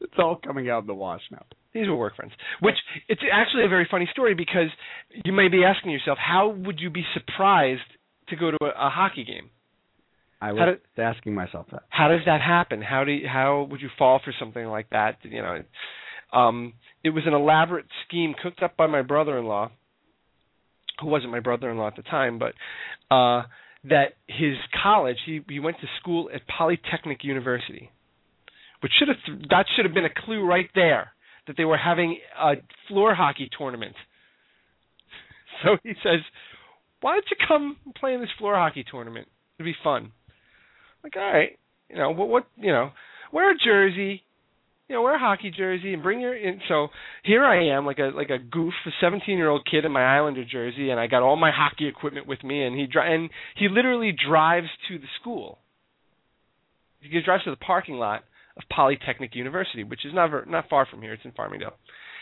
Speaker 4: It's all coming out in the wash now.
Speaker 5: These were work friends. Which it's actually a very funny story because you may be asking yourself, how would you be surprised to go to a, a hockey game?
Speaker 4: I
Speaker 5: How
Speaker 4: was asking myself that.
Speaker 5: How does that happen? How do you, how would you fall for something like that? You know, um, it was an elaborate scheme cooked up by my brother-in-law, who wasn't my brother-in-law at the time, but uh, that his college he he went to school at Polytechnic University, which should have th- that should have been a clue right there that they were having a floor hockey tournament. So he says, "Why don't you come play in this floor hockey tournament? It'd be fun." Like, all right, you know what? What you know, wear a jersey, you know, wear a hockey jersey, and bring your. And so here I am, like a like a goof, a 17 year old kid in my Islander jersey, and I got all my hockey equipment with me, and he dri- and he literally drives to the school. He drives to the parking lot of Polytechnic University, which is not ver- not far from here. It's in Farmingdale.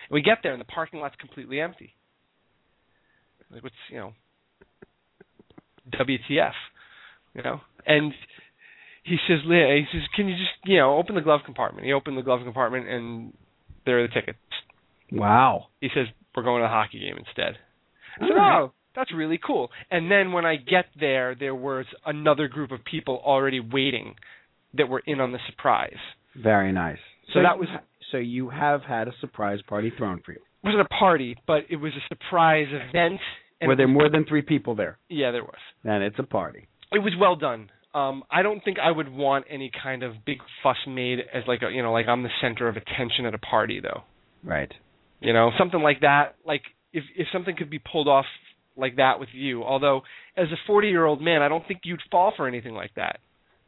Speaker 5: And we get there, and the parking lot's completely empty. Like, what's you know, WTF, you know? And he says, "Leah," he says, "Can you just you know open the glove compartment?" He opened the glove compartment, and there are the tickets.
Speaker 4: Wow.
Speaker 5: He says, "We're going to the hockey game instead." I said,
Speaker 4: All right.
Speaker 5: "Oh, that's really cool." And then when I get there, there was another group of people already waiting that were in on the surprise.
Speaker 4: Very nice.
Speaker 5: So that was-
Speaker 4: so you have had a surprise party thrown for you.
Speaker 5: It wasn't a party, but it was a surprise event. And
Speaker 4: Were there more than three people there?
Speaker 5: Yeah, there was.
Speaker 4: Then it's a party.
Speaker 5: it was well done. Um, I don't think I would want any kind of big fuss made as like a you know like I'm the center of attention at a party though.
Speaker 4: Right.
Speaker 5: You know something like that. Like if if something could be pulled off like that with you. Although as a 40 year old man, I don't think you'd fall for anything like that.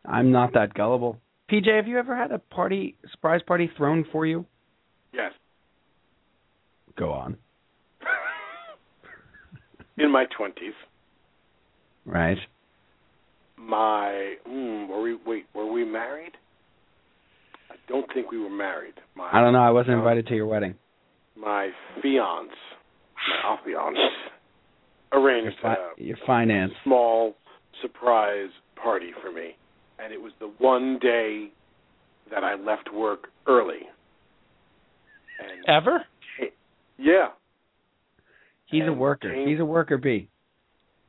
Speaker 4: I'm not that gullible. PJ, have you ever had a party surprise party thrown for you?
Speaker 6: Yes.
Speaker 4: Go on.
Speaker 6: In my twenties,
Speaker 4: Right.
Speaker 6: my mm, were we wait were we married? I don't think we were married. My
Speaker 4: I don't know. I wasn't
Speaker 6: No.
Speaker 4: invited to your wedding.
Speaker 6: my fiance, my affiance, arranged
Speaker 4: Fi-
Speaker 6: a
Speaker 4: your finance.
Speaker 6: small surprise party for me, and it was the one day that I left work early. And
Speaker 5: Ever?
Speaker 6: yeah,
Speaker 2: He's a
Speaker 6: And
Speaker 2: worker.
Speaker 6: James-
Speaker 2: He's a worker bee.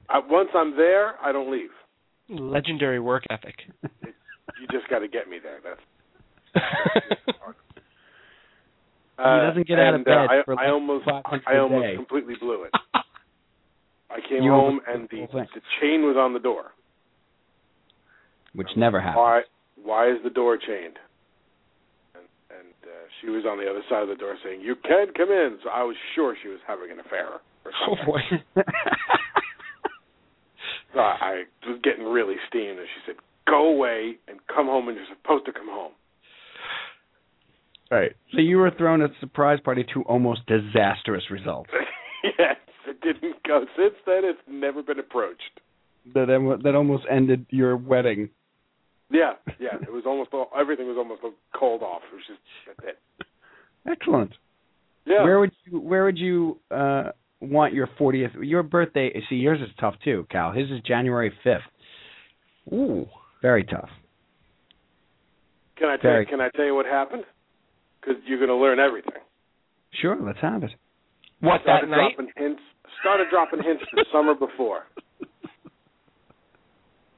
Speaker 6: I, once I'm there, I don't leave.
Speaker 5: Legendary work ethic.
Speaker 6: You just got to get me there. That's
Speaker 2: He doesn't get out of
Speaker 6: and,
Speaker 2: bed
Speaker 6: Uh, I,
Speaker 2: for
Speaker 6: I
Speaker 2: like
Speaker 6: almost,
Speaker 2: 500
Speaker 6: I
Speaker 2: a
Speaker 6: almost
Speaker 2: day.
Speaker 6: completely blew it. I came
Speaker 2: You
Speaker 6: home
Speaker 2: almost
Speaker 6: and
Speaker 2: blew
Speaker 6: the
Speaker 2: the whole thing.
Speaker 6: the chain was on the door.
Speaker 2: Which never happens.
Speaker 6: Why? Why is the door chained? And, and uh, she was on the other side of the door saying, "You can't come in." So I was sure she was having an affair. Or
Speaker 5: oh
Speaker 6: something.
Speaker 5: boy.
Speaker 6: So I, I was getting really steamed, and she said, "Go away and come home when you're supposed to come home."
Speaker 2: Right. So you were thrown a surprise party to almost disastrous results.
Speaker 6: yes, it didn't go. Since then, it's never been approached.
Speaker 2: That em- that almost ended your wedding.
Speaker 6: Yeah, yeah. It was almost all, everything was almost cold off. It was just that's it.
Speaker 2: Excellent.
Speaker 6: Yeah.
Speaker 2: Where would you Where would you uh, want your fortieth? Your birthday. See, yours is tough too, Cal. His is January fifth. Ooh, very tough.
Speaker 6: can I tell
Speaker 2: Very-
Speaker 6: you, can I tell you what happened? Because you're going to learn everything.
Speaker 2: Sure, let's have it.
Speaker 5: What that
Speaker 6: started
Speaker 5: night?
Speaker 6: dropping hints. Started dropping hints the summer before.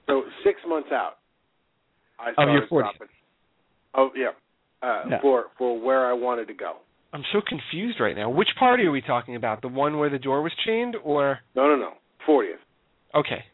Speaker 6: So six months out, I started
Speaker 2: your 40th.
Speaker 6: dropping. Oh yeah, uh,
Speaker 2: Yeah.
Speaker 6: for for where I wanted to go.
Speaker 5: I'm so confused right now. Which party are we talking about? The one where the door was chained, or
Speaker 6: No, no, no, fortieth.
Speaker 5: okay?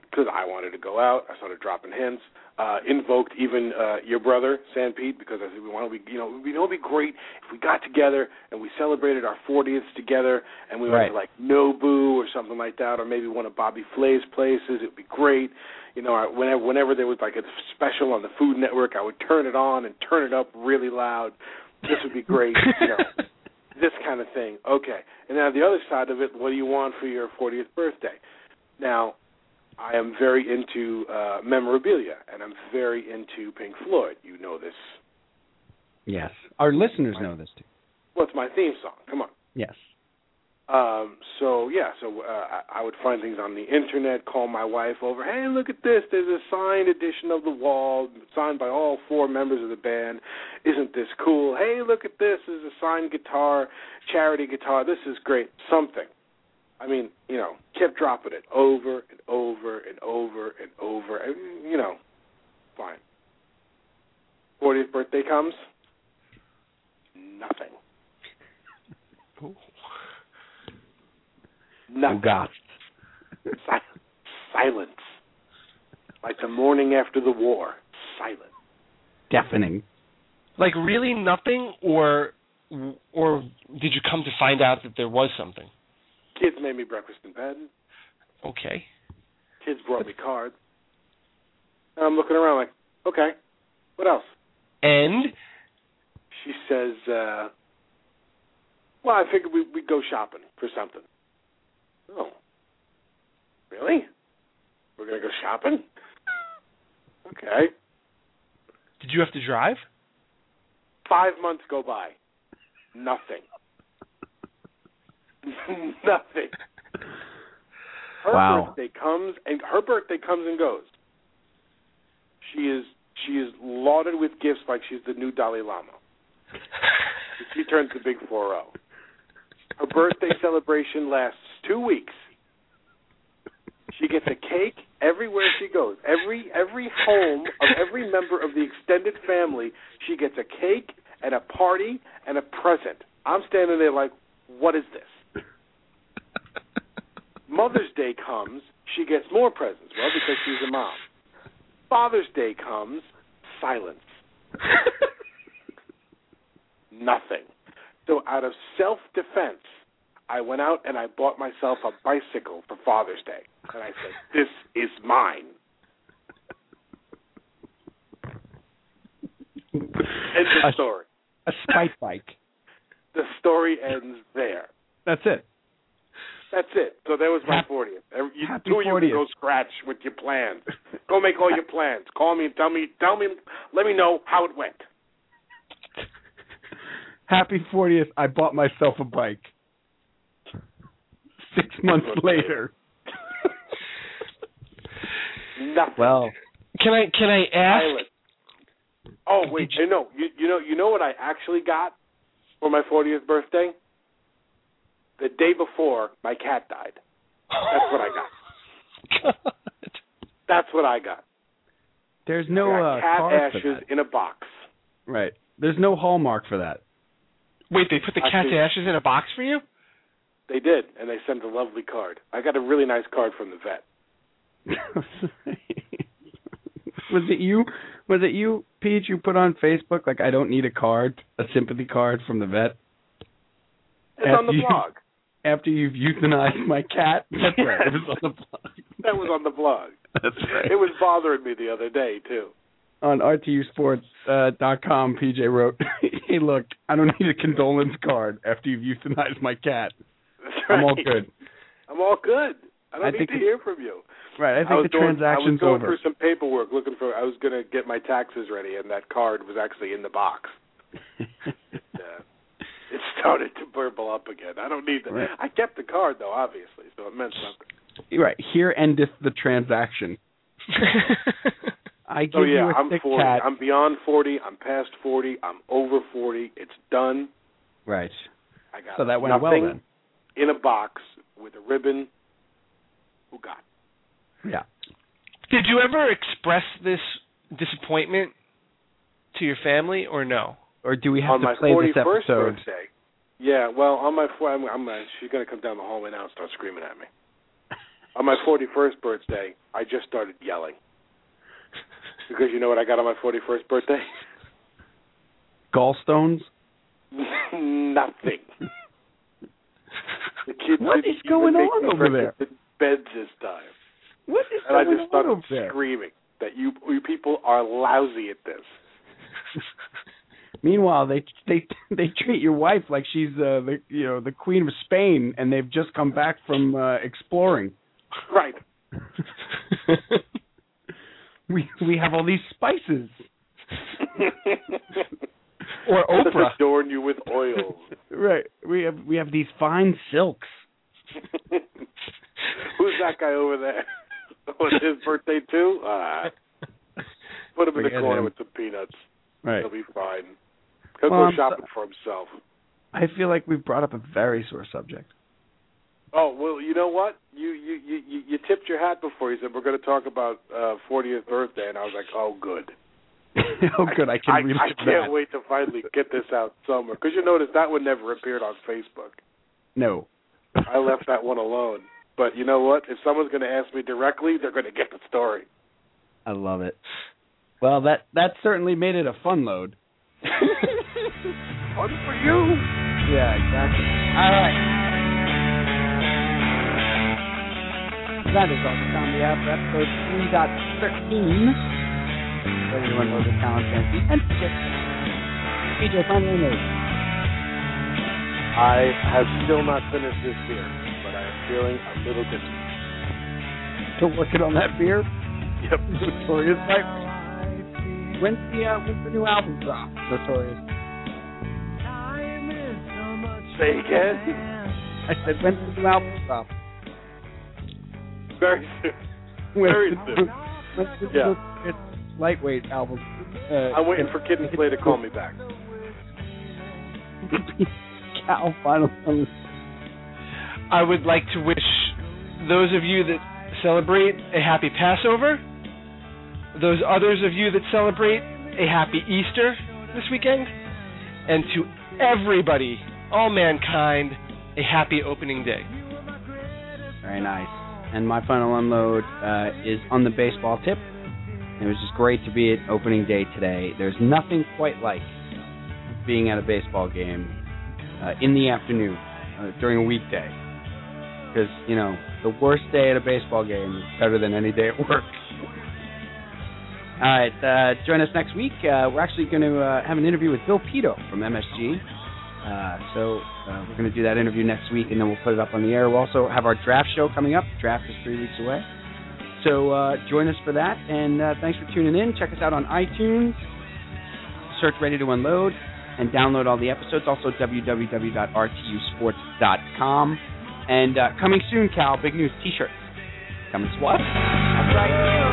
Speaker 6: because I wanted to go out. I started dropping hints. Uh, invoked even uh, your brother San Pete because I said we want to be you know we know it'd be great if we got together and we celebrated our 40th together and we went to like Nobu or something like that or maybe one of Bobby Flay's places. It'd be great. You know, I, whenever whenever there was like a special on the Food Network, I would turn it on and turn it up really loud. This would be great. you know, this kind of thing. Okay. And now the other side of it, what do you want for your 40th birthday? Now, I am very into uh, memorabilia, and I'm very into Pink Floyd. You know this.
Speaker 2: Yes, our listeners know this too.
Speaker 6: What's my theme song? Come on.
Speaker 2: Yes.
Speaker 6: Um, so yeah, so uh, I, I would find things on the internet, call my wife over. Hey, look at this! There's a signed edition of the Wall, signed by all four members of the band. Isn't this cool? Hey, look at this! There's a signed guitar, charity guitar. This is great. Something. I mean, you know, kept dropping it over and over and over and over. And, you know, fine. 40th birthday comes. Nothing. Nothing.
Speaker 2: God.
Speaker 6: Sil- silence. Like the morning after the war. Silence.
Speaker 2: Deafening.
Speaker 5: Like really nothing, or or did you come to find out that there was something?
Speaker 6: Kids made me breakfast in bed.
Speaker 5: Okay.
Speaker 6: Kids brought me cards. And I'm looking around like, okay, what else?
Speaker 5: And
Speaker 6: She says, uh, well, I figured we, we'd go shopping for something. Oh, really? We're going to go shopping? Okay.
Speaker 5: did you have to drive?
Speaker 6: Five months go by. Nothing. Nothing. Her
Speaker 2: Wow.
Speaker 6: birthday comes and her birthday comes and goes. She is she is lauded with gifts like she's the new Dalai Lama. She turns the big four zero. Her birthday celebration lasts two weeks. She gets a cake everywhere she goes. Every every home of every member of the extended family, she gets a cake and a party and a present. I'm standing there like, what is this? Mother's Day comes, she gets more presents. Well, because she's a mom. Father's Day comes, silence. Nothing. So out of self defense, I went out and I bought myself a bicycle for Father's Day. And I said, This is mine. End
Speaker 2: A-
Speaker 6: of story.
Speaker 2: A spike bike.
Speaker 6: The story ends there.
Speaker 2: That's it.
Speaker 6: That's it. So that was my fortieth. You,
Speaker 2: happy
Speaker 6: two of you can
Speaker 2: 40th.
Speaker 6: go scratch with your plans. Go make all your plans. Call me and tell me tell me let me know how it went.
Speaker 2: Happy 40th. I bought myself a bike. Six months later.
Speaker 6: Nothing.
Speaker 2: Well,
Speaker 5: Can I can I ask
Speaker 6: Silence. Oh wait, you know, you, you know, you know what I actually got for my 40th birthday? The day before my cat died. That's what I got.
Speaker 5: God.
Speaker 6: That's what I got.
Speaker 4: There's
Speaker 6: I
Speaker 4: no
Speaker 6: got
Speaker 4: uh,
Speaker 6: cat
Speaker 4: card for
Speaker 6: ashes
Speaker 4: that.
Speaker 6: in a box.
Speaker 4: Right. There's no hallmark for that.
Speaker 5: Wait, they put the cat's
Speaker 6: Actually-
Speaker 5: ashes in a box for you?
Speaker 6: They did, and they sent a lovely card. I got a really nice card from the vet.
Speaker 4: was it you? Was it you, Pete? You put on Facebook like I don't need a card, a sympathy card from the vet
Speaker 6: It's
Speaker 4: Have
Speaker 6: on the
Speaker 4: you-
Speaker 6: blog.
Speaker 4: after you've euthanized my cat. That's right. It was on the blog.
Speaker 6: That was on the blog.
Speaker 4: That's right.
Speaker 6: It was bothering me the other day too.
Speaker 4: on uh, rtusports.com, PJ wrote, "Hey, look, I don't need a condolence card after you've euthanized my cat.
Speaker 6: That's
Speaker 4: I'm all
Speaker 6: right.
Speaker 4: good."
Speaker 6: I'm all good. I don't
Speaker 4: I
Speaker 6: need
Speaker 4: think
Speaker 6: to
Speaker 4: it-
Speaker 6: hear from you.
Speaker 4: Right. I think the
Speaker 6: was doing,
Speaker 4: transaction's
Speaker 6: I was going
Speaker 4: over.
Speaker 6: through some paperwork looking for. I was going to get my taxes ready, and that card was actually in the box. Uh, it started to burble up again. I don't need that.
Speaker 4: Right.
Speaker 6: I kept the card though, obviously, so it meant something.
Speaker 4: right. Here endeth the transaction. I give
Speaker 6: So
Speaker 4: you
Speaker 6: yeah,
Speaker 4: a
Speaker 6: I'm
Speaker 4: sick
Speaker 6: 40.
Speaker 4: cat.
Speaker 6: I'm beyond 40. I'm past 40. I'm over 40. It's done.
Speaker 4: Right.
Speaker 6: I got
Speaker 4: So that went well
Speaker 6: nothing
Speaker 4: then.
Speaker 6: in a box with a ribbon. Who got? it?
Speaker 4: Yeah.
Speaker 5: Did you ever express this disappointment to your family or no?
Speaker 4: Or do we have
Speaker 6: on
Speaker 4: to
Speaker 6: my
Speaker 4: play this
Speaker 6: 41st
Speaker 4: episode?
Speaker 6: birthday. Yeah, well, on my four, I'm, I'm uh, she's gonna come down the hallway now and start screaming at me. on my 41st birthday, I just started yelling because you know what I got on my 41st birthday?
Speaker 4: Gallstones.
Speaker 6: Nothing. The kid
Speaker 4: What
Speaker 6: didn't
Speaker 4: is going
Speaker 6: even make
Speaker 4: on
Speaker 6: me
Speaker 4: over
Speaker 6: breakfast in bed this time,
Speaker 4: What is
Speaker 6: and I
Speaker 4: going
Speaker 6: just
Speaker 4: on
Speaker 6: started
Speaker 4: over there?
Speaker 6: screaming that you you people are lousy at this.
Speaker 4: Meanwhile, they they they treat your wife like she's uh, the you know the queen of Spain, and they've just come back from uh, exploring.
Speaker 6: Right.
Speaker 4: we we have all these spices.
Speaker 5: Or
Speaker 6: Let's
Speaker 5: Oprah.
Speaker 6: adorn you with oils.
Speaker 4: Right. We have we have these fine silks.
Speaker 6: Who's that guy over there? Oh, it's his birthday too? Ah. Put him in the
Speaker 4: Forget
Speaker 6: corner
Speaker 4: him.
Speaker 6: with some peanuts.
Speaker 4: Right.
Speaker 6: He'll be fine. He'll
Speaker 4: Well,
Speaker 6: go
Speaker 4: I'm so-
Speaker 6: shopping for himself.
Speaker 4: I feel like we've brought up a very sore subject.
Speaker 6: Oh well, you know what? You you you you- you tipped your hat before you said we're going to talk about uh 40th birthday, and I was like, oh good.
Speaker 4: oh, good. I can
Speaker 6: I,
Speaker 4: relive
Speaker 6: I can't
Speaker 4: that.
Speaker 6: wait to finally get this out somewhere because you notice that one never appeared on Facebook.
Speaker 4: No.
Speaker 6: I left that one alone. But you know what? If someone's going to ask me directly, they're going to get the story.
Speaker 4: I love it. Well, that that certainly made it a fun load.
Speaker 6: Fun for you.
Speaker 4: Yeah, exactly. All right. That is all the time we have for episode 3.13. For Everyone knows the talent fancy and PJ. PJ finally knows.
Speaker 6: I have still not finished this beer, but I am feeling a little disappointed.
Speaker 4: to working on that beer.
Speaker 6: Yep.
Speaker 4: Notorious Right. When's the uh, when's the new album drop? Notorious.
Speaker 6: Say again.
Speaker 4: I said when's the new album drop?
Speaker 6: Very soon.
Speaker 4: When's
Speaker 6: Very
Speaker 4: the,
Speaker 6: soon.
Speaker 4: When's the
Speaker 6: Yeah.
Speaker 4: Notorious lightweight album? Uh,
Speaker 6: I'm waiting for Kid and Play to call me back.
Speaker 4: Cal final song.
Speaker 5: I would like to wish those of you that celebrate a happy Passover, those others of you that celebrate a happy Easter this weekend, and to everybody, all mankind, a happy opening day.
Speaker 4: Very nice. And my final unload uh, is on the baseball tip. It was just great to be at opening day today. There's nothing quite like being at a baseball game uh, in the afternoon uh, during a weekday. Because, you know, the worst day at a baseball game is better than any day at work. All right, uh, join us next week. Uh, we're actually going to uh, have an interview with Bill Pito from MSG. Uh, so uh, we're going to do that interview next week, and then we'll put it up on the air. We'll also have our draft show coming up. Draft is three weeks away. So uh, join us for that, and uh, thanks for tuning in. Check us out on iTunes. Search Ready to Unload and download all the episodes. Also, www.rtusports.com. And uh, coming soon, Cal, big news t shirts. Coming soon. That's right.